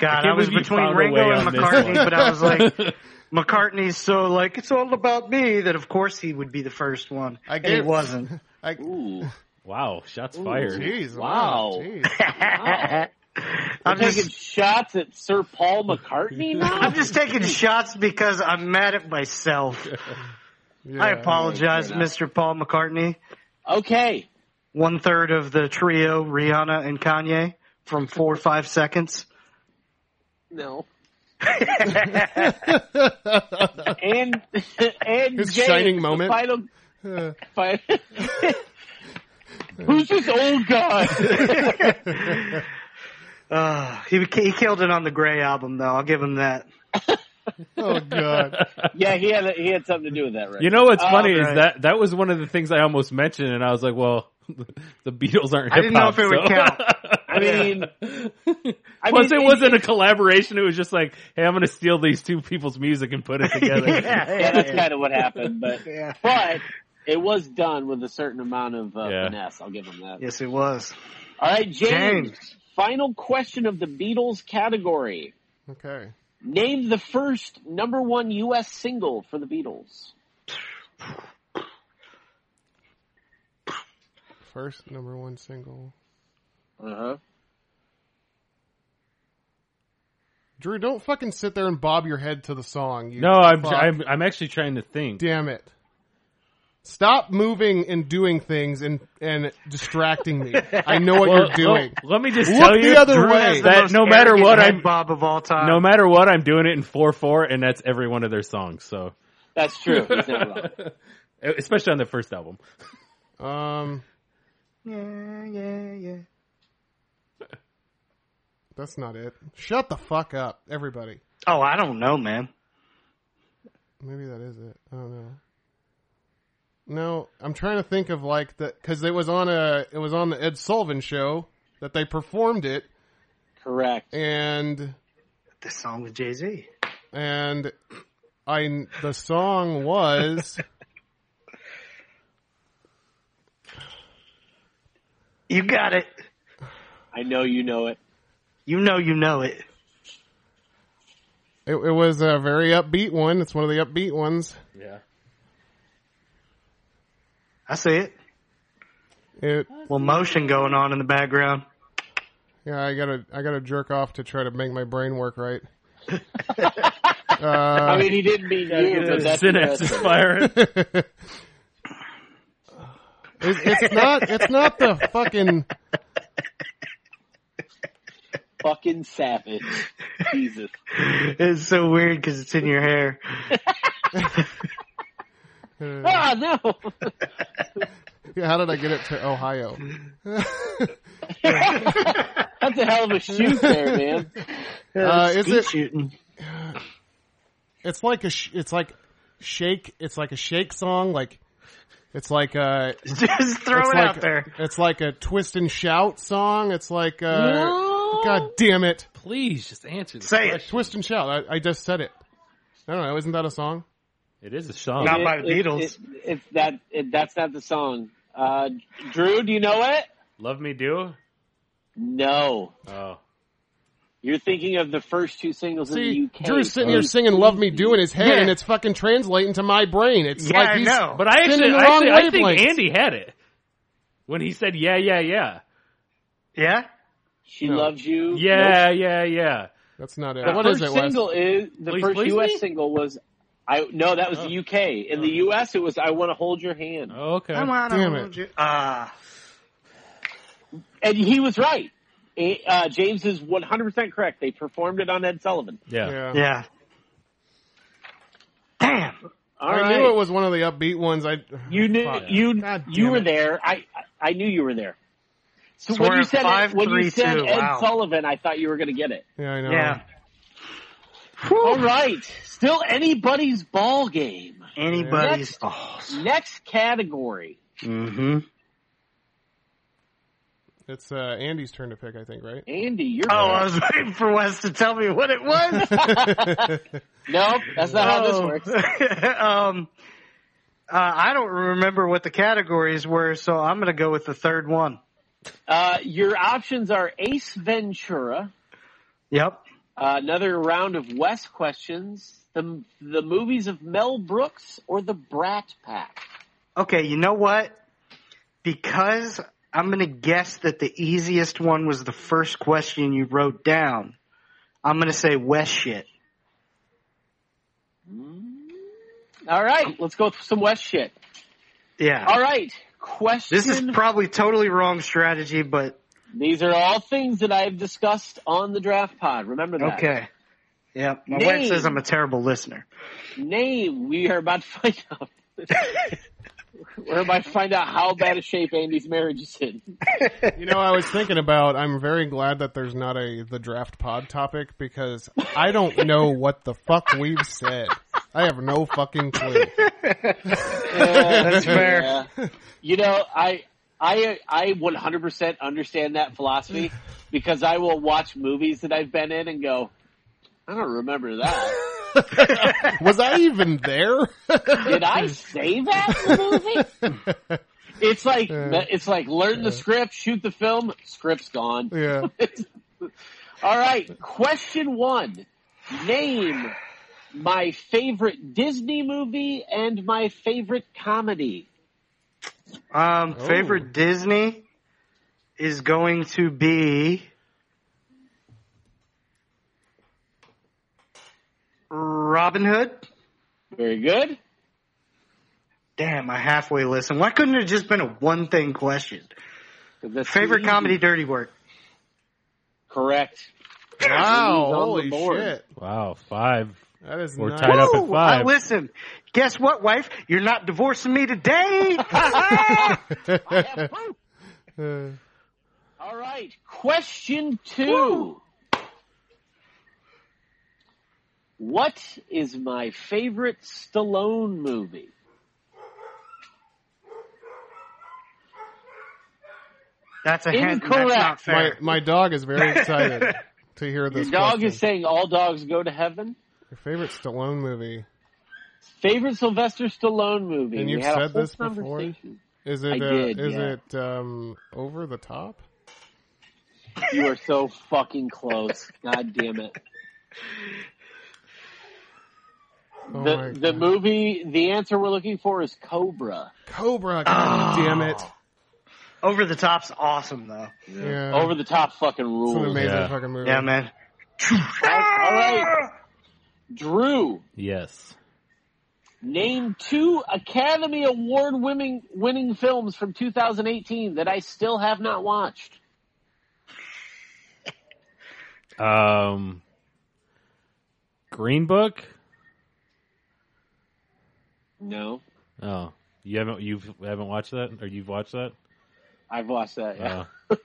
Speaker 5: I
Speaker 2: God,
Speaker 5: can't
Speaker 2: I, was
Speaker 5: believe you
Speaker 2: between
Speaker 5: found a way
Speaker 2: Ringo and
Speaker 5: on this
Speaker 2: McCartney,
Speaker 5: one.
Speaker 2: but I was like, McCartney's so like, it's all about me that of course he would be the first one.
Speaker 3: I
Speaker 2: and he
Speaker 3: guess.
Speaker 2: wasn't.
Speaker 3: I,
Speaker 4: Ooh.
Speaker 5: Wow. Shots fired.
Speaker 3: jeez,
Speaker 4: Wow.
Speaker 3: jeez.
Speaker 4: I'm
Speaker 2: I'm
Speaker 4: taking
Speaker 2: just,
Speaker 4: shots at Sir Paul McCartney now?
Speaker 2: I'm just taking shots because I'm mad at myself.
Speaker 3: Yeah.
Speaker 2: I apologize,
Speaker 4: Fair enough.
Speaker 2: Mr. Paul McCartney.
Speaker 4: Okay.
Speaker 2: One third of the trio, Rihanna and Kanye, from four five seconds.
Speaker 4: No. and and James,
Speaker 3: His shining
Speaker 4: the
Speaker 3: moment.
Speaker 4: Final,
Speaker 3: Uh,
Speaker 4: fi- Who's this old guy?
Speaker 2: Uh, he he killed it on the Gray album, though. I'll give him that.
Speaker 3: oh god.
Speaker 4: yeah, he had he had something to do with that, right?
Speaker 5: You know what's funny is
Speaker 2: right.
Speaker 5: that that was one of the things I almost mentioned, and I was like, well, the Beatles aren't hip hop.
Speaker 2: I didn't know if it would count.
Speaker 4: I mean, I
Speaker 5: Plus,
Speaker 4: mean,
Speaker 5: it wasn't a collaboration. It was just like, hey, I'm going to steal these two people's music and put it together.
Speaker 2: yeah,
Speaker 4: yeah, that's
Speaker 2: yeah,
Speaker 4: kind of what happened, but
Speaker 2: yeah.
Speaker 4: but it was done with a certain amount of uh,
Speaker 5: Yeah.
Speaker 4: finesse. I'll give him that.
Speaker 2: Yes, it was.
Speaker 4: All right, James,
Speaker 2: James.
Speaker 4: Final question of the Beatles category:
Speaker 3: Okay.
Speaker 4: Name the first number one U.S. single for the Beatles.
Speaker 3: First number one single.
Speaker 4: Uh huh.
Speaker 3: Drew, don't fucking sit there and bob your head to the song. You
Speaker 5: No, I'm,
Speaker 3: fuck.
Speaker 5: I'm I'm actually trying to think.
Speaker 3: Damn it. Stop moving and doing things and and distracting me. I know what
Speaker 5: Well, oh,
Speaker 3: you're doing.
Speaker 5: Let me just
Speaker 3: Look
Speaker 5: tell you
Speaker 3: the other
Speaker 5: Drew,
Speaker 3: way.
Speaker 2: The
Speaker 5: that
Speaker 2: most
Speaker 5: no matter
Speaker 2: arrogant
Speaker 5: what
Speaker 2: head
Speaker 5: I'm
Speaker 2: Bob of all time.
Speaker 5: no matter what I'm doing it in four four, and that's every one of their songs. So
Speaker 4: That's true. He's not wrong.
Speaker 5: especially on the first album.
Speaker 3: Um,
Speaker 2: Yeah, yeah, yeah.
Speaker 3: that's not it. Shut the fuck up, everybody.
Speaker 2: Oh, I don't know, man.
Speaker 3: Maybe that is it. I don't know. No, I'm trying to think of like the because it was on a it was on the Ed Sullivan show that they performed it
Speaker 4: Correct.
Speaker 3: and
Speaker 2: This song with Jay Z.
Speaker 3: and I the song was
Speaker 2: You got it.
Speaker 4: I know you know it.
Speaker 2: You know, you know it.
Speaker 3: it, it was a very upbeat one. It's one of the upbeat ones.
Speaker 5: Yeah.
Speaker 2: I see it.
Speaker 3: It
Speaker 2: Well, motion going on in the background.
Speaker 3: yeah, I gotta I gotta jerk off to try to make my brain work right.
Speaker 4: I mean, he didn't mean you, but that's
Speaker 5: Synapse is
Speaker 4: impressive.
Speaker 5: firing.
Speaker 3: it, it's not it's not the fucking
Speaker 4: fucking savage. Jesus.
Speaker 2: It's so weird because it's in your hair.
Speaker 4: Ah, no.
Speaker 3: Yeah, how did I get it to Ohio?
Speaker 4: That's a hell of a shoot there, man.
Speaker 3: Uh, is
Speaker 2: Skeet
Speaker 3: it?
Speaker 2: shooting?
Speaker 3: It's like a. Sh- it's like shake. It's like a shake song. Like It's like a
Speaker 2: Just throw
Speaker 3: it's
Speaker 2: it
Speaker 3: like,
Speaker 2: out there.
Speaker 3: It's like a twist and shout song. It's like uh God damn it.
Speaker 5: Please just answer the
Speaker 2: Say it.
Speaker 5: question.
Speaker 3: Twist and shout. I, I just said it. I don't know, isn't that a song?
Speaker 5: It is a song.
Speaker 2: Not by the
Speaker 4: It- it-
Speaker 2: Beatles.
Speaker 4: it- it's that. It, that's not the song. Uh, Drew, do you know it?
Speaker 5: Love me do.
Speaker 4: No.
Speaker 5: Oh,
Speaker 4: You're thinking of the first two singles
Speaker 3: See,
Speaker 4: in the UK.
Speaker 3: Drew's sitting
Speaker 4: Oh,
Speaker 3: here singing "Love Me Do" in his head,
Speaker 2: Yeah.
Speaker 3: and it's fucking translating to my brain. It's
Speaker 2: Yeah,
Speaker 3: like
Speaker 2: I
Speaker 3: he's,
Speaker 2: know.
Speaker 5: but I
Speaker 3: Singing
Speaker 5: actually,
Speaker 3: the
Speaker 5: actually
Speaker 3: wrong
Speaker 5: I think
Speaker 3: wavelengths.
Speaker 5: Andy had it when he said yeah, yeah, yeah,
Speaker 2: Yeah?
Speaker 4: She
Speaker 3: No.
Speaker 4: loves you.
Speaker 5: yeah, yeah, yeah.
Speaker 3: That's not
Speaker 4: The
Speaker 3: it. What is
Speaker 4: first
Speaker 3: it, Wes?
Speaker 4: single is the
Speaker 5: Please
Speaker 4: first
Speaker 5: Please
Speaker 4: U.S.
Speaker 5: Me?
Speaker 4: single was. I no, that was
Speaker 5: Oh.
Speaker 4: the UK. In the U.S., it was "I Want to Hold Your Hand,"
Speaker 5: Oh, okay.
Speaker 2: Come on,
Speaker 3: Damn
Speaker 2: I
Speaker 3: it.
Speaker 2: want you- Ah.
Speaker 4: and he was right. Eh, Uh, James is 100 percent correct. They performed it on Ed Sullivan.
Speaker 5: Yeah.
Speaker 3: Yeah.
Speaker 2: yeah. Damn.
Speaker 4: All
Speaker 3: I
Speaker 4: right,
Speaker 3: knew it was one of the upbeat ones. I
Speaker 4: you knew
Speaker 5: Fuck.
Speaker 4: you
Speaker 3: God damn
Speaker 4: you were
Speaker 3: it.
Speaker 4: there. I I knew you were there. So
Speaker 2: Swear
Speaker 4: when you
Speaker 2: at
Speaker 4: said
Speaker 2: five,
Speaker 4: Ed, when
Speaker 2: three,
Speaker 4: you said
Speaker 2: two.
Speaker 4: Ed
Speaker 2: Wow.
Speaker 4: Sullivan, I thought you were going to get it.
Speaker 3: yeah, I know.
Speaker 2: Yeah.
Speaker 4: All right, still anybody's ball game.
Speaker 2: Anybody's.
Speaker 4: Next category.
Speaker 2: Mm-hmm.
Speaker 3: It's uh, Andy's turn to pick, I think, right?
Speaker 4: Andy, you're
Speaker 2: Oh, I was waiting for Wes to tell me what it was.
Speaker 4: nope. That's not
Speaker 2: Oh,
Speaker 4: how this works.
Speaker 2: um, uh, I don't remember what the categories were, so I'm going to go with the third one.
Speaker 4: Uh, your options are Ace Ventura,
Speaker 2: Yep.
Speaker 4: uh, another round of West questions, the the movies of Mel Brooks, or the Brat Pack.
Speaker 2: Okay, you know what? Because I'm going to guess that the easiest one was the first question you wrote down. I'm going to say West shit.
Speaker 4: All right, let's go with some West shit.
Speaker 2: Yeah.
Speaker 4: All right, question.
Speaker 2: This is probably totally wrong strategy, but
Speaker 4: These are all things that I've discussed on the draft pod. Remember that.
Speaker 2: okay. Yeah, my wife
Speaker 4: Name.
Speaker 2: says I'm a terrible listener.
Speaker 4: Name. We are about to find out. We're about to find out how bad a shape Andy's marriage is in.
Speaker 3: You know, I was thinking about. I'm very glad that there's not a the draft pod topic because I don't know what the fuck we've said. I have no fucking clue.
Speaker 2: That's fair.
Speaker 4: Yeah. You know, I I I 100% understand that philosophy because I will watch movies that I've been in and go, I don't remember that.
Speaker 3: Was I even there?
Speaker 4: Did I say that in the movie? It's like it's like learn the script, shoot the film, script's gone.
Speaker 3: yeah.
Speaker 4: All right, question 1. Name my favorite Disney movie and my favorite comedy.
Speaker 2: Um, favorite Disney is going to be Robin Hood.
Speaker 4: Very good.
Speaker 2: Damn, I halfway listened. Why couldn't it have just been a one thing question?
Speaker 4: That's
Speaker 2: Favorite
Speaker 4: easy.
Speaker 2: comedy, Dirty Work.
Speaker 4: Correct.
Speaker 3: Wow.
Speaker 4: He's on the
Speaker 3: Holy
Speaker 4: board.
Speaker 3: shit.
Speaker 5: Wow, five.
Speaker 3: That is
Speaker 5: We're
Speaker 3: nice.
Speaker 5: tied up at
Speaker 2: Woo! I
Speaker 5: five.
Speaker 2: listen. Guess what, wife? You're not divorcing me today.
Speaker 3: Uh,
Speaker 4: All right. Question two. What is my favorite Stallone movie?
Speaker 2: That's a hint. and That's not
Speaker 4: Incorrect.
Speaker 3: my
Speaker 2: fair.
Speaker 3: my dog is very excited to hear this.
Speaker 4: Your dog
Speaker 3: question.
Speaker 4: is saying all dogs go to heaven.
Speaker 3: Your favorite Stallone movie
Speaker 4: Favorite Sylvester Stallone movie.
Speaker 3: And
Speaker 4: We
Speaker 3: you've
Speaker 4: had a
Speaker 3: said
Speaker 4: whole
Speaker 3: this before?
Speaker 4: conversation.
Speaker 3: is
Speaker 4: I
Speaker 3: it? Uh,
Speaker 4: did,
Speaker 3: is
Speaker 4: yeah.
Speaker 3: it um, over the top?
Speaker 4: You are so fucking close. God damn it.
Speaker 3: Oh my
Speaker 4: The, the
Speaker 3: God.
Speaker 4: movie, the answer we're looking for is Cobra.
Speaker 3: Cobra.
Speaker 4: Ah.
Speaker 3: God damn it!
Speaker 2: Over the top's awesome though.
Speaker 3: Yeah.
Speaker 4: Over the top fucking
Speaker 3: It's an
Speaker 4: rules.
Speaker 3: amazing
Speaker 5: Yeah.
Speaker 3: fucking movie.
Speaker 2: Yeah, man.
Speaker 4: All right. Drew,
Speaker 5: Yes.
Speaker 4: Name two Academy Award winning winning films from 2018 that I still have not watched.
Speaker 5: Um, Green Book.
Speaker 4: No,
Speaker 5: Oh, you haven't you haven't watched that, or you've watched that?
Speaker 4: I've watched that. Yeah.
Speaker 5: Oh.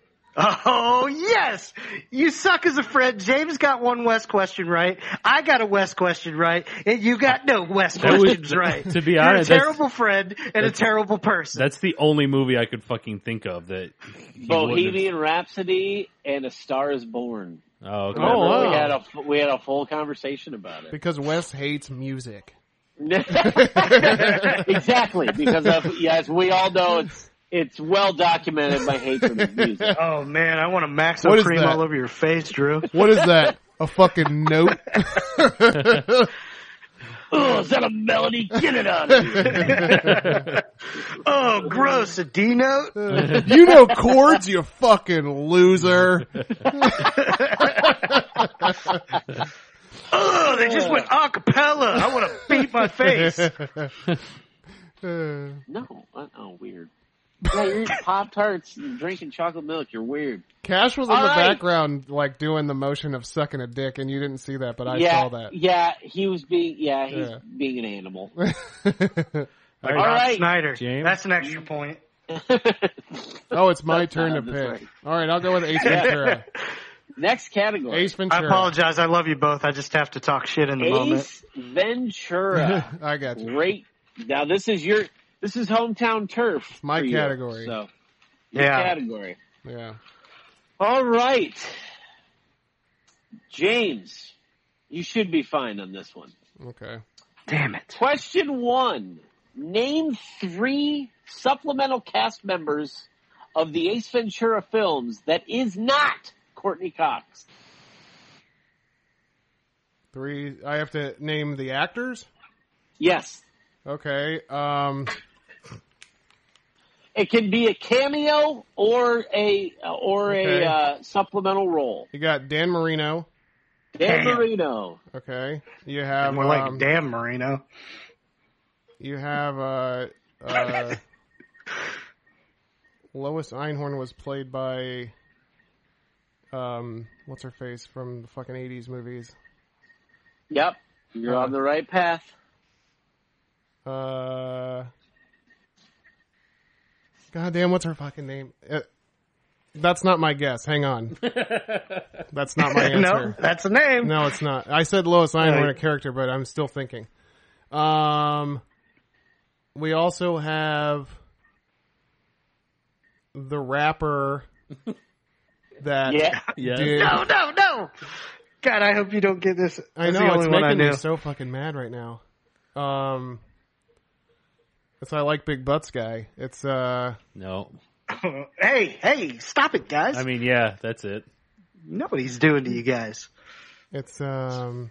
Speaker 2: Oh yes, you suck as a friend. James got one West question right. I got a West question right, and you got no West
Speaker 5: That was-
Speaker 2: questions right.
Speaker 5: to be
Speaker 2: You're
Speaker 5: honest,
Speaker 2: a
Speaker 5: that's-
Speaker 2: terrible friend and a
Speaker 5: that's-
Speaker 2: terrible person.
Speaker 5: That's the only movie I could fucking think of that. he
Speaker 4: Bohemian Rhapsody and A Star Is Born.
Speaker 5: wouldn't- Oh, okay.
Speaker 4: Remember,
Speaker 3: Oh, wow.
Speaker 4: we had a fu- we had a full conversation about it.
Speaker 3: Because Wes hates music.
Speaker 4: exactly because of yes, we all know it's it's well documented my hatred of music.
Speaker 2: Oh man, I want a
Speaker 3: What
Speaker 2: Maxo
Speaker 3: is
Speaker 2: cream
Speaker 3: that?
Speaker 2: all over your face, Drew.
Speaker 3: What is that? A fucking note?
Speaker 4: Oh, is that a melody? Get it out of here.
Speaker 2: Oh, gross, a D note.
Speaker 3: you know chords, you fucking loser.
Speaker 2: Oh, they just went acapella. I want to beat my face.
Speaker 3: Uh,
Speaker 4: No, uh, oh, weird. Yeah, you're eating Pop Tarts and drinking chocolate milk. You're weird.
Speaker 3: Cash was in
Speaker 4: All
Speaker 3: the
Speaker 4: right.
Speaker 3: background, like doing the motion of sucking a dick, and you didn't see that, but I
Speaker 4: yeah,
Speaker 3: saw that.
Speaker 4: yeah, he was being yeah, he's
Speaker 3: Yeah.
Speaker 4: being an animal.
Speaker 5: All
Speaker 4: All
Speaker 5: right.
Speaker 4: right,
Speaker 2: Snyder,
Speaker 5: James?
Speaker 2: that's an extra point.
Speaker 3: oh, it's my
Speaker 4: That's
Speaker 3: turn to
Speaker 4: not this
Speaker 3: pick. All right, I'll go with Ace Ventura.
Speaker 4: Next category.
Speaker 3: Ace
Speaker 2: I
Speaker 3: Ventura.
Speaker 2: apologize. I love you both. I just have to talk shit in the moment.
Speaker 4: Ace Ventura.
Speaker 3: I got you.
Speaker 4: Great. Now this is your this is hometown turf.
Speaker 3: My
Speaker 4: for you.
Speaker 3: category.
Speaker 4: so your
Speaker 2: Yeah.
Speaker 4: category.
Speaker 3: Yeah.
Speaker 4: All right, James, you should be fine on this one.
Speaker 3: Okay.
Speaker 2: Damn it.
Speaker 4: Question one: Name three supplemental cast members of the Ace Ventura films that is not Courtney Cox.
Speaker 3: Three. I have to name the actors.
Speaker 4: Yes,
Speaker 3: Okay. Um.
Speaker 4: it can be a cameo or a or
Speaker 3: Okay.
Speaker 4: a uh, supplemental role.
Speaker 3: You got Dan Marino.
Speaker 4: Dan
Speaker 2: Damn.
Speaker 4: Marino.
Speaker 3: Okay. You have
Speaker 2: More like,
Speaker 3: um,
Speaker 2: damn, Marino.
Speaker 3: you have uh, uh Lois Einhorn was played by um what's her face from the fucking eighties movies.
Speaker 4: Yep, you're
Speaker 3: Uh-huh.
Speaker 4: on the right path.
Speaker 3: Uh God damn, what's her fucking name? Uh, that's not my guess. Hang on. That's not my
Speaker 2: No,
Speaker 3: answer.
Speaker 2: that's a name.
Speaker 3: No, it's not. I said Lois Einhorn
Speaker 2: Right.
Speaker 3: a character, but I'm still thinking. Um, we also have the rapper that
Speaker 4: Yeah.
Speaker 5: Yeah.
Speaker 3: did.
Speaker 2: No, no, no. God, I hope you don't get this.
Speaker 3: I
Speaker 2: That's the
Speaker 3: know it's
Speaker 2: only one I
Speaker 3: making me
Speaker 2: knew.
Speaker 3: so fucking mad right now. Um, it's I like big butts guy. It's uh,
Speaker 5: No.
Speaker 2: hey, hey, stop it, guys.
Speaker 5: I mean, yeah, that's it.
Speaker 2: Nobody's doing to you guys.
Speaker 3: it's um.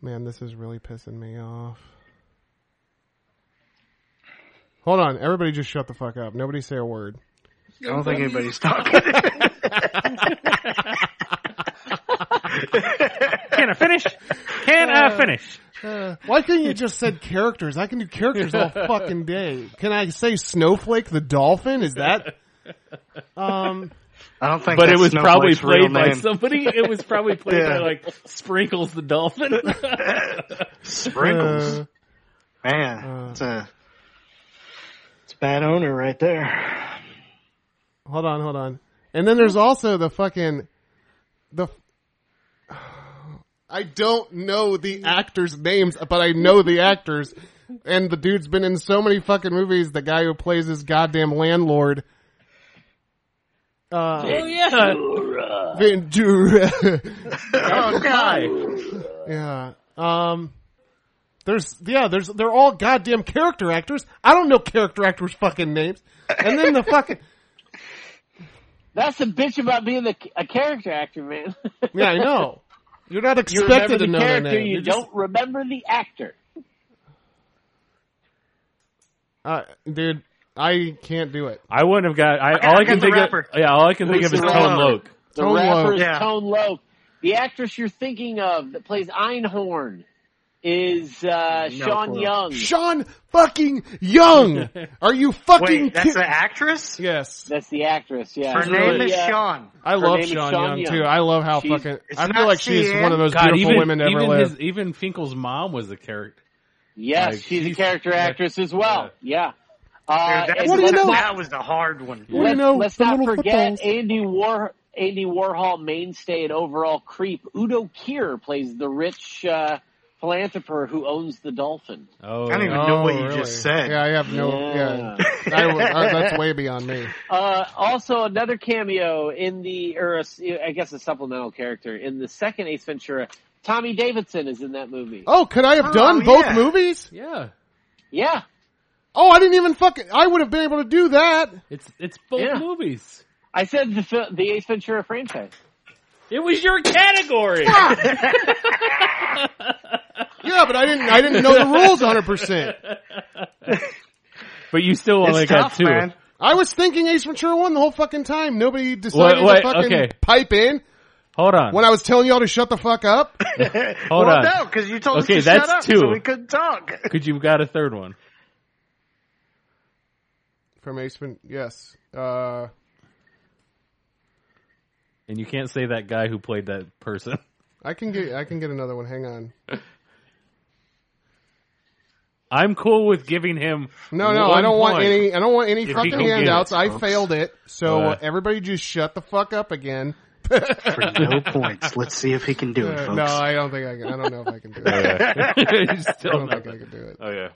Speaker 3: Man, this is really pissing me off. Hold on, everybody, just shut the fuck up. Nobody say a word.
Speaker 2: I don't think anybody's talking.
Speaker 5: Can I finish? Can
Speaker 2: Uh,
Speaker 5: I finish?
Speaker 3: Why couldn't you just said characters? I can do characters all fucking day. Can I say Snowflake the dolphin? Is that um?
Speaker 2: I don't think.
Speaker 5: But it
Speaker 2: that's
Speaker 5: was probably
Speaker 2: Snowflake's real
Speaker 5: played by
Speaker 2: name.
Speaker 5: somebody. It was probably played
Speaker 2: Yeah.
Speaker 5: by like Sprinkles the Dolphin.
Speaker 2: sprinkles.
Speaker 3: Uh,
Speaker 2: Man, it's a it's a bad owner right there.
Speaker 3: hold on, hold on. And then there's also the fucking the. I don't know the actors' names, but I know the actors, and the dude's been in so many fucking movies. The guy who plays his goddamn landlord. Uh,
Speaker 5: oh yeah.
Speaker 3: Ventura.
Speaker 5: Oh god.
Speaker 3: Yeah. Um. There's yeah. There's they're all goddamn character actors. I don't know character actors' fucking names. And then the fucking
Speaker 4: That's the bitch about being the, a character actor, man.
Speaker 3: yeah. I know. You're not
Speaker 4: you remember
Speaker 3: expected
Speaker 4: the
Speaker 3: to know their
Speaker 4: character,
Speaker 3: name.
Speaker 4: you
Speaker 3: You're just-
Speaker 4: don't remember the actor.
Speaker 3: uh, dude. I can't do it.
Speaker 5: I wouldn't have got. I,
Speaker 2: I
Speaker 5: all I
Speaker 2: got
Speaker 5: can
Speaker 2: the
Speaker 5: think
Speaker 2: rapper.
Speaker 5: of. Yeah, all I can think of
Speaker 4: Who's
Speaker 5: is
Speaker 4: the
Speaker 5: Tone
Speaker 4: rapper?
Speaker 5: Loc.
Speaker 4: The
Speaker 3: Tone
Speaker 4: rapper
Speaker 3: Loc.
Speaker 4: is
Speaker 2: Yeah.
Speaker 4: Tone Loc. The actress you're thinking of that plays Einhorn is uh, Sean
Speaker 2: clue.
Speaker 4: Young.
Speaker 3: Sean fucking Young. Are you fucking?
Speaker 2: Wait, that's
Speaker 3: ki-
Speaker 2: an actress.
Speaker 3: yes.
Speaker 4: That's the actress. Yeah,
Speaker 2: Her
Speaker 4: She's
Speaker 2: name
Speaker 4: really,
Speaker 2: is
Speaker 4: uh,
Speaker 2: Sean.
Speaker 3: I love
Speaker 4: name is
Speaker 3: Sean,
Speaker 4: Sean
Speaker 3: Young,
Speaker 4: Young.
Speaker 3: too. I love how
Speaker 4: She's-
Speaker 3: fucking.
Speaker 2: it's
Speaker 3: I feel
Speaker 2: not
Speaker 3: like she's
Speaker 2: CN.
Speaker 3: one of those
Speaker 5: God,
Speaker 3: beautiful
Speaker 5: even
Speaker 3: women to ever
Speaker 5: even
Speaker 3: live.
Speaker 5: his even Finkel's mom was a character.
Speaker 4: Yes,
Speaker 5: Like,
Speaker 4: she's a
Speaker 5: she's-
Speaker 4: character actress as well. Yeah. Uh,
Speaker 2: Dude, that,
Speaker 4: and
Speaker 3: What do you
Speaker 4: let's
Speaker 3: know?
Speaker 4: not-
Speaker 2: that was the hard one.
Speaker 3: What do you
Speaker 4: Let's,
Speaker 3: know?
Speaker 4: let's
Speaker 3: The
Speaker 4: not
Speaker 3: little
Speaker 4: forget
Speaker 3: footballs.
Speaker 4: Andy War Andy Warhol mainstay and overall creep Udo Kier plays the rich uh, philanthropist who owns the dolphin.
Speaker 5: Oh,
Speaker 2: I don't even
Speaker 5: yeah.
Speaker 2: know what
Speaker 3: Oh,
Speaker 2: you
Speaker 3: really?
Speaker 2: just said.
Speaker 3: Yeah, I have no. Yeah, I, I- that's way beyond me.
Speaker 4: Uh, also, another cameo in the or a, I guess a supplemental character in the second Ace Ventura. Tommy Davidson is in that movie.
Speaker 3: Oh, could I have
Speaker 2: Oh,
Speaker 3: done both
Speaker 2: yeah.
Speaker 3: movies?
Speaker 5: yeah.
Speaker 4: Yeah,
Speaker 3: Oh, I didn't even fucking. I would have been able to do that.
Speaker 5: It's it's both
Speaker 4: Yeah.
Speaker 5: movies.
Speaker 4: I said the fil- the Ace Ventura franchise.
Speaker 5: It was your category.
Speaker 3: Yeah, but I didn't. I didn't know the rules 100. percent
Speaker 5: but you still only
Speaker 2: it's
Speaker 5: got
Speaker 2: tough,
Speaker 5: two.
Speaker 2: man.
Speaker 3: I was thinking Ace Ventura one the whole fucking time. Nobody decided
Speaker 5: Wait, wait,
Speaker 3: to fucking
Speaker 5: okay.
Speaker 3: pipe in
Speaker 5: Hold on.
Speaker 3: when I was telling y'all to shut the fuck up.
Speaker 5: Hold
Speaker 2: well,
Speaker 5: on.
Speaker 2: no, because you told
Speaker 5: Okay,
Speaker 2: us to shut
Speaker 5: that's
Speaker 2: up,
Speaker 5: two.
Speaker 2: so we couldn't talk.
Speaker 5: Could you have got a third one?
Speaker 3: From Ace Ventura, yes. Uh,
Speaker 5: And you can't say that guy who played that person.
Speaker 3: I can get. I can get another one. Hang on.
Speaker 5: I'm cool with giving him.
Speaker 3: No, no,
Speaker 5: one
Speaker 3: I don't want
Speaker 5: point.
Speaker 3: any. I don't want any
Speaker 5: If you
Speaker 3: fucking
Speaker 5: can get it,
Speaker 3: handouts. I
Speaker 5: folks.
Speaker 3: failed it, so
Speaker 5: Uh.
Speaker 3: everybody just shut the fuck up again.
Speaker 2: For no points. Let's see if he can do it,
Speaker 3: Uh,
Speaker 2: folks.
Speaker 3: no, I don't think I can. I don't know if I can do it. I
Speaker 5: He's still
Speaker 3: don't
Speaker 5: not-
Speaker 3: think I can do it.
Speaker 5: oh yeah,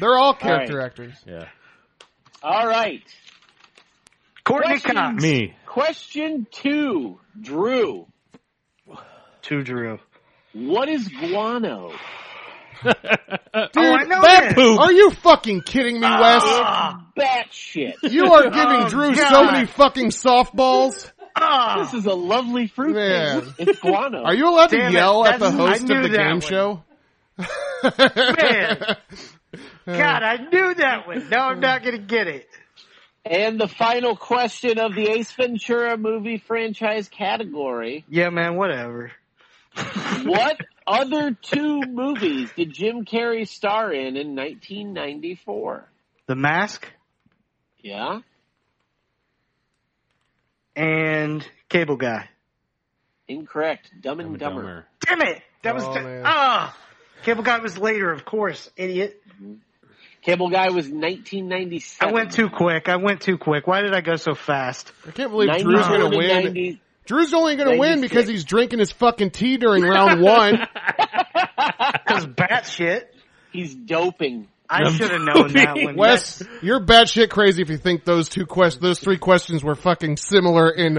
Speaker 3: They're all character
Speaker 4: All right.
Speaker 3: actors.
Speaker 5: yeah.
Speaker 4: All right,
Speaker 2: Courtney
Speaker 4: Question.
Speaker 2: Cox.
Speaker 5: Me.
Speaker 4: question two, Drew.
Speaker 2: To Drew.
Speaker 4: What is guano?
Speaker 3: Dude,
Speaker 2: oh, I know Ah,
Speaker 3: that
Speaker 2: this.
Speaker 5: poop.
Speaker 3: Are you fucking kidding me, Wes?
Speaker 4: Bat shit.
Speaker 3: You are giving
Speaker 2: Oh,
Speaker 3: Drew
Speaker 2: God.
Speaker 3: so many fucking softballs.
Speaker 2: Ah,
Speaker 4: This is a lovely fruit.
Speaker 3: Man.
Speaker 4: Thing. It's guano.
Speaker 3: Are you allowed to
Speaker 2: Damn it,
Speaker 3: yell at the
Speaker 2: that's- I
Speaker 3: host of
Speaker 2: knew
Speaker 3: the
Speaker 2: that
Speaker 3: game
Speaker 2: one.
Speaker 3: show?
Speaker 2: man. God, I knew that one. No, I'm not going to get it.
Speaker 4: And the final question of the Ace Ventura movie franchise category.
Speaker 2: Yeah, man, whatever.
Speaker 4: What other two movies did Jim Carrey star in in 1994?
Speaker 2: The Mask
Speaker 4: Yeah?
Speaker 2: and Cable Guy.
Speaker 4: Incorrect. Dumb
Speaker 5: I'm
Speaker 4: and
Speaker 5: a
Speaker 4: Dumber.
Speaker 5: dumber.
Speaker 2: Damn it! That was
Speaker 3: Oh,
Speaker 2: the-
Speaker 3: man.
Speaker 2: ah. Cable Guy was later, of course, idiot.
Speaker 4: Cable Guy was 1997.
Speaker 2: I went too quick. I went too quick. Why did I go so fast?
Speaker 3: I can't believe
Speaker 4: 94
Speaker 3: Drew's gonna
Speaker 4: to
Speaker 3: win.
Speaker 4: 90
Speaker 3: Drew's only gonna win
Speaker 4: 96.
Speaker 3: because he's drinking his fucking tea during round one.
Speaker 2: Because bat shit.
Speaker 4: He's doping.
Speaker 2: I should have known that one.
Speaker 3: Wes, you're batshit crazy if you think those two quest, those three questions were fucking similar in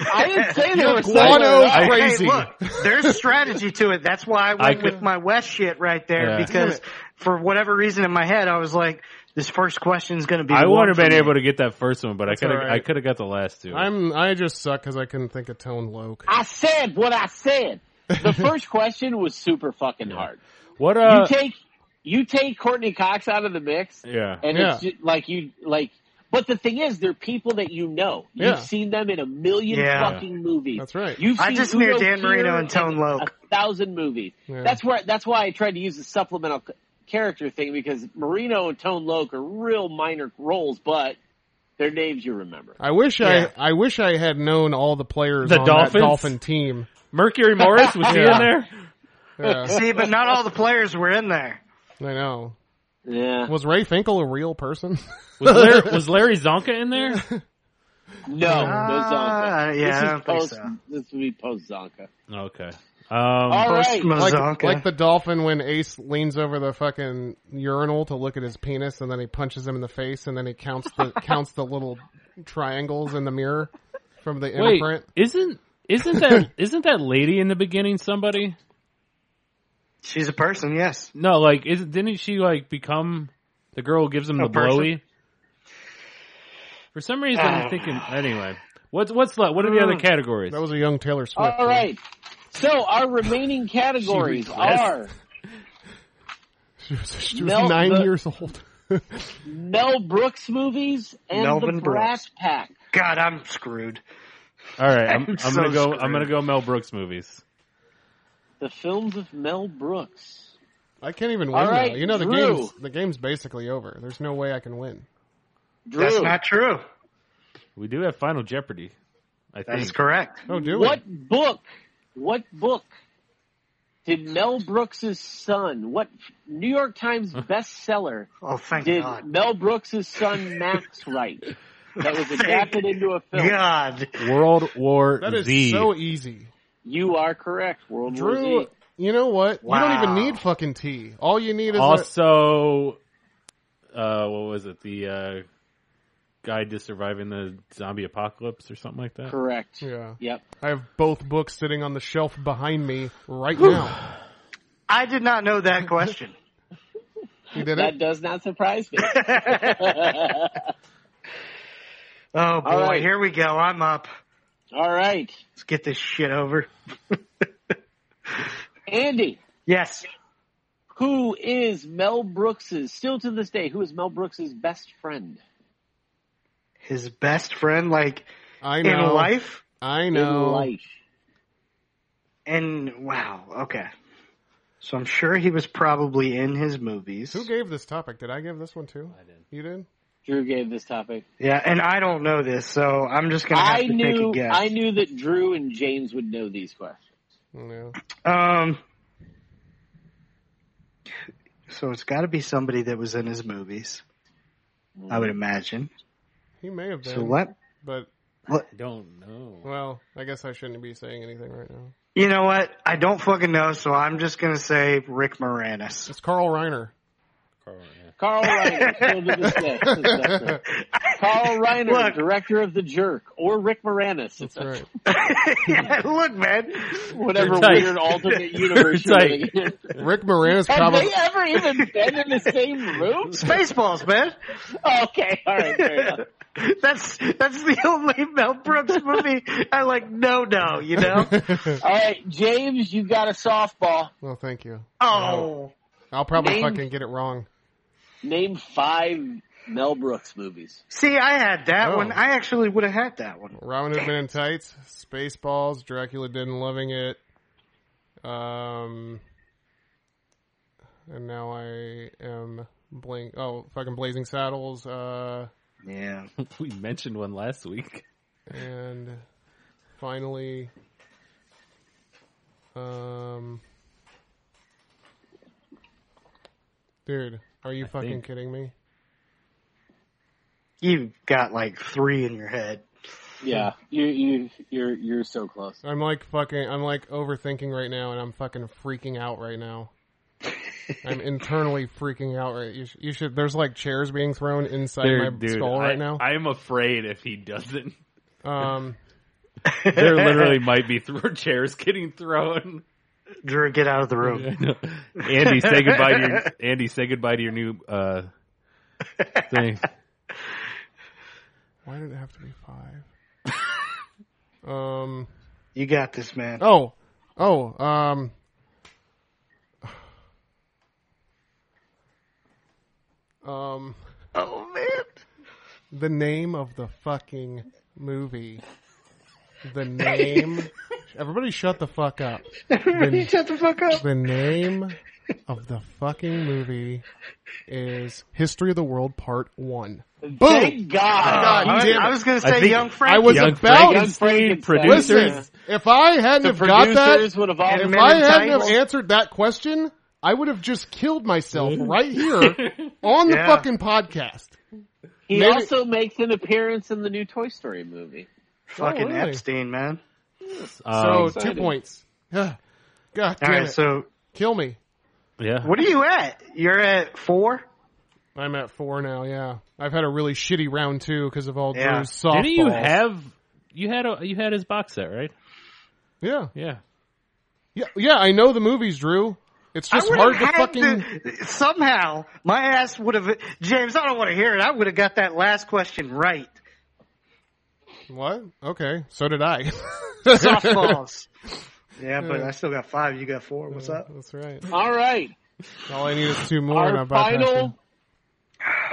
Speaker 4: I didn't say they were
Speaker 3: guano
Speaker 4: similar.
Speaker 3: crazy.
Speaker 2: Hey, look, there's strategy to it. That's why I went
Speaker 5: I could-
Speaker 2: with my West shit right there
Speaker 5: Yeah.
Speaker 2: because for whatever reason in my head, I was like, this first question is going to be.
Speaker 5: I
Speaker 2: the
Speaker 5: would
Speaker 2: one
Speaker 5: have
Speaker 2: for
Speaker 5: been
Speaker 2: me.
Speaker 5: able to get that first one, but I could have.
Speaker 3: all
Speaker 5: I
Speaker 3: right.
Speaker 5: could have got the last two.
Speaker 3: I'm I just suck because I couldn't think of tone loke.
Speaker 2: Ah.
Speaker 4: I said what I said. The first question was super fucking hard.
Speaker 5: what?
Speaker 4: You
Speaker 5: Uh,
Speaker 4: take you take Courtney Cox out of the mix.
Speaker 5: yeah.
Speaker 4: And it's
Speaker 3: Yeah.
Speaker 4: just, like you like but the thing is they're people that you know. You've
Speaker 3: Yeah.
Speaker 4: seen them in a million
Speaker 2: Yeah.
Speaker 4: fucking movies.
Speaker 3: That's right.
Speaker 4: You've
Speaker 2: I
Speaker 4: seen
Speaker 2: just knew
Speaker 4: Udo
Speaker 2: Dan
Speaker 4: Kier
Speaker 2: Marino and Tone
Speaker 4: in
Speaker 2: Loc.
Speaker 4: A thousand movies.
Speaker 3: Yeah.
Speaker 4: That's where that's why I tried to use the supplemental c- character thing because Marino and Tone Loc are real minor roles, but their names you remember.
Speaker 3: I wish
Speaker 2: Yeah.
Speaker 3: I I wish I had known all the players
Speaker 5: The
Speaker 3: on that
Speaker 5: Dolphins?
Speaker 3: dolphin team.
Speaker 5: Mercury Morris was he
Speaker 3: Yeah.
Speaker 5: in there?
Speaker 3: Yeah,
Speaker 2: See, but not all the players were in there.
Speaker 3: I know.
Speaker 4: Yeah.
Speaker 3: Was Ray Finkel a real person?
Speaker 5: Was Larry, was Larry Zonka in there?
Speaker 4: No, no Zonka.
Speaker 2: Ah, yeah, I
Speaker 4: this is
Speaker 2: don't think
Speaker 4: post,
Speaker 2: so.
Speaker 4: this would be post Zonka.
Speaker 5: Okay.
Speaker 4: All
Speaker 5: Um,
Speaker 4: right.
Speaker 2: Post
Speaker 3: like
Speaker 2: Mazonka.
Speaker 3: like the dolphin when Ace leans over the fucking urinal to look at his penis and then he punches him in the face and then he counts the counts the little triangles in the mirror from the
Speaker 5: wait,
Speaker 3: imprint.
Speaker 5: isn't isn't that isn't that lady in the beginning somebody?
Speaker 2: She's a person, yes.
Speaker 5: No, like is didn't she like become the girl who gives him
Speaker 2: A
Speaker 5: the
Speaker 2: person?
Speaker 5: blowy? For some reason,
Speaker 2: Ah.
Speaker 5: I'm thinking. Anyway, what's what's left? What are the other
Speaker 2: Mm.
Speaker 5: categories?
Speaker 3: That was a young Taylor Swift.
Speaker 4: All right. So our remaining categories
Speaker 5: regressed.
Speaker 4: are
Speaker 3: She was, she was
Speaker 4: Mel-
Speaker 3: nine
Speaker 4: the-
Speaker 3: years old.
Speaker 4: Mel Brooks movies and
Speaker 2: Melvin
Speaker 4: the Brat Pack.
Speaker 2: God, I'm screwed.
Speaker 5: All right, I'm,
Speaker 2: I'm
Speaker 5: I'm
Speaker 2: so
Speaker 5: gonna go. I'm
Speaker 2: screwed.
Speaker 5: gonna go Mel Brooks movies.
Speaker 4: The films of Mel Brooks.
Speaker 3: I can't even
Speaker 4: All
Speaker 3: win
Speaker 4: right,
Speaker 3: now. You know the
Speaker 4: Drew.
Speaker 3: game's the game's basically over. There's no way I can win.
Speaker 4: Drew,
Speaker 2: That's not true.
Speaker 5: We do have Final Jeopardy. I
Speaker 2: That is
Speaker 5: think
Speaker 2: correct.
Speaker 3: Oh, do we?
Speaker 4: what book? What book did Mel Brooks' son, what New York Times bestseller,
Speaker 2: Oh, thank
Speaker 4: did
Speaker 2: God.
Speaker 4: Mel Brooks' son Max write? That was adapted into a film.
Speaker 2: God.
Speaker 6: World War
Speaker 3: That is
Speaker 6: Z.
Speaker 3: so easy.
Speaker 4: You are correct. World War
Speaker 3: Drew,
Speaker 4: Z.
Speaker 3: you know what? You don't
Speaker 2: Wow.
Speaker 3: even need fucking tea. All you need is a,
Speaker 5: also, uh, what was it? The uh, guide to surviving the zombie apocalypse or something like that.
Speaker 4: Correct.
Speaker 3: yeah.
Speaker 4: Yep.
Speaker 3: I have both books sitting on the shelf behind me right now.
Speaker 2: I did not know that question.
Speaker 3: You did
Speaker 4: That
Speaker 3: it.
Speaker 4: does not surprise me.
Speaker 2: Oh boy,
Speaker 4: right.
Speaker 2: here we go. I'm up.
Speaker 4: All right.
Speaker 2: Let's get this shit over.
Speaker 4: Andy,
Speaker 2: Yes.
Speaker 4: who is Mel Brooks's, still to this day, who is Mel Brooks's best friend?
Speaker 2: His best friend, like
Speaker 3: I
Speaker 2: in
Speaker 3: know.
Speaker 2: life.
Speaker 3: I
Speaker 4: In
Speaker 3: know.
Speaker 4: life.
Speaker 2: And wow, okay. So I'm sure he was probably in his movies.
Speaker 3: Who gave this topic? Did I give this one too? I did. You did?
Speaker 4: Drew gave this topic.
Speaker 2: Yeah, and I don't know this, so I'm just gonna have
Speaker 4: I
Speaker 2: to take a
Speaker 4: knew
Speaker 2: guess.
Speaker 4: I knew that Drew and James would know these questions.
Speaker 3: No.
Speaker 2: Um, so it's got to be somebody that was in his movies, I would imagine.
Speaker 3: He may have been.
Speaker 2: So what?
Speaker 3: But
Speaker 5: I don't know.
Speaker 3: well, I guess I shouldn't be saying anything right now.
Speaker 2: You know what? I don't fucking know, so I'm just gonna say Rick Moranis.
Speaker 3: It's Carl Reiner.
Speaker 5: Carl,
Speaker 4: Carl
Speaker 5: yeah.
Speaker 4: Reiner, still to this day. Carl Reiner,
Speaker 2: Look.
Speaker 4: director of The Jerk, or Rick Moranis. It's
Speaker 3: That's right.
Speaker 2: Yeah, Look, man,
Speaker 4: whatever
Speaker 5: You're tight.
Speaker 4: weird alternate universe you're
Speaker 5: tight.
Speaker 4: living in.
Speaker 3: Rick Moranis
Speaker 4: Have
Speaker 3: probably.
Speaker 4: they ever even been in the same room?
Speaker 2: Spaceballs, man.
Speaker 4: Okay, all right, fair enough.
Speaker 2: that's that's the only Mel Brooks movie I like. No, no, you know.
Speaker 4: All right, James, you got a softball.
Speaker 3: Well, thank you.
Speaker 2: Oh,
Speaker 3: I'll probably
Speaker 4: Name-
Speaker 3: fucking get it wrong.
Speaker 4: Name five Mel Brooks movies.
Speaker 2: see, I had that
Speaker 3: Oh.
Speaker 2: one. I actually would have had that one.
Speaker 3: Robin Hood Men in Tights, Spaceballs, Dracula Dead and Loving It. Um, and now I am blank. Oh, fucking Blazing Saddles. Uh,
Speaker 2: Yeah.
Speaker 5: We mentioned one last week.
Speaker 3: and finally, um, dude, are you fucking
Speaker 5: think-
Speaker 3: kidding me?
Speaker 2: You've got like three in your head.
Speaker 4: Yeah, you you you're you're so close.
Speaker 3: I'm like fucking. I'm like overthinking right now, and I'm fucking freaking out right now. I'm internally freaking out. Right, you, sh- you should. There's like chairs being thrown inside my skull
Speaker 5: I,
Speaker 3: right now.
Speaker 5: I'm afraid if he doesn't,
Speaker 3: um,
Speaker 5: there literally might be th- chairs getting thrown.
Speaker 2: Drew, get out of the room.
Speaker 5: Andy, say goodbye to your Andy. Say goodbye to your new uh, thing.
Speaker 3: why did it have to be five? um.
Speaker 2: You got this, man.
Speaker 3: Oh. Oh. Um. Um.
Speaker 2: Oh man.
Speaker 3: The name of the fucking movie. The name. Everybody shut the fuck up.
Speaker 2: Everybody shut the fuck up.
Speaker 3: The name of the fucking movie is History of the World Part 1.
Speaker 4: Thank God.
Speaker 3: God damn it.
Speaker 2: I was gonna
Speaker 5: I
Speaker 2: say
Speaker 5: think-
Speaker 2: young Frank.
Speaker 3: I was
Speaker 5: Young
Speaker 3: about
Speaker 5: Frankenstein
Speaker 4: Frankenstein.
Speaker 3: Listen,
Speaker 5: producers.
Speaker 3: if I hadn't
Speaker 4: The
Speaker 3: have got
Speaker 4: producers
Speaker 3: that,
Speaker 4: would have all
Speaker 3: if
Speaker 4: been
Speaker 2: And Men
Speaker 3: I
Speaker 2: in
Speaker 3: hadn't have
Speaker 2: Tights.
Speaker 3: answered that question, I would have just killed myself right here on the
Speaker 2: Yeah.
Speaker 3: fucking podcast.
Speaker 4: He
Speaker 3: Maybe-
Speaker 4: also makes an appearance in the new Toy Story movie.
Speaker 2: fucking
Speaker 3: Oh, really?
Speaker 2: Epstein, man.
Speaker 3: So
Speaker 5: Um,
Speaker 3: two
Speaker 4: excited.
Speaker 3: points. Ugh. God
Speaker 2: All
Speaker 3: damn
Speaker 2: right,
Speaker 3: it!
Speaker 2: so
Speaker 3: Kill me.
Speaker 5: yeah,
Speaker 2: what are you at? You're at four.
Speaker 3: I'm at four now. Yeah, I've had a really shitty round two because of all
Speaker 2: Yeah.
Speaker 3: Drew's softballs.
Speaker 5: didn't you have you had a, you had his box set right?
Speaker 3: Yeah,
Speaker 5: Yeah,
Speaker 3: yeah, yeah. I know the movies, Drew. It's
Speaker 2: I
Speaker 3: just
Speaker 2: would
Speaker 3: hard to
Speaker 2: have
Speaker 3: fucking.
Speaker 2: had to- somehow my ass would have. James, I don't want to hear it. I would have got that last question right.
Speaker 3: What? Okay, so did I.
Speaker 2: Softballs. yeah, but I still got five. You got four. What's up?
Speaker 3: That's right.
Speaker 4: All right,
Speaker 3: All I need is two more. and I'm
Speaker 4: our
Speaker 3: about to have
Speaker 4: final
Speaker 3: to-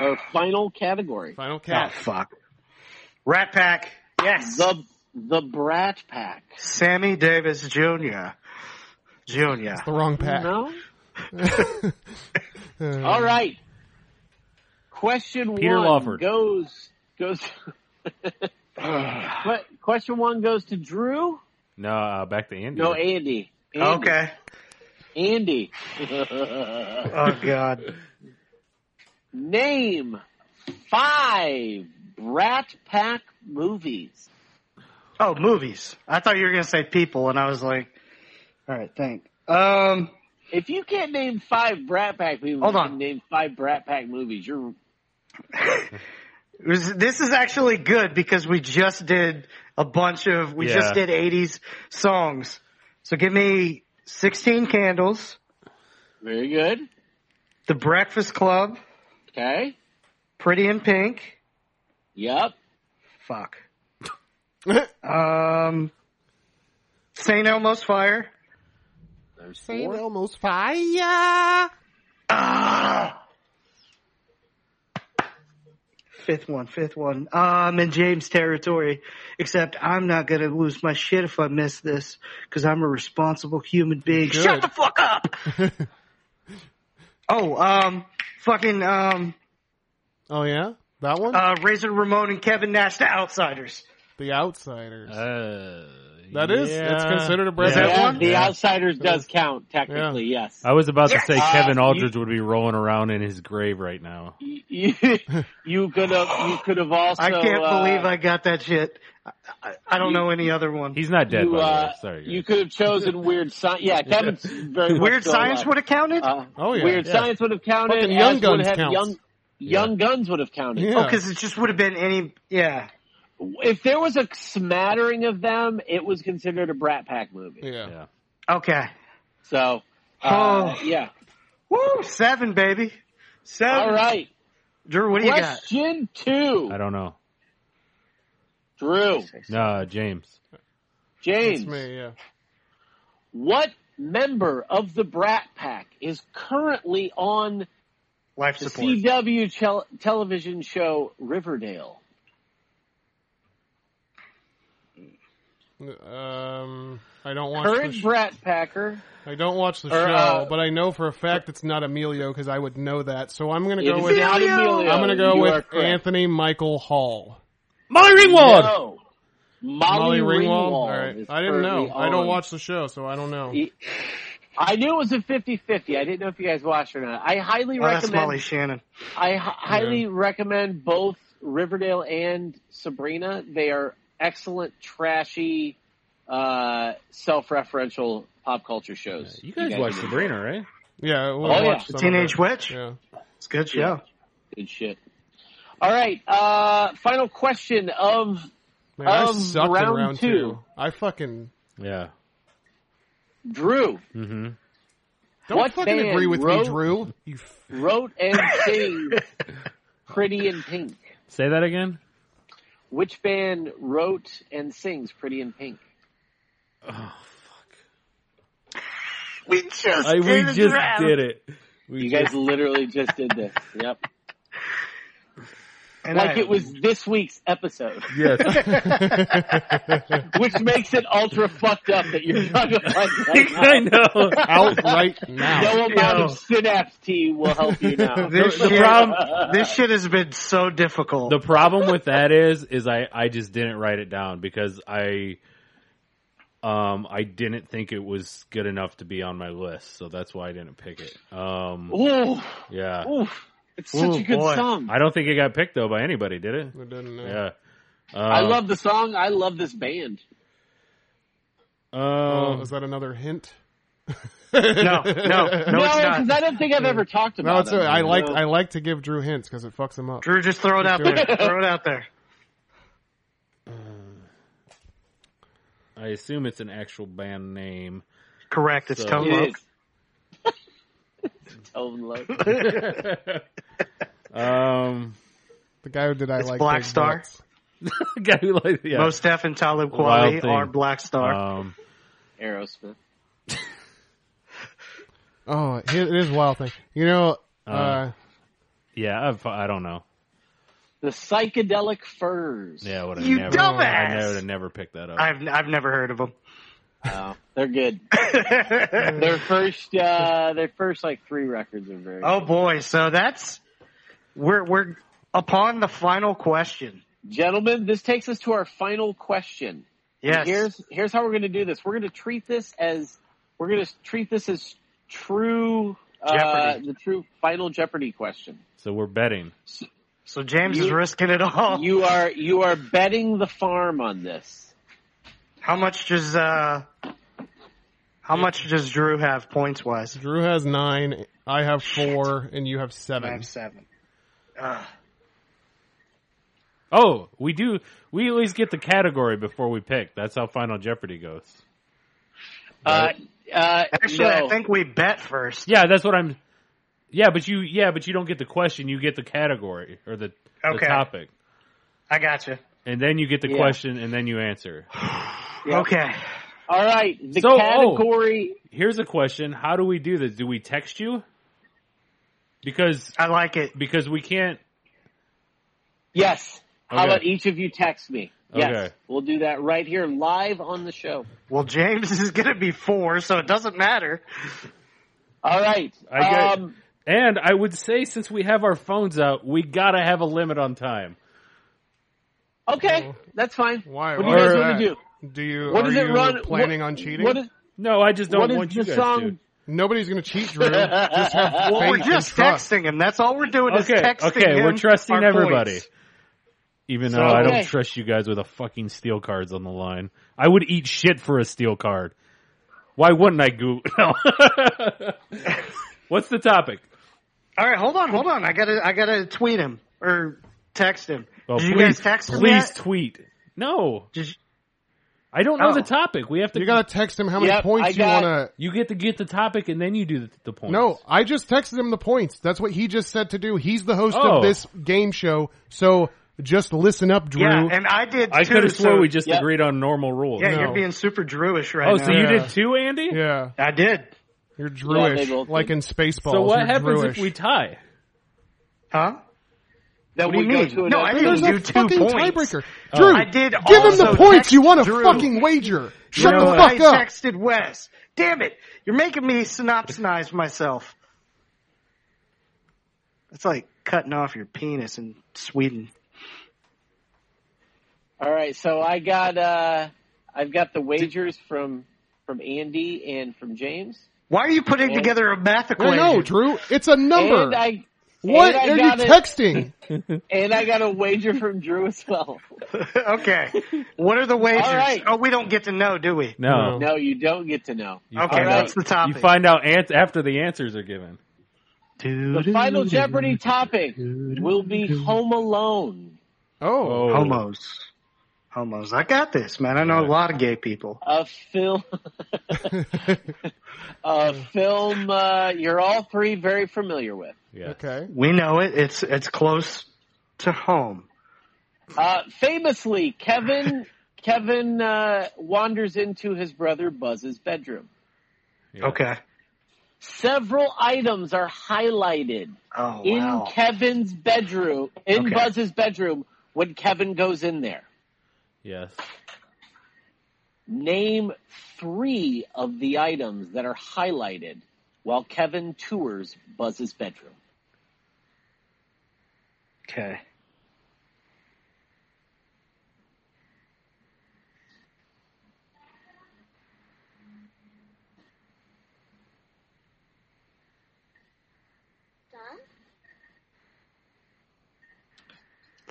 Speaker 4: our final category.
Speaker 3: final
Speaker 2: Oh
Speaker 3: cat.
Speaker 2: fuck. Rat Pack. Yes.
Speaker 4: The the Brat Pack.
Speaker 2: Sammy Davis Jr. Jr.
Speaker 3: The wrong pack.
Speaker 4: No? All right. Question
Speaker 5: Peter
Speaker 4: one
Speaker 5: Lawford.
Speaker 4: goes goes. Que- question one goes to Drew.
Speaker 5: no, uh, back to Andy.
Speaker 4: No, Andy. Andy.
Speaker 2: Okay.
Speaker 4: Andy.
Speaker 2: Oh god.
Speaker 4: Name five Rat Pack movies.
Speaker 2: Oh, movies. I thought you were gonna say people, and I was like, all right, thank. Um,
Speaker 4: If you can't name five Brat Pack movies,
Speaker 2: Hold
Speaker 4: you
Speaker 2: on.
Speaker 4: can name five Brat Pack movies. You're
Speaker 2: it was- this is actually good because we just did a bunch of we
Speaker 5: Yeah.
Speaker 2: just did '80s songs. So give me "16 Candles,"
Speaker 4: very good.
Speaker 2: "The Breakfast Club,"
Speaker 4: Okay.
Speaker 2: "Pretty in Pink."
Speaker 4: Yep.
Speaker 2: Fuck. Um, "St. Elmo's Fire."
Speaker 4: There's
Speaker 3: Saint
Speaker 4: four.
Speaker 3: Elmo's fire.
Speaker 2: Fifth one, fifth one. Uh, I'm in James territory, except I'm not gonna lose my shit if I miss this because I'm a responsible human being. Shut the fuck up. oh, um, fucking um,
Speaker 3: Oh yeah, that one.
Speaker 2: uh, Razor Ramon and Kevin Nash, the Outsiders.
Speaker 3: the Outsiders.
Speaker 4: uh,
Speaker 5: That
Speaker 3: That is- it's considered a breath
Speaker 2: Is that
Speaker 4: Yeah,
Speaker 2: one?
Speaker 4: The Outsiders does count technically. Yes.
Speaker 5: I was about
Speaker 2: Yes!
Speaker 5: to say
Speaker 4: Uh,
Speaker 5: Kevin
Speaker 4: you-
Speaker 5: Aldridge would be rolling around in his grave right now.
Speaker 4: you, you could have. You could have also.
Speaker 2: I can't
Speaker 4: uh,
Speaker 2: believe I got that shit. I, I, I don't
Speaker 4: You-
Speaker 2: know any other one.
Speaker 5: He's not dead,
Speaker 4: you,
Speaker 5: by the
Speaker 4: uh,
Speaker 5: way. Sorry. guys.
Speaker 4: you could have chosen weird science. Yeah, Kevin's very much
Speaker 2: Weird
Speaker 4: still
Speaker 2: Science
Speaker 4: alive.
Speaker 2: would have counted.
Speaker 4: Uh,
Speaker 3: Oh, yeah.
Speaker 4: Weird
Speaker 5: Yeah.
Speaker 4: Science would have counted.
Speaker 3: Fucking
Speaker 4: as
Speaker 3: Young
Speaker 4: would
Speaker 3: Guns
Speaker 4: have
Speaker 3: counts.
Speaker 4: Young, young Guns would have counted.
Speaker 3: Yeah.
Speaker 2: Oh, because it just would have been any. Yeah.
Speaker 4: If there was a smattering of them, it was considered a Brat Pack movie.
Speaker 3: yeah.
Speaker 5: yeah.
Speaker 2: Okay.
Speaker 4: So, uh,
Speaker 2: Oh.
Speaker 4: yeah.
Speaker 2: Woo! Seven, baby. Seven.
Speaker 4: All right.
Speaker 2: Drew, what do you got?
Speaker 4: Question two.
Speaker 5: I don't know.
Speaker 4: Drew,
Speaker 5: No, uh, James.
Speaker 4: James,
Speaker 3: It's me. Yeah.
Speaker 4: what member of the Brat Pack is currently on
Speaker 2: Life
Speaker 4: the
Speaker 2: support.
Speaker 4: CW chel- television show Riverdale?
Speaker 3: Um, I don't watch. The
Speaker 4: Current
Speaker 3: sh-
Speaker 4: Brat Packer.
Speaker 3: I don't watch the
Speaker 4: or,
Speaker 3: show,
Speaker 4: uh,
Speaker 3: but I know for a fact it's not Emilio because I would know that. So I'm gonna
Speaker 4: It
Speaker 3: go
Speaker 4: is
Speaker 3: with.
Speaker 4: not
Speaker 2: Emilio.
Speaker 4: Emilio.
Speaker 3: I'm gonna go
Speaker 4: You are
Speaker 3: with
Speaker 4: correct.
Speaker 3: Anthony Michael Hall.
Speaker 5: Molly Ringwald.
Speaker 4: No. Molly, Ringwald.
Speaker 3: All right.
Speaker 4: is
Speaker 3: I didn't know.
Speaker 4: currently
Speaker 3: I don't
Speaker 4: on-
Speaker 3: watch the show, so I don't know.
Speaker 4: He- I knew it was a 50-50. I didn't know if you guys watched or not. I highly
Speaker 2: Oh, that's Molly
Speaker 4: recommend.
Speaker 2: Shannon.
Speaker 4: I h- highly recommend both Riverdale and Sabrina. They are excellent, trashy, uh, self-referential pop culture shows.
Speaker 5: You guys watch Sabrina, right?
Speaker 3: Yeah. We'll
Speaker 4: Oh, yeah.
Speaker 3: watch some of
Speaker 2: Teenage
Speaker 3: it.
Speaker 2: Witch.
Speaker 3: Yeah.
Speaker 2: It's a good show.
Speaker 4: Good shit. All right. Uh, final question of
Speaker 3: Man, I
Speaker 4: Of
Speaker 3: sucked in
Speaker 4: Um, round
Speaker 3: round
Speaker 4: two.
Speaker 3: two. I fucking
Speaker 5: Yeah.
Speaker 4: Drew.
Speaker 5: Mm-hmm.
Speaker 3: don't
Speaker 4: What
Speaker 3: fucking
Speaker 4: band
Speaker 3: agree with
Speaker 4: wrote-
Speaker 3: me, Drew. You f-
Speaker 4: Wrote and sang Pretty in Pink.
Speaker 5: Say that again.
Speaker 4: Which band wrote and sings Pretty in Pink?
Speaker 2: We just
Speaker 5: I, we
Speaker 2: did a
Speaker 5: just
Speaker 2: draft.
Speaker 5: did it. We
Speaker 4: You guys literally just did this. Yep.
Speaker 2: And
Speaker 4: Like
Speaker 2: I-
Speaker 4: it was this week's episode,
Speaker 5: Yes.
Speaker 4: which makes it ultra fucked up that you're trying to find that
Speaker 5: I know.
Speaker 3: out right now.
Speaker 4: No amount
Speaker 2: Yo.
Speaker 4: of synapse tea will help you now.
Speaker 2: This,
Speaker 5: the
Speaker 2: shit,
Speaker 5: problem-
Speaker 2: this shit has been so difficult.
Speaker 5: The problem with that is, is I, I just didn't write it down because I, um, I didn't think it was good enough to be on my list, so that's why I didn't pick it. Um,
Speaker 4: Ooh,
Speaker 5: yeah,
Speaker 4: ooh, it's such
Speaker 2: Ooh,
Speaker 4: a good
Speaker 2: boy.
Speaker 4: song.
Speaker 5: I don't think it got picked though by anybody, did it?
Speaker 3: I didn't know.
Speaker 5: Yeah. Uh,
Speaker 4: I love the song. I love this band.
Speaker 3: Oh,
Speaker 2: Oh,
Speaker 5: Um,
Speaker 3: is that another hint?
Speaker 2: no, no, no, it's
Speaker 4: because
Speaker 2: not.
Speaker 4: I don't think I've ever talked about
Speaker 3: No, it's.
Speaker 4: them.
Speaker 3: I like.
Speaker 4: No.
Speaker 3: I like to give Drew hints because it fucks him up.
Speaker 2: Drew, just throw it out
Speaker 3: Drew.
Speaker 2: there. throw it out there.
Speaker 5: I assume it's an actual band name.
Speaker 2: Correct. It's
Speaker 5: So-
Speaker 2: Tone
Speaker 4: It
Speaker 2: Loc.
Speaker 4: is. Tone Loc.
Speaker 5: Um,
Speaker 3: The guy who did I
Speaker 2: It's
Speaker 3: like
Speaker 2: Black
Speaker 3: Big
Speaker 2: Star.
Speaker 3: Butts.
Speaker 5: the guy who like yeah.
Speaker 2: Most Def and Talib
Speaker 5: Wild
Speaker 2: Kweli
Speaker 5: Thing.
Speaker 2: are Black Star.
Speaker 5: um,
Speaker 4: Aerosmith.
Speaker 3: Oh, it it is wild thing. You know, uh,
Speaker 5: Uh. yeah, I've, I don't know.
Speaker 4: The Psychedelic Furs.
Speaker 5: Yeah, would
Speaker 2: You
Speaker 5: never,
Speaker 2: dumbass!
Speaker 5: I never, would've never picked that up.
Speaker 2: I've I've never heard of them.
Speaker 4: Oh, they're good.
Speaker 2: Mm.
Speaker 4: their first, uh, their first like three records are very.
Speaker 2: Oh
Speaker 4: good.
Speaker 2: boy, so that's we're we're upon the final question.
Speaker 4: gentlemen, this takes us to our final question.
Speaker 2: Yes.
Speaker 4: Here's here's how we're going to do this. We're going to treat this as we're going to treat this as true uh,
Speaker 2: Jeopardy.
Speaker 4: the true final Jeopardy question.
Speaker 5: So we're betting.
Speaker 2: So James is
Speaker 4: You-
Speaker 2: risking it all.
Speaker 4: You are you are betting the farm on this.
Speaker 2: how much does uh how much does Drew have points wise?
Speaker 3: Drew has nine. I have four, and you have
Speaker 2: I
Speaker 3: seven.
Speaker 2: have seven. Uh,
Speaker 5: Oh, we do. We always get the category before we pick. That's how Final Jeopardy goes.
Speaker 4: Uh, uh,
Speaker 2: actually,
Speaker 4: no.
Speaker 2: I think we bet first.
Speaker 5: Yeah, that's what I'm. Yeah, but you. Yeah, but you don't get the question. You get the category or the, the
Speaker 2: Okay.
Speaker 5: topic,
Speaker 2: I gotcha.
Speaker 5: and then you get the
Speaker 4: Yeah.
Speaker 5: question, and then you answer.
Speaker 4: Yeah.
Speaker 2: Okay.
Speaker 4: All right, the
Speaker 5: So, oh.
Speaker 4: category.
Speaker 5: Here's a question: How do we do this? Do we text you? Because
Speaker 2: I like it.
Speaker 5: because we can't.
Speaker 4: Yes. How
Speaker 5: Okay.
Speaker 4: about each of you text me? Yes,
Speaker 5: Okay.
Speaker 4: we'll do that right here live on the show.
Speaker 2: Well, James is going to be four, so it doesn't matter.
Speaker 4: All right.
Speaker 5: I get-
Speaker 4: um,
Speaker 5: And I would say since we have our phones out, we gotta have a limit on time.
Speaker 4: okay, that's fine.
Speaker 3: Why?
Speaker 4: What do
Speaker 3: why
Speaker 4: you guys
Speaker 3: is
Speaker 4: want to
Speaker 3: that?
Speaker 4: do?
Speaker 3: you
Speaker 4: What
Speaker 3: are
Speaker 4: does it
Speaker 3: you
Speaker 4: run?
Speaker 3: planning
Speaker 4: what-
Speaker 3: on cheating?
Speaker 4: What is,
Speaker 5: No, I just don't
Speaker 4: what is
Speaker 5: want you
Speaker 4: the
Speaker 5: guys to.
Speaker 4: song?
Speaker 3: Nobody's going to cheat, Drew. Just have
Speaker 2: Well,
Speaker 3: faith
Speaker 2: we're
Speaker 3: and
Speaker 2: just
Speaker 3: trust.
Speaker 2: texting him. That's all we're doing is
Speaker 5: Okay,
Speaker 2: texting
Speaker 5: okay,
Speaker 2: him
Speaker 5: we're trusting
Speaker 2: our
Speaker 5: everybody.
Speaker 2: points.
Speaker 5: Even
Speaker 2: So-
Speaker 5: though I don't
Speaker 4: Okay.
Speaker 5: trust you guys with a fucking steel cards on the line, I would eat shit for a steel card. Why wouldn't I go? No. What's the topic?
Speaker 2: All right, hold on, hold on. I gotta, I gotta tweet him or text him.
Speaker 5: Well,
Speaker 2: Did you
Speaker 5: please,
Speaker 2: guys text him
Speaker 5: please
Speaker 2: yet?
Speaker 5: tweet. No,
Speaker 2: Did you-
Speaker 5: I don't know
Speaker 2: Oh.
Speaker 5: the topic. We have to.
Speaker 3: You got to text him how many
Speaker 4: Yep, I
Speaker 3: points you
Speaker 4: got-
Speaker 3: want to.
Speaker 5: You get to get the topic and then you do the, the points.
Speaker 3: No, I just texted him the points. That's what he just said to do. He's the host
Speaker 5: Oh.
Speaker 3: of this game show, so just listen up, Drew.
Speaker 2: yeah, and I did.
Speaker 5: I
Speaker 2: too,
Speaker 5: could have swore
Speaker 2: so-
Speaker 5: we just
Speaker 4: Yep.
Speaker 5: agreed on normal rules.
Speaker 2: Yeah,
Speaker 3: No.
Speaker 2: you're being super Drewish right
Speaker 5: Oh,
Speaker 2: now.
Speaker 5: so you
Speaker 3: Yeah.
Speaker 5: did too, Andy?
Speaker 3: yeah,
Speaker 2: I did.
Speaker 4: Yeah,
Speaker 3: you're
Speaker 4: they
Speaker 3: Drewish,
Speaker 4: both
Speaker 3: like
Speaker 4: did.
Speaker 3: in Spaceballs.
Speaker 5: So what
Speaker 3: you're
Speaker 5: happens
Speaker 3: Drewish.
Speaker 5: if we tie?
Speaker 2: Huh?
Speaker 4: That
Speaker 2: What do
Speaker 4: we
Speaker 2: you
Speaker 4: go
Speaker 2: mean?
Speaker 4: to
Speaker 2: No,
Speaker 4: another-
Speaker 2: I didn't
Speaker 3: There's
Speaker 2: do
Speaker 3: a
Speaker 2: two
Speaker 3: fucking
Speaker 2: points.
Speaker 3: tiebreaker.
Speaker 5: Oh.
Speaker 3: Drew,
Speaker 2: I did.
Speaker 3: Give him the
Speaker 2: also
Speaker 3: points.
Speaker 2: text
Speaker 3: You want to
Speaker 2: Drew.
Speaker 3: fucking wager?
Speaker 2: You
Speaker 3: Shut
Speaker 2: know
Speaker 3: the
Speaker 2: what?
Speaker 3: fuck
Speaker 2: I
Speaker 3: up.
Speaker 2: texted Wes. Damn it! You're making me synopsonize myself. It's like cutting off your penis in Sweden.
Speaker 4: All right, so I got uh, I've got the wagers from from Andy and from James,
Speaker 2: Why are you putting
Speaker 4: And-
Speaker 2: together a math
Speaker 3: No,
Speaker 2: equation?
Speaker 3: no, Drew, it's a number.
Speaker 4: and I
Speaker 3: what
Speaker 4: and I
Speaker 3: are you
Speaker 4: got it.
Speaker 3: texting?
Speaker 4: and I got a wager from Drew as well.
Speaker 2: okay. What are the wagers?
Speaker 4: All right.
Speaker 2: Oh, we don't get to know, do we?
Speaker 5: No.
Speaker 4: No, you don't get to know.
Speaker 5: You
Speaker 2: okay,
Speaker 5: find
Speaker 2: that's
Speaker 5: out-
Speaker 2: the topic.
Speaker 5: You find out ans- after the answers are given.
Speaker 4: The final Jeopardy topic will be Home Alone.
Speaker 3: Oh,
Speaker 5: Oh.
Speaker 2: Homos. Homos. I got this, man. I know a lot of gay people.
Speaker 4: a film a film uh, you're all three very familiar with
Speaker 5: Yeah.
Speaker 3: Oh, okay.
Speaker 2: We know it. It's it's close to home.
Speaker 4: uh, famously kevin kevin uh, wanders into his brother buzz's bedroom
Speaker 5: Yeah.
Speaker 2: Okay.
Speaker 4: several items are highlighted
Speaker 2: Oh
Speaker 4: in
Speaker 2: wow.
Speaker 4: kevin's bedroom in
Speaker 2: Okay.
Speaker 4: buzz's bedroom when kevin goes in there
Speaker 5: Yes.
Speaker 4: name three of the items that are highlighted while kevin tours buzz's bedroom
Speaker 2: okay.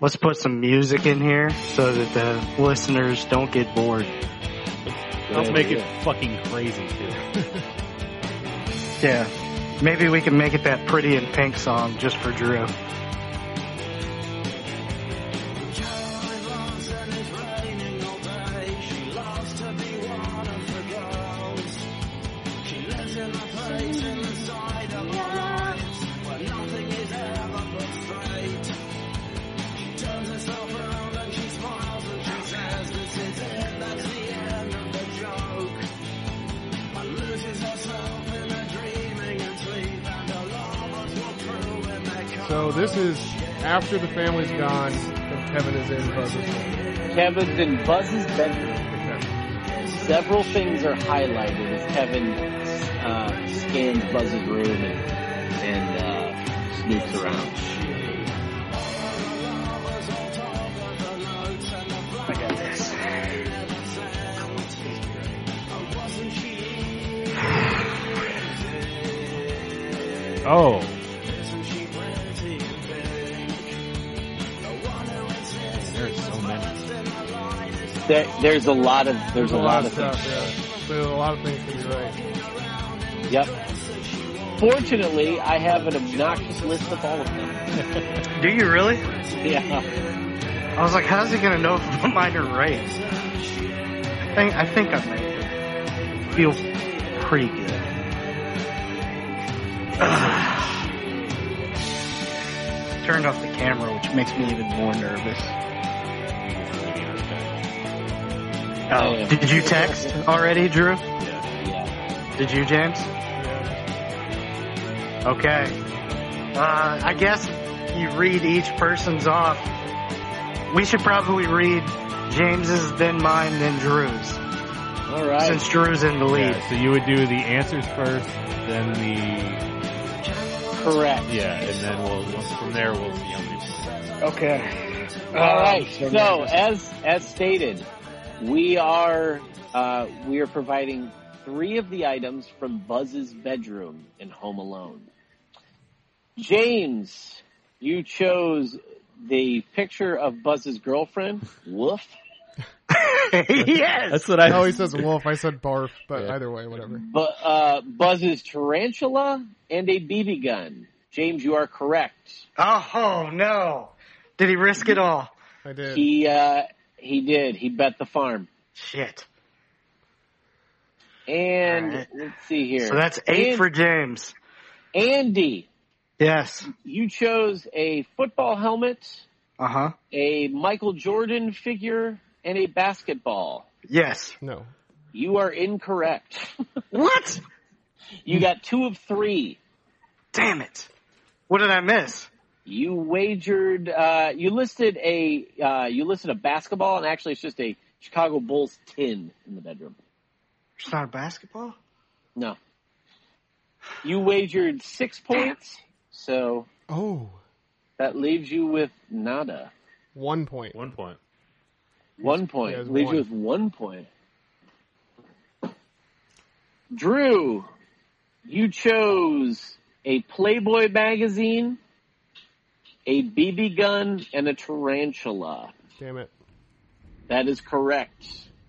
Speaker 2: Let's put some music in here so that the listeners don't get bored.
Speaker 5: Let's make it fucking crazy too.
Speaker 2: Yeah. Maybe we can make it that pretty in pink song just for Drew.
Speaker 3: So this is after the family's gone, and Kevin is in Buzz's.
Speaker 4: kevin's in buzz's bedroom several things are highlighted as Kevin uh, scans Buzz's room and, and uh, snoops around.
Speaker 2: I got this.
Speaker 5: Oh, there's so many.
Speaker 4: There, there's a lot of there's a lot of things.
Speaker 3: stuff. Yeah. There's a lot of things to be right.
Speaker 4: Yep. Fortunately, I have an obnoxious list of all of them.
Speaker 2: Do you really?
Speaker 4: Yeah.
Speaker 2: I was like, how's he gonna know if mine are right? I think I think I made it. Feels pretty good. Ugh. Turned off the camera, which makes me even more nervous. Oh, did you text already, Drew?
Speaker 4: Yeah.
Speaker 2: Did you, James? Okay. Uh, I guess you read each person's off. We should probably read James's, then mine, then Drew's,
Speaker 4: All right.
Speaker 2: since Drew's in the lead.
Speaker 5: Yeah, so you would do the answers first, then the
Speaker 4: Correct.
Speaker 5: yeah, and then we'll, we'll from there we'll see how many.
Speaker 2: Okay. Um,
Speaker 4: All right. So as as stated, we are uh, we are providing three of the items from Buzz's bedroom in Home Alone. James, you chose the picture of Buzz's girlfriend. Woof.
Speaker 2: yes.
Speaker 5: That's what I.
Speaker 3: No, he says wolf. I said barf, but
Speaker 5: Yeah.
Speaker 3: either way, whatever.
Speaker 4: Bu- uh, Buzz's tarantula and a BB gun. James, you are correct.
Speaker 2: Oh, oh, no. Did he risk it all?
Speaker 3: I did.
Speaker 4: He uh, he did. He bet the farm.
Speaker 2: Shit.
Speaker 4: And
Speaker 2: All right.
Speaker 4: let's see here.
Speaker 2: So that's eight
Speaker 4: And-
Speaker 2: for James.
Speaker 4: Andy.
Speaker 2: Yes.
Speaker 4: You chose a football helmet,
Speaker 2: Uh huh.
Speaker 4: a Michael Jordan figure, and a basketball.
Speaker 2: Yes.
Speaker 3: No.
Speaker 4: You are incorrect.
Speaker 2: What?
Speaker 4: you got two of three.
Speaker 2: Damn it. What did I miss?
Speaker 4: You wagered. Uh, you listed a. Uh, you listed a basketball, and actually, it's just a Chicago Bulls tin in the bedroom.
Speaker 2: It's not a basketball?
Speaker 4: No. You wagered six points, so
Speaker 3: Oh,
Speaker 4: that leaves you with nada.
Speaker 3: one point.
Speaker 5: One point.
Speaker 4: One point.
Speaker 3: Yeah, it's
Speaker 4: leaves
Speaker 3: one.
Speaker 4: you with one point. Drew, you chose a Playboy magazine, a BB gun, and a tarantula.
Speaker 3: Damn it.
Speaker 4: That is correct.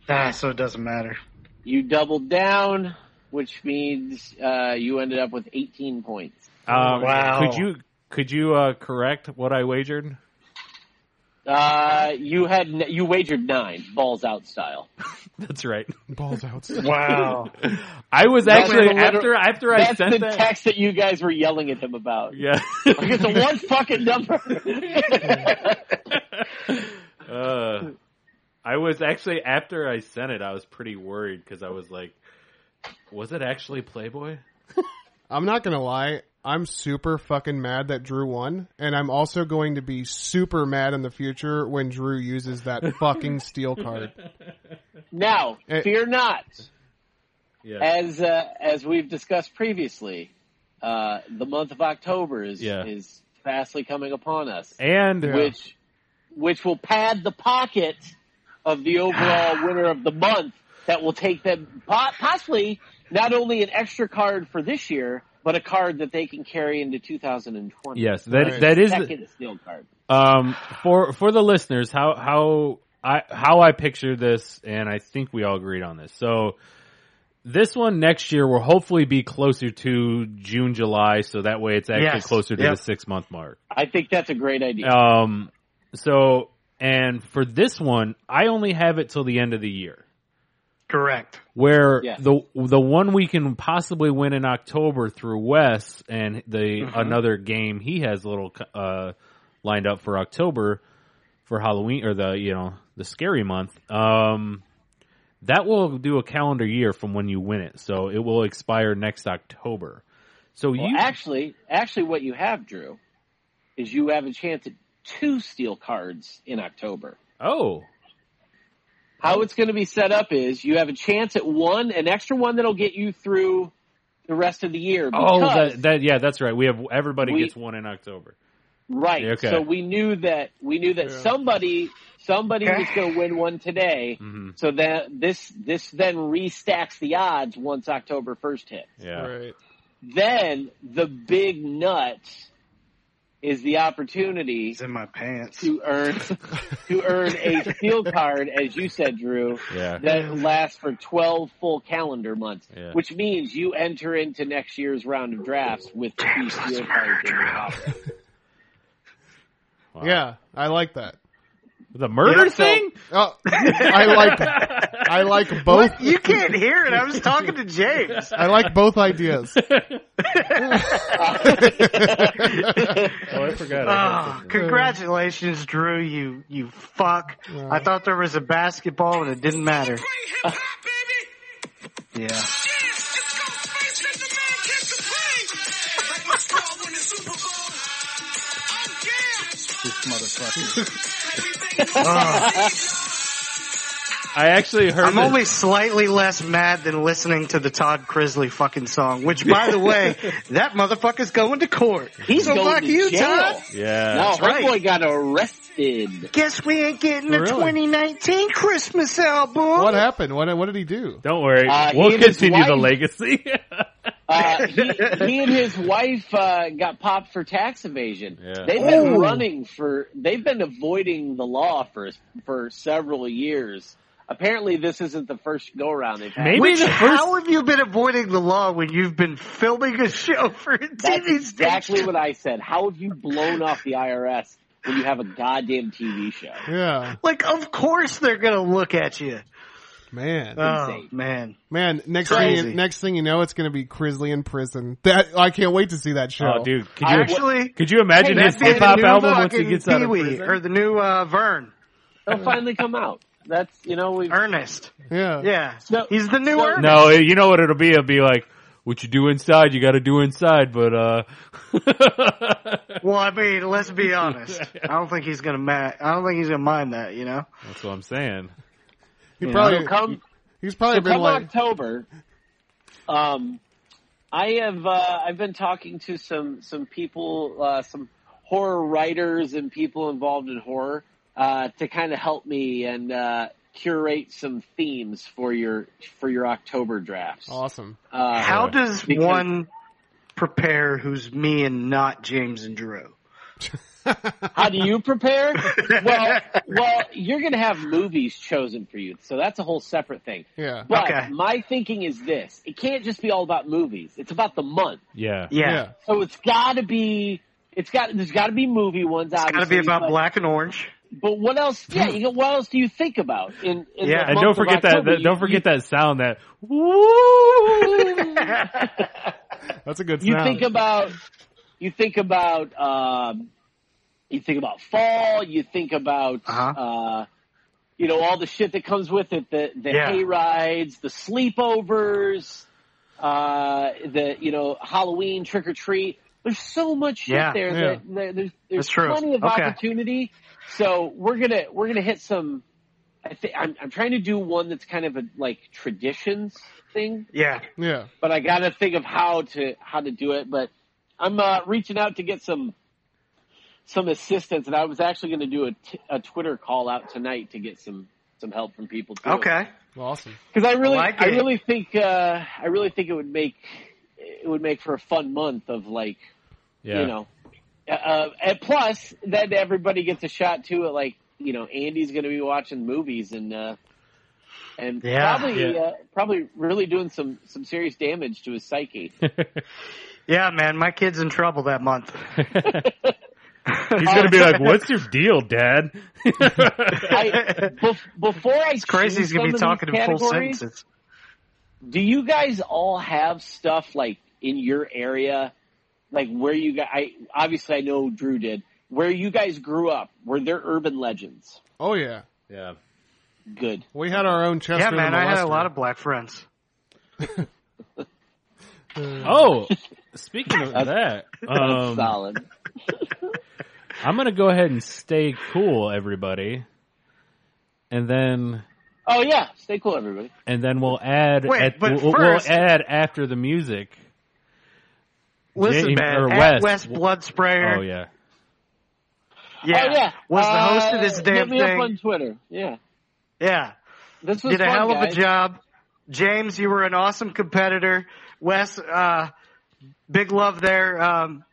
Speaker 2: Ah, so it doesn't matter.
Speaker 4: You doubled down, which means uh, you ended up with 18 points.
Speaker 5: Um,
Speaker 2: Wow.
Speaker 5: Could you could you uh, correct what I wagered?
Speaker 4: Uh, you had n- you wagered nine balls out style.
Speaker 5: That's right.
Speaker 3: Balls out.
Speaker 2: Wow.
Speaker 5: I was
Speaker 4: That's
Speaker 5: actually
Speaker 4: the
Speaker 5: after
Speaker 4: literal-
Speaker 5: after I
Speaker 4: That's
Speaker 5: sent
Speaker 4: the
Speaker 5: that.
Speaker 4: text that you guys were yelling at him about.
Speaker 5: yeah.
Speaker 4: Like, it's a one fucking number.
Speaker 5: uh, I was actually after I sent it, I was pretty worried because I was like, was it actually Playboy?
Speaker 3: I'm not gonna lie. I'm super fucking mad that Drew won, and I'm also going to be super mad in the future when Drew uses that fucking steel card.
Speaker 4: now,
Speaker 5: Eh.
Speaker 3: It-
Speaker 4: fear not.
Speaker 5: Yeah.
Speaker 4: As uh, as we've discussed previously, uh, the month of October is
Speaker 5: Yeah. Eh.
Speaker 4: is fastly coming upon us,
Speaker 5: and
Speaker 4: which which will pad the pocket of the overall winner of the month. That will take them po- possibly not only an extra card for this year, but a card that they can carry into 2020.
Speaker 5: yes, that
Speaker 3: Right.
Speaker 5: that is
Speaker 4: Second steel card.
Speaker 5: um for for the listeners how how I how I picture this, and I think we all agreed on this. So this one next year will hopefully be closer to June, July, so that way it's actually
Speaker 2: Yes.
Speaker 5: closer to
Speaker 2: Yep.
Speaker 5: the six month mark.
Speaker 4: I think that's a great idea.
Speaker 5: Um, so and for this one, I only have it till the end of the year.
Speaker 2: Correct.
Speaker 5: Where
Speaker 4: Yeah.
Speaker 5: the the one we can possibly win in October through Wes and the
Speaker 4: Mm-hmm.
Speaker 5: another game he has a little uh, lined up for October for Halloween or the you know the scary month. Um, that will do a calendar year from when you win it, so it will expire next October. So
Speaker 4: Well,
Speaker 5: you
Speaker 4: actually, actually, what you have, Drew, is you have a chance at two steel cards in October.
Speaker 5: oh
Speaker 4: How it's going to be set up is you have a chance at one, an extra one that'll get you through the rest of the year.
Speaker 5: oh
Speaker 4: because-
Speaker 5: that, that yeah that's right. We have everybody
Speaker 4: We-
Speaker 5: gets one in October.
Speaker 4: right.
Speaker 5: Yeah, okay.
Speaker 4: So we knew that we knew that somebody somebody was going to win one today.
Speaker 5: Mhm.
Speaker 4: So that this this then restacks the odds once October first hits.
Speaker 5: Yeah.
Speaker 3: Right.
Speaker 4: Then the big nut is the opportunity
Speaker 6: It's in my pants.
Speaker 4: to earn to earn a steel card, as you said, Drew,
Speaker 5: Yeah.
Speaker 4: that lasts for twelve full calendar months,
Speaker 5: Yeah.
Speaker 4: which means you enter into next year's round of drafts with two steel cards. in your pocket.
Speaker 5: Wow.
Speaker 3: Yeah, I like that.
Speaker 5: The murder
Speaker 4: Yeah, so-
Speaker 5: thing?
Speaker 3: Oh, I like I like both.
Speaker 2: You can't hear it. I was talking to James.
Speaker 3: I like both ideas.
Speaker 5: Oh, I forgot. I had
Speaker 2: Oh,
Speaker 5: something.
Speaker 2: congratulations, Drew. You you fuck. I thought there was a basketball and it didn't matter. Yeah. Oh,
Speaker 5: I actually heard.
Speaker 2: I'm
Speaker 5: that-
Speaker 2: only slightly less mad than listening to the Todd Crisley fucking song, which, by the way, that motherfucker's going to court.
Speaker 4: He's
Speaker 2: so
Speaker 4: going
Speaker 2: fuck
Speaker 4: to
Speaker 2: you,
Speaker 4: jail.
Speaker 2: Todd.
Speaker 5: Yeah.
Speaker 4: No,
Speaker 2: That's right.
Speaker 4: Homeboy got arrested.
Speaker 2: Guess we ain't getting a
Speaker 5: Really?
Speaker 2: 2019 Christmas album.
Speaker 3: What happened? What what did he do?
Speaker 5: Don't worry.
Speaker 4: Uh, he
Speaker 5: we'll
Speaker 4: and his
Speaker 5: continue the
Speaker 4: wife-
Speaker 5: legacy. Oh,
Speaker 4: Uh, he, he and his wife uh, got popped for tax evasion.
Speaker 5: Yeah.
Speaker 4: They've been
Speaker 2: Oh.
Speaker 4: running for. They've been avoiding the law for for several years. Apparently, this isn't the first go round they've had.
Speaker 5: Maybe
Speaker 2: Which,
Speaker 5: the first-
Speaker 2: how have you been avoiding the law when you've been filming a show for a
Speaker 4: That's
Speaker 2: TV
Speaker 4: exactly
Speaker 2: station?
Speaker 4: what I said. How have you blown off the IRS when you have a goddamn TV show?
Speaker 3: Yeah,
Speaker 2: Like, of course they're gonna look at you.
Speaker 3: man,
Speaker 2: Oh
Speaker 4: Insane.
Speaker 2: man,
Speaker 3: man. Next thing,
Speaker 2: Crazy.
Speaker 3: you, next thing you know, it's gonna be Crisley in prison. That I can't wait to see that show.
Speaker 5: oh, dude. Could you,
Speaker 2: actually,
Speaker 5: could you imagine
Speaker 4: Hey,
Speaker 5: his
Speaker 2: that'd be
Speaker 5: hip
Speaker 2: the
Speaker 5: hop
Speaker 2: new
Speaker 5: album once he
Speaker 2: fucking
Speaker 5: gets out of
Speaker 2: Pee-wee,
Speaker 5: prison?
Speaker 2: or the new uh, Vern
Speaker 4: They'll finally come out. That's you know we.
Speaker 2: Ernest.
Speaker 3: Yeah,
Speaker 2: Yeah,
Speaker 4: No,
Speaker 2: he's the new
Speaker 4: no.
Speaker 2: Ernest.
Speaker 5: No, you know what it'll be? It'll be like, what you do inside, you got to do inside. But uh,
Speaker 2: Well, I mean, let's be honest. I don't think he's gonna. Ma- I don't think he's gonna mind that. You know.
Speaker 5: that's what I'm saying.
Speaker 3: he
Speaker 2: Yeah.
Speaker 3: probably
Speaker 4: Come
Speaker 3: he's
Speaker 4: So
Speaker 3: probably been
Speaker 4: come
Speaker 3: like
Speaker 4: October, um, I have uh, I've been talking to some some people, uh, some horror writers and people involved in horror uh, to kind of help me and uh, curate some themes for your for your October drafts.
Speaker 3: awesome.
Speaker 4: Uh,
Speaker 2: How does
Speaker 4: Because-
Speaker 2: one prepare who's me and not James and Drew?
Speaker 4: How do you prepare? well, well, you're going to have movies chosen for you, so that's a whole separate thing.
Speaker 3: Yeah,
Speaker 4: But
Speaker 2: Okay.
Speaker 4: my thinking is this: it can't just be all about movies. It's about the month.
Speaker 5: Yeah.
Speaker 2: Yeah.
Speaker 3: yeah.
Speaker 4: So it's got to be. It's got. There's got to be movie ones.
Speaker 2: It's got to be
Speaker 4: obviously,
Speaker 2: about
Speaker 4: but,
Speaker 2: black and orange.
Speaker 4: But what else? Yeah, you know, what else do you think about? In, in
Speaker 2: Yeah,
Speaker 4: the
Speaker 5: And
Speaker 4: month
Speaker 5: don't
Speaker 4: of
Speaker 5: forget that,
Speaker 4: October?
Speaker 5: that.
Speaker 4: You-
Speaker 5: Don't forget that sound. That
Speaker 3: That's a good
Speaker 4: You, you
Speaker 3: sound.
Speaker 4: think about. You think about. Um, you think about fall. You think about.
Speaker 2: Uh-huh.
Speaker 4: Uh, you know all the shit that comes with it. The the
Speaker 2: Yeah.
Speaker 4: hay rides, the sleepovers, uh, the you know Halloween trick or treat. There's so much shit
Speaker 2: Yeah.
Speaker 4: there.
Speaker 3: Yeah.
Speaker 4: That, that there's there's
Speaker 2: That's true.
Speaker 4: plenty of
Speaker 2: Okay.
Speaker 4: opportunity. So we're gonna we're gonna hit some. I think I'm, I'm trying to do one that's kind of a like traditions thing,
Speaker 2: Yeah.
Speaker 3: yeah,
Speaker 4: but I gotta think of how to how to do it. But I'm uh, reaching out to get some some assistance, and I was actually gonna do a, t- a Twitter call out tonight to get some some help from people. Too
Speaker 2: Okay.
Speaker 3: awesome.
Speaker 4: because I really,
Speaker 2: I like
Speaker 4: I
Speaker 2: it.
Speaker 4: really think, uh, I really think it would make, it would make for a fun month of like,
Speaker 5: yeah.
Speaker 4: you know, uh, and plus then everybody gets a shot too at like, you know, Andy's going to be watching movies and, uh, and
Speaker 2: Yeah.
Speaker 4: probably,
Speaker 5: Yeah.
Speaker 4: Uh, probably really doing some, some serious damage to his psyche.
Speaker 2: Yeah, man, my kid's in trouble that month.
Speaker 5: He's gonna be like, "What's your deal, Dad?"
Speaker 4: I, bef- before I,
Speaker 2: It's crazy. He's gonna be talking in full
Speaker 4: sentences.
Speaker 2: sentences.
Speaker 4: Do you guys all have stuff like in your area, like where you guys? I obviously I know Drew did. Where you guys grew up? Were there urban legends?
Speaker 3: Oh yeah,
Speaker 5: yeah.
Speaker 4: Good.
Speaker 3: we had our own Chester.
Speaker 2: yeah, man,
Speaker 3: the
Speaker 2: I had a
Speaker 3: Molester.
Speaker 2: lot of black friends.
Speaker 5: Oh, speaking of that,
Speaker 4: That's
Speaker 5: um,
Speaker 4: solid.
Speaker 5: I'm gonna go ahead and stay cool, everybody, and then
Speaker 4: Oh yeah, stay cool, everybody.
Speaker 5: and then we'll add.
Speaker 2: Wait,
Speaker 5: at,
Speaker 2: but
Speaker 5: we'll,
Speaker 2: first-
Speaker 5: we'll add after the music.
Speaker 2: Listen,
Speaker 5: James-
Speaker 2: man,
Speaker 5: or
Speaker 2: at
Speaker 5: West.
Speaker 2: West Blood Sprayer,
Speaker 5: Oh yeah,
Speaker 2: yeah,
Speaker 4: oh, yeah.
Speaker 2: was the host
Speaker 4: Uh,
Speaker 2: of this
Speaker 4: hit
Speaker 2: damn
Speaker 4: me
Speaker 2: thing.
Speaker 4: Up on Twitter. Yeah,
Speaker 2: yeah,
Speaker 4: this was
Speaker 2: did a
Speaker 4: fun,
Speaker 2: hell of
Speaker 4: guys.
Speaker 2: a job. James, you were an awesome competitor. Wes, uh, big love there. Um,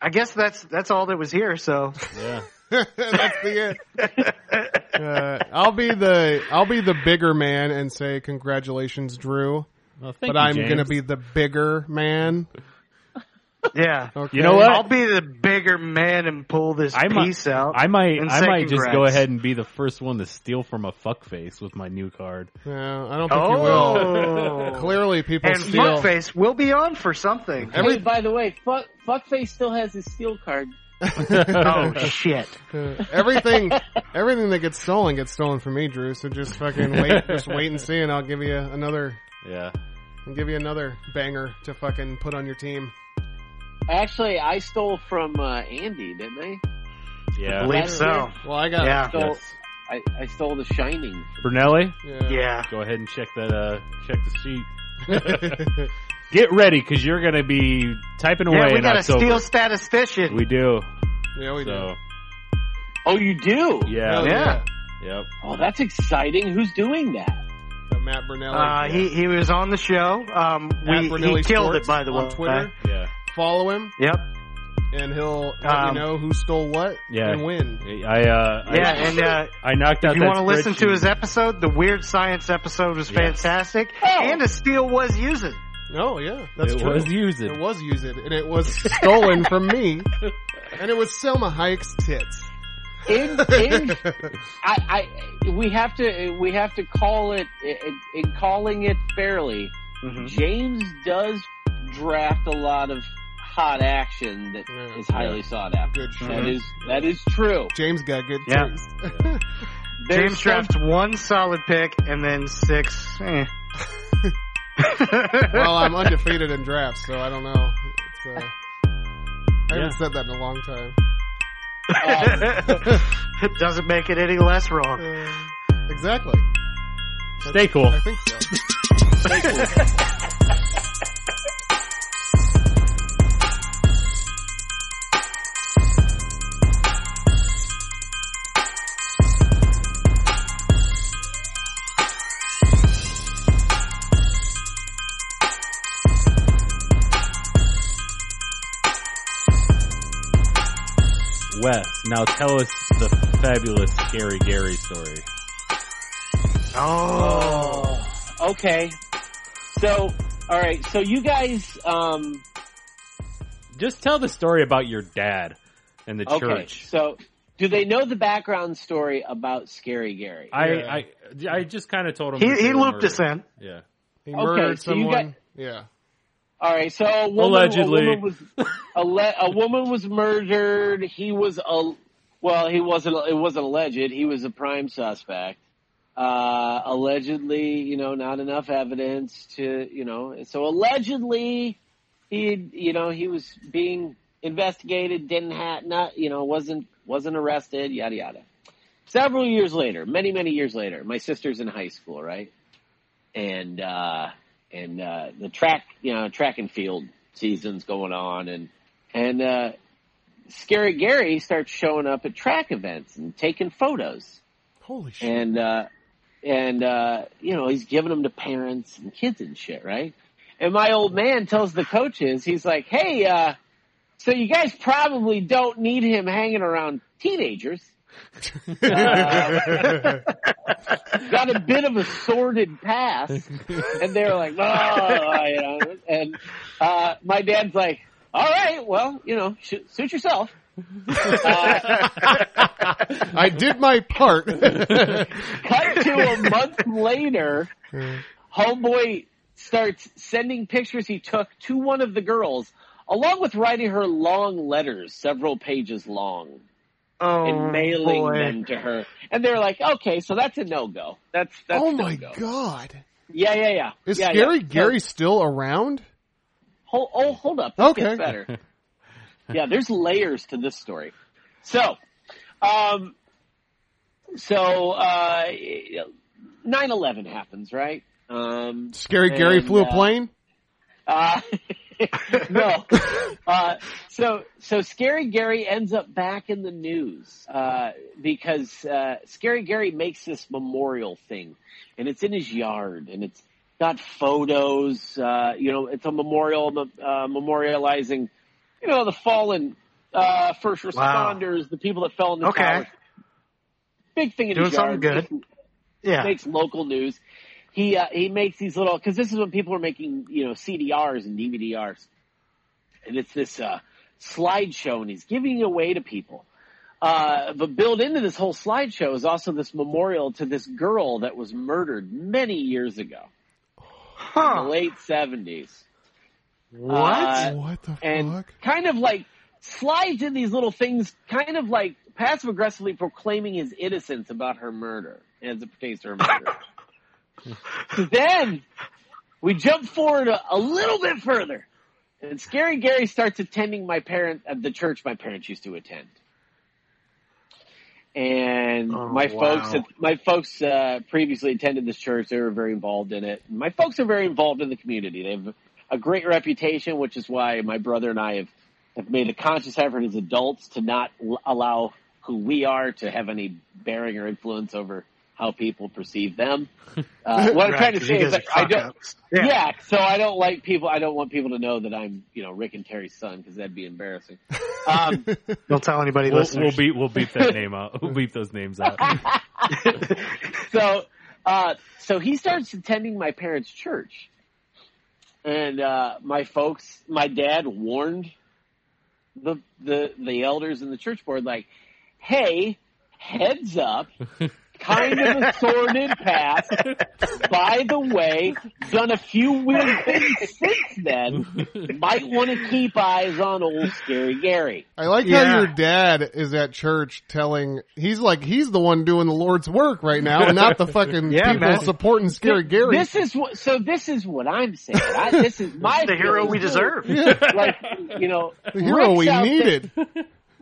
Speaker 2: I guess that's that's all that was here. So
Speaker 5: Yeah.
Speaker 3: That's the end. Uh, I'll be the I'll be the bigger man and say congratulations, Drew.
Speaker 5: Well, thank
Speaker 3: But
Speaker 5: you,
Speaker 3: I'm
Speaker 5: James.
Speaker 3: gonna be the bigger man.
Speaker 2: yeah,
Speaker 3: Okay.
Speaker 5: You know what?
Speaker 2: I'll be the bigger man and pull this
Speaker 5: I might-
Speaker 2: piece out.
Speaker 5: I might.
Speaker 2: And
Speaker 5: I
Speaker 2: say
Speaker 5: might just go
Speaker 2: congrats.
Speaker 5: ahead and be the first one to steal from a fuckface with my new card.
Speaker 3: Yeah, I don't think you will.
Speaker 2: oh,
Speaker 3: Clearly, people
Speaker 2: and
Speaker 3: steal.
Speaker 2: fuckface will be on for something.
Speaker 5: Oh,
Speaker 3: Every-
Speaker 4: hey, by the way, fuck, fuckface still has his steel card.
Speaker 2: oh shit!
Speaker 3: Uh, everything, everything that gets stolen gets stolen from me, Drew. So just fucking wait, just wait and see, and I'll give you another,
Speaker 5: Yeah.
Speaker 3: I'll give you another banger to fucking put on your team.
Speaker 4: Actually, I stole from uh, Andy, didn't I?
Speaker 2: I
Speaker 5: Yeah.
Speaker 2: believe so.
Speaker 3: Well, I got,
Speaker 2: Yeah,
Speaker 4: Stole,
Speaker 5: Yes.
Speaker 4: I, I stole The Shining.
Speaker 5: Brunelli,
Speaker 2: yeah.
Speaker 5: go ahead and check that. Uh, check the sheet. Get ready because you're gonna be typing away
Speaker 2: Yeah, we
Speaker 5: in
Speaker 2: got a
Speaker 5: October.
Speaker 2: steel statistician.
Speaker 5: we do.
Speaker 3: yeah, we
Speaker 5: So
Speaker 4: Oh, you do?
Speaker 3: do.
Speaker 5: yeah.
Speaker 3: Hell yeah.
Speaker 5: Yep.
Speaker 4: Oh, that's exciting. Who's doing that?
Speaker 3: Uh, Matt Brunelli.
Speaker 2: Uh, he he was on the show. Um,
Speaker 3: At
Speaker 2: we he
Speaker 3: Brunelli
Speaker 2: killed
Speaker 3: Sports
Speaker 2: it by the way. Uh,
Speaker 3: on Twitter.
Speaker 5: Yeah.
Speaker 3: Follow him,
Speaker 2: Yep.
Speaker 3: and he'll let
Speaker 2: Um,
Speaker 3: you know who stole what
Speaker 5: Yeah.
Speaker 3: and when.
Speaker 5: I uh. I-
Speaker 2: Yeah, and uh,
Speaker 5: I knocked out.
Speaker 2: if you
Speaker 5: that
Speaker 2: want to listen to
Speaker 5: spreadsheet.
Speaker 2: his episode, the weird science episode was
Speaker 5: Yes.
Speaker 2: fantastic, and a steel was using.
Speaker 3: No, Oh, yeah, that's
Speaker 5: it
Speaker 3: true.
Speaker 5: was used.
Speaker 3: it was used, and it was stolen from me, and it was Selma Hayek's tits.
Speaker 4: In, in, I, I, we have to, we have to call it, in, in calling it fairly,
Speaker 5: Mm-hmm.
Speaker 4: James does draft a lot of hot action that is
Speaker 3: Yeah.
Speaker 4: highly sought after.
Speaker 3: Good
Speaker 4: That
Speaker 3: shit.
Speaker 4: is, that is true.
Speaker 3: James got good
Speaker 2: Yeah.
Speaker 3: tits.
Speaker 4: There's
Speaker 2: James
Speaker 4: some-
Speaker 2: drafts one solid pick and then six. Eh.
Speaker 3: well, I'm undefeated in drafts, so I don't know. It's, uh, I
Speaker 5: Yeah.
Speaker 3: haven't said that in a long time.
Speaker 4: um,
Speaker 2: it doesn't make it any less wrong.
Speaker 3: Uh, exactly.
Speaker 5: Stay cool.
Speaker 3: I think so.
Speaker 5: Wes, now tell us the fabulous Scary Gary story.
Speaker 2: Oh,
Speaker 4: okay. So, all right. So you guys, um,
Speaker 5: Just tell the story about your dad and the
Speaker 4: okay.
Speaker 5: church.
Speaker 4: So, do they know the background story about Scary Gary?
Speaker 5: I,
Speaker 3: Yeah.
Speaker 5: I I just kind of told him
Speaker 2: he
Speaker 5: that they
Speaker 2: he
Speaker 5: were
Speaker 2: looped us
Speaker 5: murdered.
Speaker 2: in.
Speaker 5: Yeah,
Speaker 3: He
Speaker 4: Okay,
Speaker 3: murdered
Speaker 4: so you
Speaker 3: someone.
Speaker 4: got-
Speaker 3: Yeah.
Speaker 4: All right, so a woman,
Speaker 5: Allegedly.
Speaker 4: a woman was a, le- a woman was murdered. He was a well, he wasn't. It wasn't alleged. He was a prime suspect. Uh, allegedly, you know, not enough evidence to, you know, so allegedly he, you know, he was being investigated. Didn't have not, you know, wasn't wasn't arrested. Yada yada. Several years later, many many years later, my sister's in high school, right? And uh, and uh, the track, you know, track and field season's going on, and and uh, Scary Gary starts showing up at track events and taking photos,
Speaker 3: Holy shit.
Speaker 4: and uh, and uh, you know he's giving them to parents and kids and shit, right? And my old man tells the coaches, he's like, "Hey, uh, so you guys probably don't need him hanging around teenagers." Uh, got a bit of a sordid past, and they're like, "Oh," you know, and uh, my dad's like, "All right, well, you know, sh- suit yourself." Uh,
Speaker 3: I did my part.
Speaker 4: cut to a month later, homeboy starts sending pictures he took to one of the girls, along with writing her long letters, several pages long.
Speaker 2: Oh,
Speaker 4: and mailing
Speaker 2: boy.
Speaker 4: them to her. And they're like, okay, so that's a no go. That's that's
Speaker 3: oh
Speaker 4: a
Speaker 3: my
Speaker 4: no-go.
Speaker 3: god.
Speaker 4: Yeah, yeah, yeah.
Speaker 3: Is
Speaker 4: yeah,
Speaker 3: Scary
Speaker 4: yeah.
Speaker 3: Gary still around?
Speaker 4: Hold, oh, hold up. This
Speaker 3: Okay.
Speaker 4: gets better. yeah, there's layers to this story. So, um, so uh, 9/11 happens, right? Um,
Speaker 3: Scary Gary
Speaker 4: And,
Speaker 3: flew a
Speaker 4: uh,
Speaker 3: plane?
Speaker 4: Uh, no. Uh, so so Scary Gary ends up back in the news uh, because uh, Scary Gary makes this memorial thing, and it's in his yard, and it's got photos. Uh, you know, it's a memorial uh, memorializing, you know, the fallen uh, first
Speaker 2: Wow.
Speaker 4: responders, the people that fell in the
Speaker 2: Okay.
Speaker 4: towers. Big thing in
Speaker 2: Doing
Speaker 4: the jar.
Speaker 2: something good.
Speaker 4: Makes-
Speaker 2: Yeah.
Speaker 4: Makes local news. He uh, he makes these little because this is when people are making you know CDRs and DVDRs, and it's this uh, slideshow, and he's giving it away to people. Uh, but built into this whole slideshow is also this memorial to this girl that was murdered many years ago the
Speaker 2: Huh.
Speaker 4: late seventies,
Speaker 2: What?
Speaker 4: Uh,
Speaker 3: what the
Speaker 4: and
Speaker 3: fuck?
Speaker 4: kind of like slides in these little things, kind of like passive aggressively proclaiming his innocence about her murder as it pertains to her murder. so then we jump forward a, a little bit further, and Scary Gary starts attending my parent uh, the church my parents used to attend. And
Speaker 2: Oh,
Speaker 4: my folks,
Speaker 2: wow.
Speaker 4: my folks uh, previously attended this church. They were very involved in it. My folks are very involved in the community. They have a great reputation, which is why my brother and I have, have made a conscious effort as adults to not l- allow who we are to have any bearing or influence over how people perceive them. Uh, what I'm
Speaker 2: Right,
Speaker 4: trying to
Speaker 2: 'cause you
Speaker 4: say is
Speaker 2: guys
Speaker 4: that
Speaker 2: are
Speaker 4: I
Speaker 2: fuck
Speaker 4: don't,
Speaker 2: ups.
Speaker 4: yeah.
Speaker 2: Yeah.
Speaker 4: so I don't like people. I don't want people to know that I'm, you know, Rick and Terry's son because that'd be embarrassing. Um,
Speaker 2: Don't tell anybody
Speaker 5: We'll,
Speaker 2: listeners.
Speaker 5: we'll beat we'll beat that name out. We'll beat those names out.
Speaker 4: so, uh, so he starts attending my parents' church, and uh, my folks, my dad warned the the the elders and the church board, like, "Hey, heads up." Kind of a sordid past. By the way, done a few weird things since then. Might want to keep eyes on old Scary Gary.
Speaker 3: I like
Speaker 2: Yeah.
Speaker 3: how your dad is at church telling he's like he's the one doing the Lord's work right now, and not the fucking
Speaker 2: Yeah,
Speaker 3: people
Speaker 2: man.
Speaker 3: supporting Scary Gary.
Speaker 4: This is what. So this is what I'm saying. I, this is my
Speaker 2: the hero
Speaker 4: feeling,
Speaker 2: we
Speaker 4: too.
Speaker 2: deserve.
Speaker 4: Like you know,
Speaker 3: the hero
Speaker 4: Rick's
Speaker 3: we
Speaker 4: out
Speaker 3: needed.
Speaker 4: There,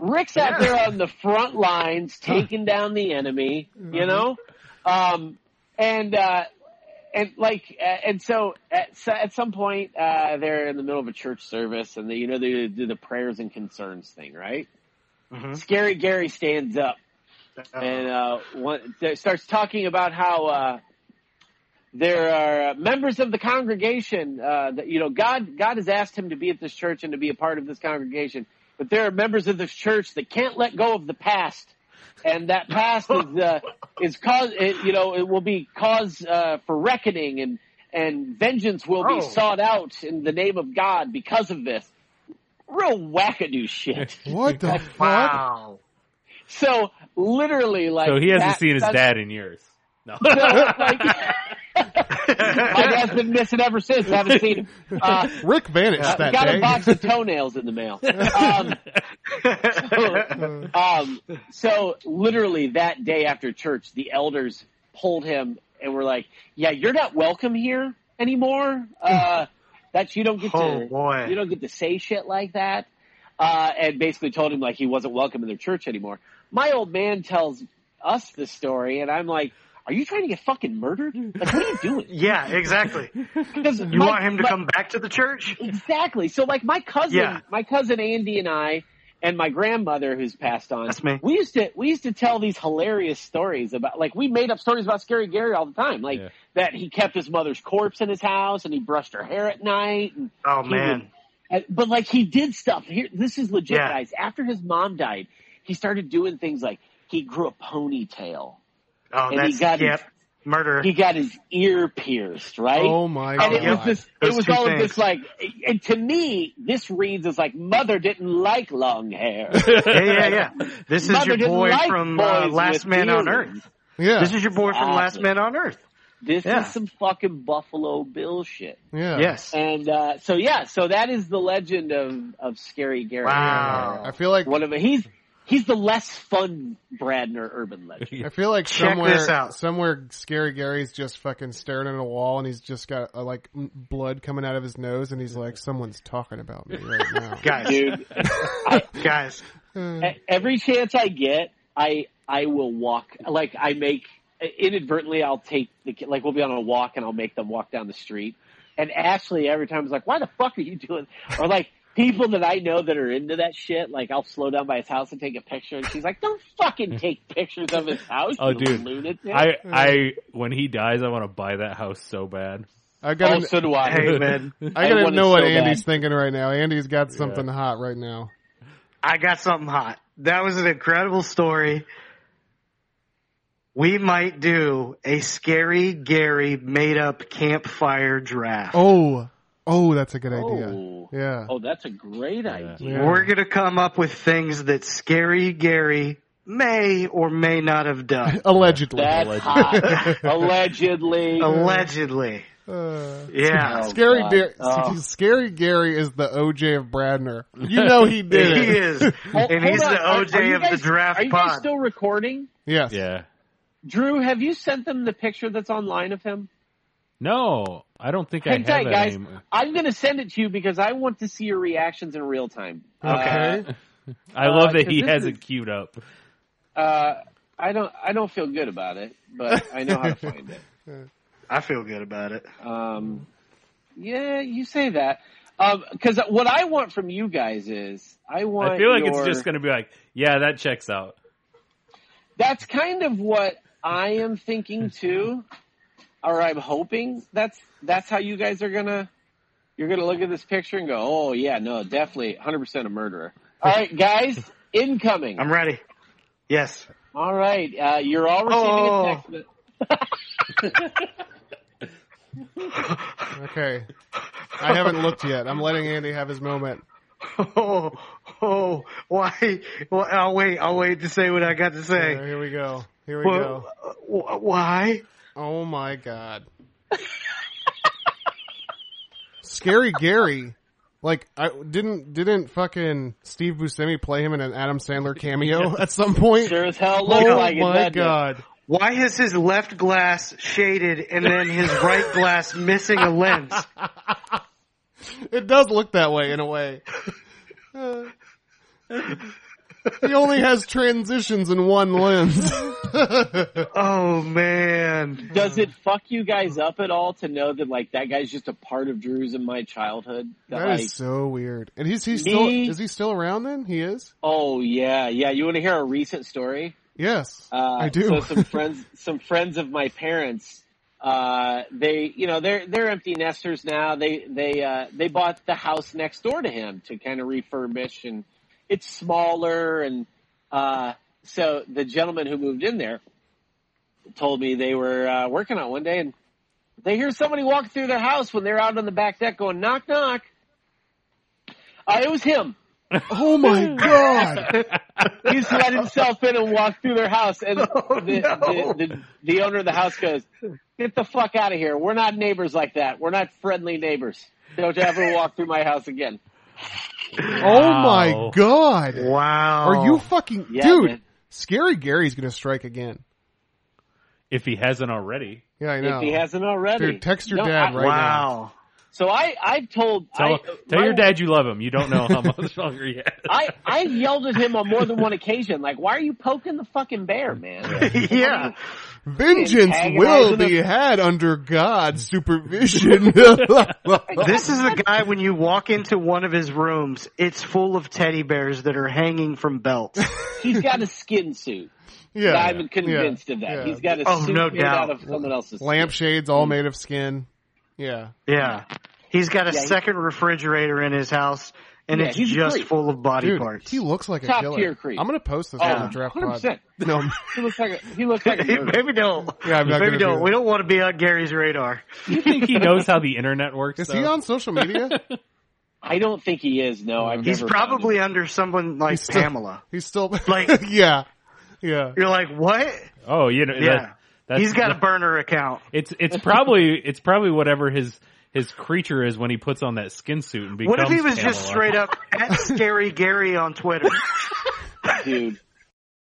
Speaker 4: Rick's out there on the front lines taking down the enemy.
Speaker 3: Uh-huh.
Speaker 4: You know, um, and uh, and like uh, and so at, so at some point uh, they're in the middle of a church service, and they, you know they do the prayers and concerns thing, right?
Speaker 2: Mhm.
Speaker 4: Scary Gary stands up and uh, one, th- starts talking about how uh, there are members of the congregation uh, that you know God God has asked him to be at this church and to be a part of this congregation, but there are members of this church that can't let go of the past, and that past is uh, is cause it, you know it will be cause uh, for reckoning and and vengeance will
Speaker 2: Oh.
Speaker 4: be sought out in the name of God because of this. Real wackadoo shit.
Speaker 3: What the fuck?
Speaker 2: Wow.
Speaker 4: So literally, like
Speaker 5: So he hasn't
Speaker 4: that-
Speaker 5: seen his
Speaker 4: that's-
Speaker 5: dad in years. No.
Speaker 4: So, like, my dad's been missing ever since. I haven't seen him. Uh,
Speaker 3: Rick vanished that
Speaker 4: got
Speaker 3: day.
Speaker 4: a box of toenails in the mail. Um, so, um, so literally that day after church, the elders pulled him and were like, "Yeah, you're not welcome here anymore. Uh, that you don't get
Speaker 2: Oh,
Speaker 4: to
Speaker 2: boy.
Speaker 4: you don't get to say shit like that." Uh, and basically told him like he wasn't welcome in their church anymore. My old man tells us this story, and I'm like, "Are you trying to get fucking murdered? Like, what are you doing?"
Speaker 2: Yeah, exactly.
Speaker 4: Because
Speaker 2: You want him to come back to the church?
Speaker 4: Exactly. So like my cousin,
Speaker 2: Yeah.
Speaker 4: my cousin Andy and I, and my grandmother who's passed on.
Speaker 2: That's me.
Speaker 4: We used to we used to tell these hilarious stories about like we made up stories about Scary Gary all the time, like
Speaker 5: Yeah.
Speaker 4: that he kept his mother's corpse in his house and he brushed her hair at night. And,
Speaker 2: Oh
Speaker 4: He
Speaker 2: man.
Speaker 4: and- but like he did stuff. Here, this is legit,
Speaker 2: Yeah.
Speaker 4: guys. After his mom died, he started doing things like he grew a ponytail.
Speaker 2: Oh,
Speaker 4: and he
Speaker 2: that's
Speaker 4: got
Speaker 2: yep. Murder.
Speaker 4: He got his ear pierced, right?
Speaker 3: Oh my
Speaker 4: and it
Speaker 3: god!
Speaker 4: was this
Speaker 2: Those
Speaker 4: it was
Speaker 2: two
Speaker 4: all of
Speaker 2: things.
Speaker 4: this like and to me this reads as like mother didn't like long hair
Speaker 2: yeah, yeah, yeah. This is
Speaker 4: mother
Speaker 2: your
Speaker 4: didn't
Speaker 2: boy
Speaker 4: like
Speaker 2: from uh,
Speaker 4: boys
Speaker 2: Last
Speaker 4: with
Speaker 2: Man on
Speaker 4: earrings.
Speaker 2: Earth.
Speaker 3: yeah,
Speaker 2: This is your boy from Last
Speaker 4: Exactly.
Speaker 2: Man on Earth.
Speaker 4: this
Speaker 2: Yeah.
Speaker 4: is some fucking buffalo bill shit
Speaker 3: yeah.
Speaker 2: Yes.
Speaker 4: and uh so yeah so that is the legend of of scary gary
Speaker 2: Wow.
Speaker 3: I feel like
Speaker 4: one of he's he's the less fun bradner urban legend
Speaker 3: I feel like
Speaker 2: Check
Speaker 3: somewhere,
Speaker 2: this out.
Speaker 3: somewhere, Scary Gary's just fucking staring at a wall, and he's just got uh, like m- blood coming out of his nose, and he's like, "Someone's talking about me right now." Hmm.
Speaker 2: Guys,
Speaker 4: dude
Speaker 2: guys.
Speaker 4: E- every chance I get, I I will walk. Like I make inadvertently, I'll take the ki- like we'll be on a walk and I'll make them walk down the street. And Ashley every time is like, "Why the fuck are you doing?" Or like people that I know that are into that shit. Like I'll slow down by his house and take a picture, and she's like, "Don't fucking take pictures of his house,
Speaker 5: Oh,
Speaker 4: you
Speaker 5: dude.
Speaker 4: lunatic."
Speaker 5: I I when he dies, I want to buy that house so bad.
Speaker 3: I
Speaker 4: Oh,
Speaker 3: gotta,
Speaker 4: so do I.
Speaker 2: Hey man,
Speaker 3: I gotta
Speaker 4: want it
Speaker 3: know
Speaker 4: so
Speaker 3: what
Speaker 4: bad.
Speaker 3: Andy's thinking right now. Andy's got something hot right now.
Speaker 2: I got something hot. That was an incredible story. We might do a scary Gary made up campfire draft.
Speaker 3: Oh, oh, that's a good idea.
Speaker 4: Oh.
Speaker 3: Yeah.
Speaker 4: Oh, that's a great idea.
Speaker 3: Yeah.
Speaker 2: We're gonna come up with things that scary Gary may or may not have done.
Speaker 4: Oh,
Speaker 3: Allegedly.
Speaker 4: That's hot. Allegedly.
Speaker 2: Allegedly.
Speaker 3: Uh,
Speaker 2: Yeah.
Speaker 4: Oh,
Speaker 3: Scary,
Speaker 4: God.
Speaker 3: Dar-
Speaker 4: Oh.
Speaker 3: Scary Gary is the OJ of Bradner. You know he
Speaker 2: He
Speaker 3: did. it.
Speaker 2: is.
Speaker 4: Hold-
Speaker 2: And he's
Speaker 4: hold
Speaker 2: the
Speaker 4: on. Are- are
Speaker 2: OJ
Speaker 4: you
Speaker 2: of
Speaker 4: guys-
Speaker 2: the draft
Speaker 4: Are you guys
Speaker 2: pod.
Speaker 4: still recording?
Speaker 3: Yes.
Speaker 5: Yeah.
Speaker 4: Drew, have you sent them the picture that's online of him?
Speaker 5: No, I don't think I
Speaker 4: Hang
Speaker 5: have
Speaker 4: tight,
Speaker 5: that
Speaker 4: guys.
Speaker 5: anymore.
Speaker 4: I'm going to send it to you because I want to see your reactions in real time.
Speaker 3: Okay.
Speaker 5: I love
Speaker 4: Uh,
Speaker 5: that he
Speaker 4: 'cause this
Speaker 5: has it queued up.
Speaker 4: Uh, uh, I don't. I don't feel good about it, but I know how to find it.
Speaker 2: I feel good about it.
Speaker 4: Um, yeah, you say that. Because what I want from you guys is, I want.
Speaker 5: I feel like
Speaker 4: your-
Speaker 5: it's just going to be like, yeah, that checks out.
Speaker 4: That's kind of what I am thinking too, or I'm hoping that's that's how you guys are gonna. You're gonna look at this picture and go, "Oh yeah, no, definitely, 100 percent a murderer." All right, guys, incoming.
Speaker 2: I'm ready. Yes.
Speaker 4: All right, uh, you're all receiving
Speaker 2: Oh.
Speaker 4: a text. me-
Speaker 3: Okay. I haven't looked yet. I'm letting Andy have his moment.
Speaker 2: Oh, oh, why? Well, I'll wait. I'll wait to say what I got to
Speaker 3: Uh,
Speaker 2: say.
Speaker 3: here we go. Here we
Speaker 2: Well,
Speaker 3: go.
Speaker 2: uh, wh- why?
Speaker 3: Oh my god. Scary Gary. Like I didn't didn't fucking Steve Buscemi play him in an Adam Sandler cameo at some point?
Speaker 4: Sure as hell look
Speaker 3: oh
Speaker 4: like it.
Speaker 3: my
Speaker 4: doesn't it?
Speaker 3: god.
Speaker 2: Why is his left glass shaded and then his right glass missing a lens?
Speaker 3: It does look that way in a way. Uh, he only has transitions in one lens.
Speaker 2: Oh man.
Speaker 4: Does it fuck you guys up at all to know that like that guy's just a part of Drew's and my childhood? That,
Speaker 3: That
Speaker 4: like,
Speaker 3: is so weird. And he's he's
Speaker 4: Me-
Speaker 3: still is he still around then? He is?
Speaker 4: oh yeah, yeah. You want to hear a recent story?
Speaker 3: Yes.
Speaker 4: Uh,
Speaker 3: I do.
Speaker 4: So some friends, some friends of my parents, uh, they, you know, they're they're empty nesters now. They they uh, they bought the house next door to him to kind of refurbish, and it's smaller. And uh, so the gentleman who moved in there told me they were uh, working on it one day, and they hear somebody walk through their house when they're out on the back deck going knock knock. Uh, it was him
Speaker 3: oh my god.
Speaker 4: he just let himself in and walked through their house, and the,
Speaker 2: no.
Speaker 4: the, the, the owner of the house goes, "Get the fuck out of here! We're not neighbors like that. We're not friendly neighbors. Don't ever walk through my house again."
Speaker 3: Oh my
Speaker 5: Wow.
Speaker 3: god.
Speaker 2: Wow.
Speaker 3: Are you fucking
Speaker 4: Yeah,
Speaker 3: dude?
Speaker 4: man.
Speaker 3: Scary Gary's gonna strike again.
Speaker 5: If he hasn't already,
Speaker 3: Yeah, I know.
Speaker 4: If he hasn't already,
Speaker 3: Dude, text your
Speaker 4: No,
Speaker 3: dad
Speaker 4: I-
Speaker 3: right
Speaker 2: Wow.
Speaker 4: So I, I've told.
Speaker 5: tell,
Speaker 4: I,
Speaker 5: tell
Speaker 4: my-
Speaker 5: your dad you love him. You don't know how much longer he has.
Speaker 4: I, I yelled at him on more than one occasion, like, "Why are you poking the fucking bear, man?"
Speaker 2: yeah.
Speaker 3: now. Vengeance will
Speaker 4: Antagonizing
Speaker 3: be had under God's supervision.
Speaker 2: This is the guy when you walk into one of his rooms, it's full of teddy bears that are hanging from belts.
Speaker 4: He's got a skin suit.
Speaker 3: yeah,
Speaker 4: I'm convinced of that.
Speaker 3: yeah.
Speaker 4: He's got a
Speaker 2: Oh,
Speaker 4: suit
Speaker 2: no
Speaker 4: made out
Speaker 2: doubt.
Speaker 4: of someone else's
Speaker 3: Lampshades all made of skin. Yeah.
Speaker 2: Yeah. He's got a
Speaker 4: Yeah, he-
Speaker 2: second refrigerator in his house and
Speaker 4: Yeah,
Speaker 2: it's
Speaker 4: he's a
Speaker 2: just
Speaker 4: creep.
Speaker 2: full of body
Speaker 3: Dude,
Speaker 2: parts.
Speaker 3: he looks like a
Speaker 4: Top
Speaker 3: killer.
Speaker 4: tier creep.
Speaker 3: I'm gonna post this
Speaker 4: Oh,
Speaker 3: on the draft pod.
Speaker 4: 100%.
Speaker 3: No,
Speaker 4: He looks like a, he looks like a murderer.
Speaker 2: Maybe don't.
Speaker 3: yeah, I'm not
Speaker 2: Maybe
Speaker 3: gonna do
Speaker 2: don't.
Speaker 3: that.
Speaker 2: we don't want to be on Gary's radar.
Speaker 5: You think he knows how the internet works?
Speaker 3: Is
Speaker 5: though?
Speaker 3: he on social media?
Speaker 4: I don't think he is. No, I've
Speaker 2: He's
Speaker 4: never
Speaker 2: probably
Speaker 4: found
Speaker 2: under someone like
Speaker 3: He's still-
Speaker 2: Pamela.
Speaker 3: He's still
Speaker 2: Like-
Speaker 3: yeah, yeah.
Speaker 2: You're like, what?
Speaker 5: Oh, you know,
Speaker 2: Yeah.
Speaker 5: that- that's,
Speaker 2: He's got a burner account.
Speaker 5: It's it's probably it's probably whatever his his creature is when he puts on that skin suit and becomes.
Speaker 2: What if he was just
Speaker 5: Pamela.
Speaker 2: straight up at Scary Gary on Twitter?
Speaker 4: him, dude.